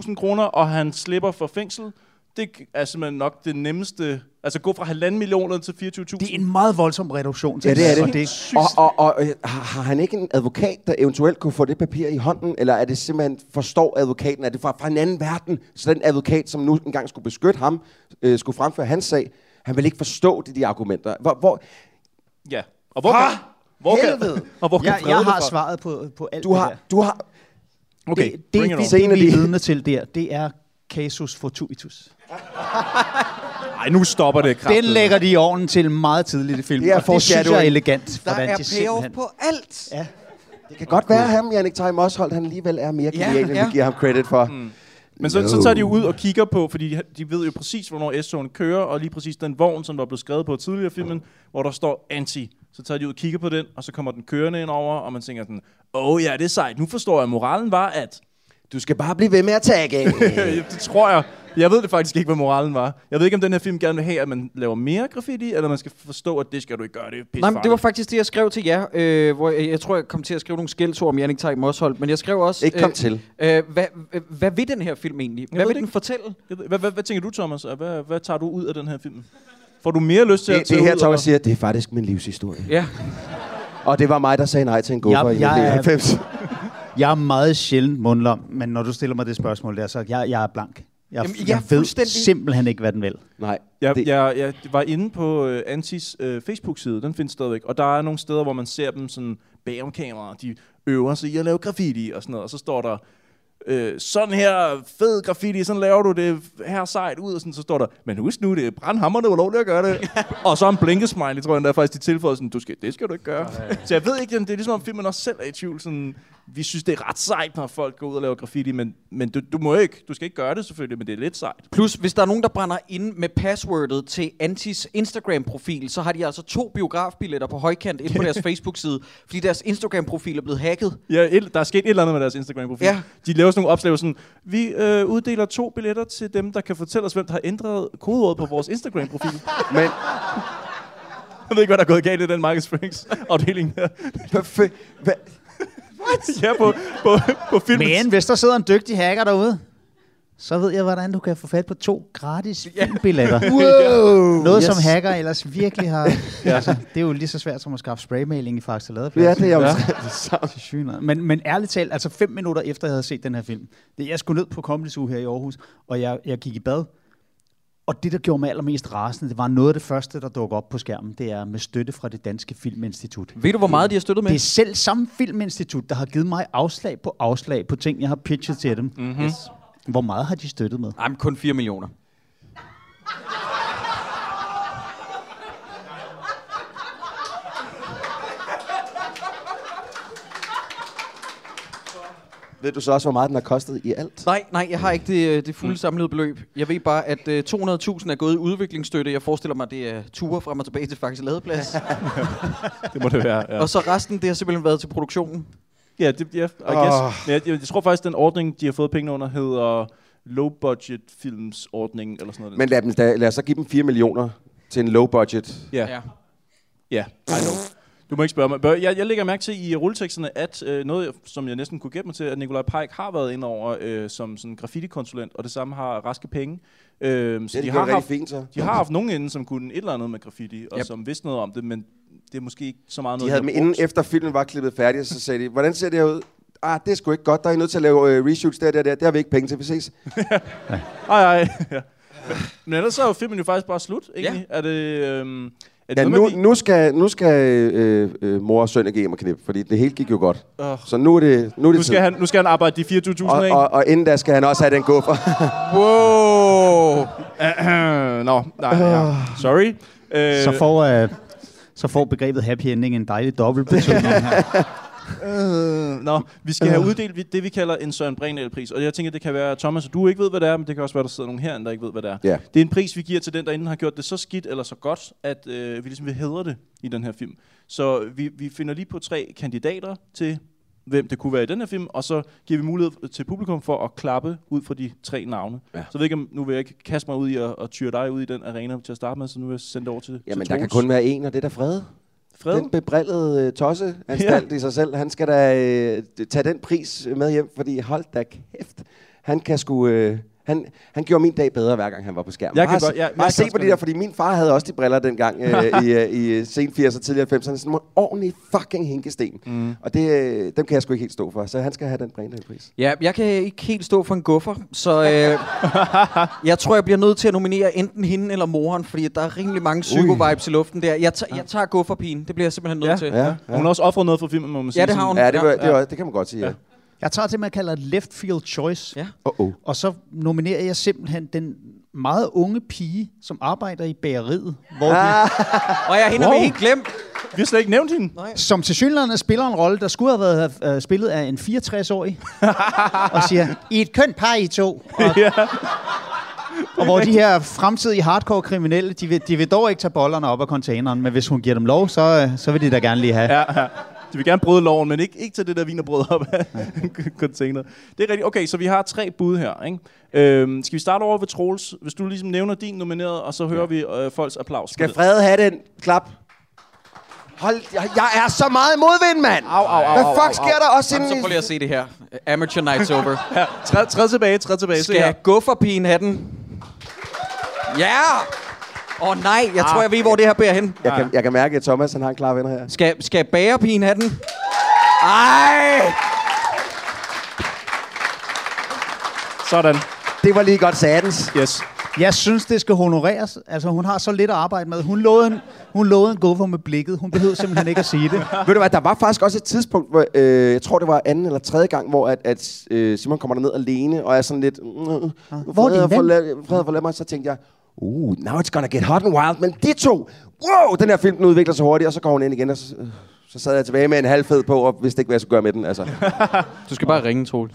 S1: 24.000 kroner, og han slipper for fængsel. Det er simpelthen nok det nemmeste. Altså gå fra halvanden millioner til 24.000.
S4: Det er en meget voldsom reduktion.
S3: Ja,
S4: tænker
S3: det er
S4: jeg.
S3: det.
S4: Og det
S3: Og, og, og øh, har har han ikke en advokat, der eventuelt kunne få det papir i hånden? Eller er det simpelthen, forstår advokaten, er det fra, fra en anden verden? Så den advokat, som nu engang skulle beskytte ham, øh, skulle fremføre hans sag, han vil ikke forstå de, de argumenter. Hvor, hvor,
S1: Ja. Og hvor, kan, hvor
S3: Helvede!
S1: kan, og hvor kan
S4: jeg,
S1: Frede
S4: jeg
S1: det
S4: har
S1: fra?
S4: svaret på, på alt
S3: du
S4: det
S3: har...
S4: der.
S3: Du har
S1: Okay,
S4: det,
S1: bring
S4: det,
S1: it on.
S4: det,
S3: Se en
S4: det,
S3: af
S4: vi
S3: de-
S4: er vidne til der, det er casus fortuitus.
S1: Nej, nu stopper det
S4: Den
S1: kraftedeme.
S4: lægger de i ovnen til meget tidligt i filmen,
S3: Det er
S4: og det synes jeg er
S3: foreshadowing.
S4: elegant.
S2: Der
S4: hvordan
S2: er
S4: de
S2: payoff
S4: simpelthen-
S2: på alt.
S4: Ja.
S3: det kan godt være, at ham, Jannik Theim Osholdt, han alligevel er mere genial, end
S2: ja.
S3: vi giver ham credit for. Mm.
S1: Men så, så tager de ud og kigger på, fordi de- de ved jo præcis, hvornår S-togen kører, og lige præcis den vogn, som der blev skrevet på tidligere i filmen, hvor der står anti Så tager de ud og kigger på den, og så kommer den kørende ind over, og man tænker sådan, åh oh, ja, det er sejt. Nu forstår jeg, moralen var, at...
S3: Du skal bare blive ved med at tagge.
S1: det tror jeg. Jeg ved det faktisk ikke, hvad moralen var. Jeg ved ikke, om den her film gerne vil have, at man laver mere graffiti, eller man skal forstå, at det skal du ikke gøre. Det er
S2: Nej, men det var
S1: pissefarligt.
S2: faktisk det, jeg skrev til jer, øh, hvor jeg, jeg tror, jeg kom til at skrive nogle skældsord om Jannik Tej Mosholdt, men jeg skrev også...
S1: Ikke kom til.
S2: Øh, hvad, øh, hvad vil den her film egentlig? Hvad
S1: ved
S2: vil
S1: det
S2: den fortælle?
S1: Jeg ved- Hvad, hvad, hvad tænker du, Thomas? Og Hvad, hvad tager du ud af den her film? Får du mere lyst til at
S3: Det,
S1: tage
S3: det her,
S1: ud,
S3: Thomas siger, det er faktisk min livshistorie.
S2: Ja.
S3: Og det var mig, der sagde nej til en
S4: Jeg,
S3: gopher i
S4: jeg,
S3: 90.
S4: er, jeg er meget sjældent mundlam, men når du stiller mig det spørgsmål der, så jeg, jeg er blank. Jeg,
S1: Jamen,
S4: Jamen,
S1: jeg
S4: jeg,
S1: er
S4: jeg ved
S1: fuldstændig-
S4: simpelthen ikke, hvad den vil.
S3: Nej.
S1: Jeg, jeg, jeg var inde på øh, Antis øh, Facebook-side, den findes stadigvæk, og der er nogle steder, hvor man ser dem sådan bag om kameraer, de øver sig i at lave graffiti og sådan noget, og så står der, øh, sådan her fed graffiti, sådan laver du det her sejt ud, og sådan, så står der, men husk nu, det er brandhammerende ulovligt at gøre det. og så en blinkesmiley, tror jeg, der er faktisk de tilføjede, sådan, du skal, det skal du ikke gøre. så jeg ved ikke, det er ligesom om filmen også selv er i tvivl, sådan, vi synes, det er ret sejt, når folk går ud og laver graffiti, men, men du, du må ikke, du skal ikke gøre det selvfølgelig, men det er lidt sejt.
S2: Plus, hvis der er nogen, der brænder ind med passwordet til Antis Instagram-profil, så har de altså to biografbilletter på højkant ind på deres Facebook-side, fordi deres Instagram-profil er blevet hacket.
S1: Ja, et, der er sket et eller andet med deres Instagram-profil.
S2: Ja.
S1: De laver sådan nogle opslag, sådan, vi øh, uddeler to billetter til dem, der kan fortælle os, hvem der har ændret kodeordet på vores Instagram-profil.
S3: Men...
S1: Jeg ved ikke, hvad der er gået galt i den Michael Springs afdeling der.
S3: Perfekt. Hvad?
S1: ja, på, på, på filmen.
S4: Men hvis der sidder en dygtig hacker derude, så ved jeg, hvordan du kan få fat på to gratis filmbilletter.
S3: Wow!
S4: Noget,
S3: Yes.
S4: som hacker ellers virkelig har...
S3: Ja.
S4: ja. altså, det er jo lige så svært som at skaffe spraymaling i Faxe Ladeplads.
S3: Ja, det er jo
S4: ja. men, men ærligt talt, altså fem minutter efter, jeg havde set den her film, det, jeg skulle ned på Comedy Zoo her i Aarhus, og jeg, jeg gik i bad, og det, der gjorde mig allermest rasende, det var noget af det første, der dukkede op på skærmen, det er med støtte fra det danske filminstitut.
S2: Ved du, hvor meget de har støttet med?
S4: Det er selv samme filminstitut, der har givet mig afslag på afslag på ting, jeg har pitchet til dem.
S2: Mhm. Yes.
S4: Hvor meget har de støttet med?
S2: Jamen, kun 4 millioner.
S3: Ved du så også, hvor meget den har kostet i alt?
S2: Nej, nej, jeg har ikke det, det fulde samlede beløb. Jeg ved bare, at øh, 200.000 er gået i udviklingsstøtte. Jeg forestiller mig, det er ture frem og tilbage til Faxe Ladeplads.
S1: Det må det være, ja.
S2: Og så resten, det har simpelthen været til produktionen.
S1: Ja, det, ja, I guess.
S2: Åh.
S1: Men Jeg, jeg, jeg, tror faktisk, den ordning, de har fået penge under, hedder low-budget films ordning eller sådan noget.
S3: Men lad, dem, da, lad os så give dem 4 millioner til en low budget.
S1: Ja. Ja. Ja, I know. Du må ikke spørge mig. Bør- Jeg, jeg lægger mærke til i rulleteksterne, at øh, noget, som jeg næsten kunne gætte mig til, at Nikolaj Peik har været ind over øh, som sådan graffiti-konsulent, og det samme har Raske Penge. Øh,
S3: det gjorde
S1: har
S3: rigtig
S1: haft,
S3: fint, så.
S1: de har haft nogen inden, som kunne et eller andet med graffiti, og
S3: Yep.
S1: som vidste noget om det, men det er måske ikke så meget
S3: De
S1: noget,
S3: havde
S1: har brugt.
S3: dem inden efter filmen var klippet færdig, så sagde de, hvordan ser det her ud? Ah, det er sgu ikke godt. Der er I nødt til at lave øh, reshoots der, der, der. Det har vi ikke penge til. Vi ses.
S1: Ej, ej. ja. Men- Men ellers så er jo filmen jo faktisk bare slut, egentlig. Ja. Er det... Øhm, er det
S3: Ja,
S1: noget
S3: nu,
S1: med, vi-
S3: nu skal, nu skal øh, øh, mor og søn ikke hjem og knippe, fordi det hele gik jo godt.
S1: Åh.
S3: Så nu er det, nu er det
S1: nu, skal
S3: tid.
S1: han, nu skal han arbejde de 24.000
S3: og,
S1: af.
S3: og, og inden da skal han også have den guffer.
S1: Wow! Nå, nej, ja.
S3: Ah.
S1: Sorry. Øh,
S4: Så får, øh, så får begrebet happy ending en dejlig dobbelt betydning her.
S1: Øh, nå, vi skal have uddelt vi- det, vi kalder en Søren Brindahl-pris. Og jeg tænker, det kan være, Thomas, og du ikke ved, hvad det er, men det kan også være, der sidder nogen herinde, der ikke ved, hvad det er.
S3: Ja.
S1: Det er en pris, vi giver til den, der enten har gjort det så skidt eller så godt, at øh, vi ligesom vil hedre det i den her film. Så vi, vi finder lige på tre kandidater til, hvem det kunne være i den her film, og så giver vi mulighed til publikum for at klappe ud fra de tre navne. Ja. Så jeg ved ikke, om, nu vil jeg ikke kaste mig ud i at, at tyre dig ud i den arena til at starte med, så nu vil jeg sende det over til
S3: Jamen,
S1: til
S3: der kan
S1: Troels.
S3: kun være en, og det er der fred.
S1: Fred?
S3: Den bebrillede øh, tosseanstalt ja. i sig selv, han skal da øh, tage den pris med hjem, fordi hold da kæft, han kan sgu... Øh, han, han gjorde min dag bedre, hver gang han var på skærmen.
S1: Jeg kan
S3: Bare
S1: godt-
S3: se-
S1: ja, jeg
S3: bare
S1: kan
S3: se
S1: godt
S3: på de
S1: spille.
S3: der, fordi min far havde også de briller dengang øh, i, øh, i øh, sen 80'er og tidligere 90'erne. Sådan nogle ordentlige fucking hinkesten. Mm. Og det, øh, dem kan jeg sgu ikke helt stå for, så han skal have den Brindahl-pris.
S2: Ja, jeg kan ikke helt stå for en guffer, så øh, jeg tror, jeg bliver nødt til at nominere enten hende eller moren, fordi der er rimelig mange psyko-vibes i luften der. Jeg, tager- jeg tager gufferpigen, det bliver jeg simpelthen nødt til.
S3: ja, ja.
S1: Hun har også offret noget for filmen, må man sige.
S2: det har
S1: sådan-
S2: hun. Ja, det var- det var-
S3: det kan man godt sige, ja.
S4: Jeg tager det, man kalder et left field choice.
S2: Ja.
S3: Uh-oh.
S4: Og så nominerer jeg simpelthen den meget unge pige, som arbejder i bageriet. Hvor
S2: Ah.
S4: ah.
S2: Og jeg hende wow. helt glemt.
S1: Vi har slet ikke nævnt hende.
S2: Nej.
S4: Som til synligheden spiller en rolle, der skulle have været øh, spillet af en 64-årig. og siger, I er et kønt par, I to. Og,
S1: ja.
S4: Og hvor de her fremtidige hardcore kriminelle, de vil, de vil dog ikke tage bollerne op af containeren, men hvis hun giver dem lov, så, øh, så vil de da gerne lige have.
S1: Ja, ja. De vil gerne bryde loven, men ikke, ikke til det der vinerbrød op af en container. Det er rigtigt. Okay, så vi har tre bud her. Ikke? Øhm, skal vi starte over ved Troels? Hvis du ligesom nævner din nomineret, og så hører vi øh, folks applaus.
S3: Skal Frede have den? Klap. Hold, jeg, jeg er så meget modvind, mand! Au, au, au, Hvad
S2: au,
S3: fuck
S2: au,
S3: sker
S2: au.
S3: der også
S2: Jamen,
S3: inden
S2: så prøv lige at se det her. Amateur Nights Over.
S1: ja, træd, træd tilbage, træd tilbage.
S2: Skal jeg gå for pigen have den? Ja! Åh oh, nej, jeg tror, jeg ved, hvor det her bærer hen.
S3: Jeg kan, jeg kan mærke, at Thomas han har en klar venner her.
S2: Skal, skal bagerpigen have den? Ej!
S1: Sådan.
S3: Det var lige godt satens.
S1: Yes.
S4: Jeg synes, det skal honoreres. Altså, hun har så lidt at arbejde med. Hun lovede en, hun lovede en guffer med blikket. Hun behøvede simpelthen ikke at sige det.
S3: Ved du hvad, der var faktisk også et tidspunkt, hvor, øh, jeg tror det var anden eller tredje gang, hvor at, at øh, Simon kommer ned alene, og er sådan lidt... Mm, hvor
S4: hvor er din ven?
S3: Fred forlad mig, så tænkte jeg, uh, now it's gonna get hot and wild, men de to, wow, den her film den udvikler sig hurtigt, og så går hun ind igen, og så, øh, så sad jeg tilbage med en halv fed på, og vidste ikke, hvad jeg skulle gøre med den, altså.
S2: Du skal bare ringe, Troel.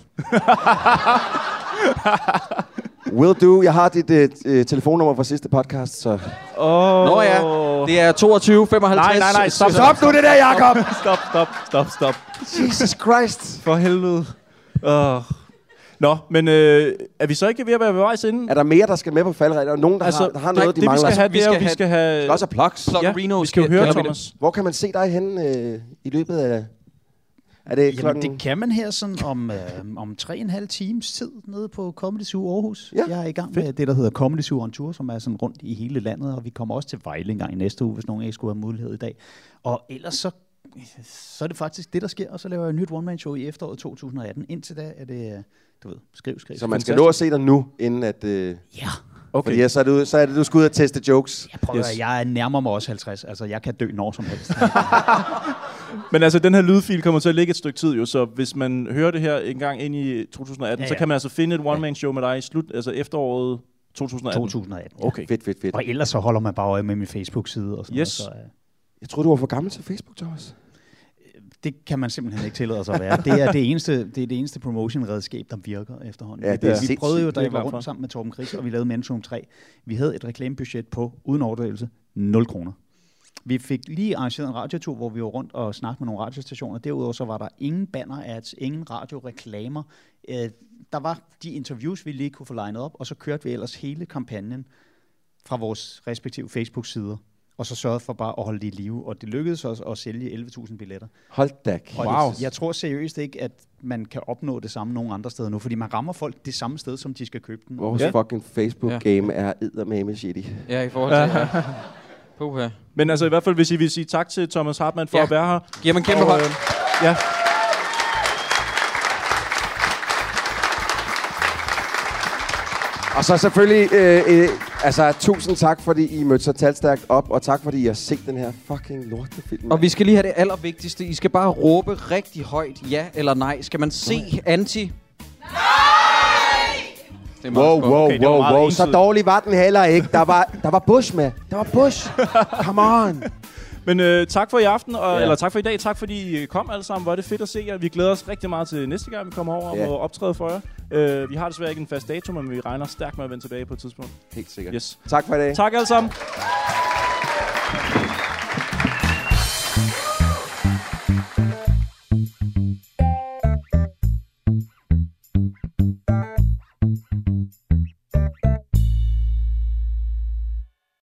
S3: Will do, jeg har dit øh, øh, telefonnummer fra sidste podcast, så...
S1: Oh.
S2: Nå ja, det er 22, 55.
S1: Nej, nej, nej, stop,
S3: Stop nu det der, Jacob!
S1: Stop, stop, stop, stop.
S3: Jesus Christ!
S1: For helvede. Uh. Nå, men øh, er vi så ikke ved at være ved vejs inden?
S3: Er der mere, der skal med på faldredet? Er der nogen, der, altså, har, der har noget, de
S1: det,
S3: mangler?
S1: Vi skal have,
S2: Vi
S1: det er, jo,
S2: skal
S1: vi
S2: have-
S1: skal have...
S3: Også af plugs.
S2: Plug
S1: Ja,
S2: Reno.
S1: vi skal jo
S2: skal-
S1: høre,
S2: kalder vi
S1: Thomas.
S3: Hvor kan man se dig henne øh, i løbet af... Er det
S4: Jamen,
S3: klokken...
S4: det kan man her sådan om, øh, om tre og en halv times tid nede på Comedy Zoo Aarhus.
S3: Ja.
S4: Ja. Jeg er i gang med det, der hedder Comedy Zoo on Tour, som er sådan rundt i hele landet, og vi kommer også til Vejle en gang i næste uge, hvis nogen ikke skulle have mulighed i dag. Og ellers så, så er det faktisk det, der sker, og så laver jeg et nyt one-man-show i efteråret 2018. Indtil da er det, øh, du ved, skriv, skriv.
S3: Så man skal nå at se dig nu, inden at... Øh,
S4: Ja,
S3: okay. Fordi ja, så, er det, så er det, du skal ud og teste jokes.
S4: jeg prøver,
S1: Yes.
S4: yes. jeg nærmer mig også 50. Altså, jeg kan dø når som helst.
S1: Men altså, den her lydfil kommer til at ligge et stykke tid jo, så hvis man hører det her en gang ind i 2018, ja,
S4: Ja,
S1: ja.
S4: ja.
S1: så kan man altså finde et one-man-show med dig i slut, altså efteråret 2018.
S4: 2018. ja.
S1: Okay.
S3: Fedt, fedt, fedt.
S4: Og ellers så holder man bare øje med min Facebook-side og sådan
S1: Yes.
S4: noget. Så, øh,
S3: Jeg tror du var for gammel til Facebook, Thomas.
S4: det kan man simpelthen ikke tillade sig at være. Det er det eneste, det er det eneste promotion-redskab, der virker efterhånden.
S3: Ja,
S4: Vi-
S3: det er
S4: vi, vi
S3: sindssygt.
S4: prøvede jo,
S1: Det er
S4: da jeg var
S1: jeg glad for.
S4: rundt sammen med Torben Chris, og vi lavede Mention 3. Vi havde et reklamebudget på, uden overdrivelse, 0 kroner. Vi fik lige arrangeret en radiotur, hvor vi var rundt og snakkede med nogle radiostationer. Derudover så var der ingen banner ads, ingen radioreklamer. Øh, der var de interviews, vi lige kunne få legnet op, og så kørte vi ellers hele kampagnen fra vores respektive Facebook-sider. Og så sørgede for bare at holde det i live, og det lykkedes os at sælge 11.000 billetter.
S3: Hold da kæft.
S4: Og
S1: Wow.
S4: det, jeg tror seriøst ikke, at man kan opnå det samme nogen andre steder nu, fordi man rammer folk det samme sted, som de skal købe den.
S3: Vores
S1: Ja.
S3: yeah. fucking Facebook-game er eddermame shitty.
S2: Ja, i forhold til... Ja. Puha.
S1: Men altså i hvert fald, hvis I vil sige tak til Thomas Hartmann for ja.
S2: Ja.
S1: at være her.
S2: Giv mig en kæmpe
S1: Og,
S2: hånd.
S1: øh, Ja.
S3: Og så selvfølgelig, øh, øh, altså tusind tak, fordi I mødte så talstærkt op, og tak, fordi I har set den her fucking lortefilm.
S2: Og vi skal lige have det allervigtigste. I skal bare råbe rigtig højt ja eller nej. Skal man se anti? Nej! Det er meget
S3: Wow,
S2: smukt.
S3: wow,
S1: Okay, det var
S3: wow,
S1: meget
S3: wow.
S1: entydigt.
S3: Så dårlig var den heller ikke. Der var, der var Bush med. Der var Bush. Come on.
S1: Men øh, tak for i aften, og, ja.
S2: Ja.
S1: eller tak for i dag. Tak fordi I øh, kom alle sammen. Hvor er det fedt at se jer. Vi glæder os rigtig meget til næste gang, vi kommer over
S3: Ja.
S1: og må optræde for jer. Øh, vi har desværre ikke en fast dato, men vi regner stærkt med at vende tilbage på et tidspunkt.
S3: Helt sikkert.
S1: Yes.
S3: Tak for i dag.
S1: Tak alle sammen.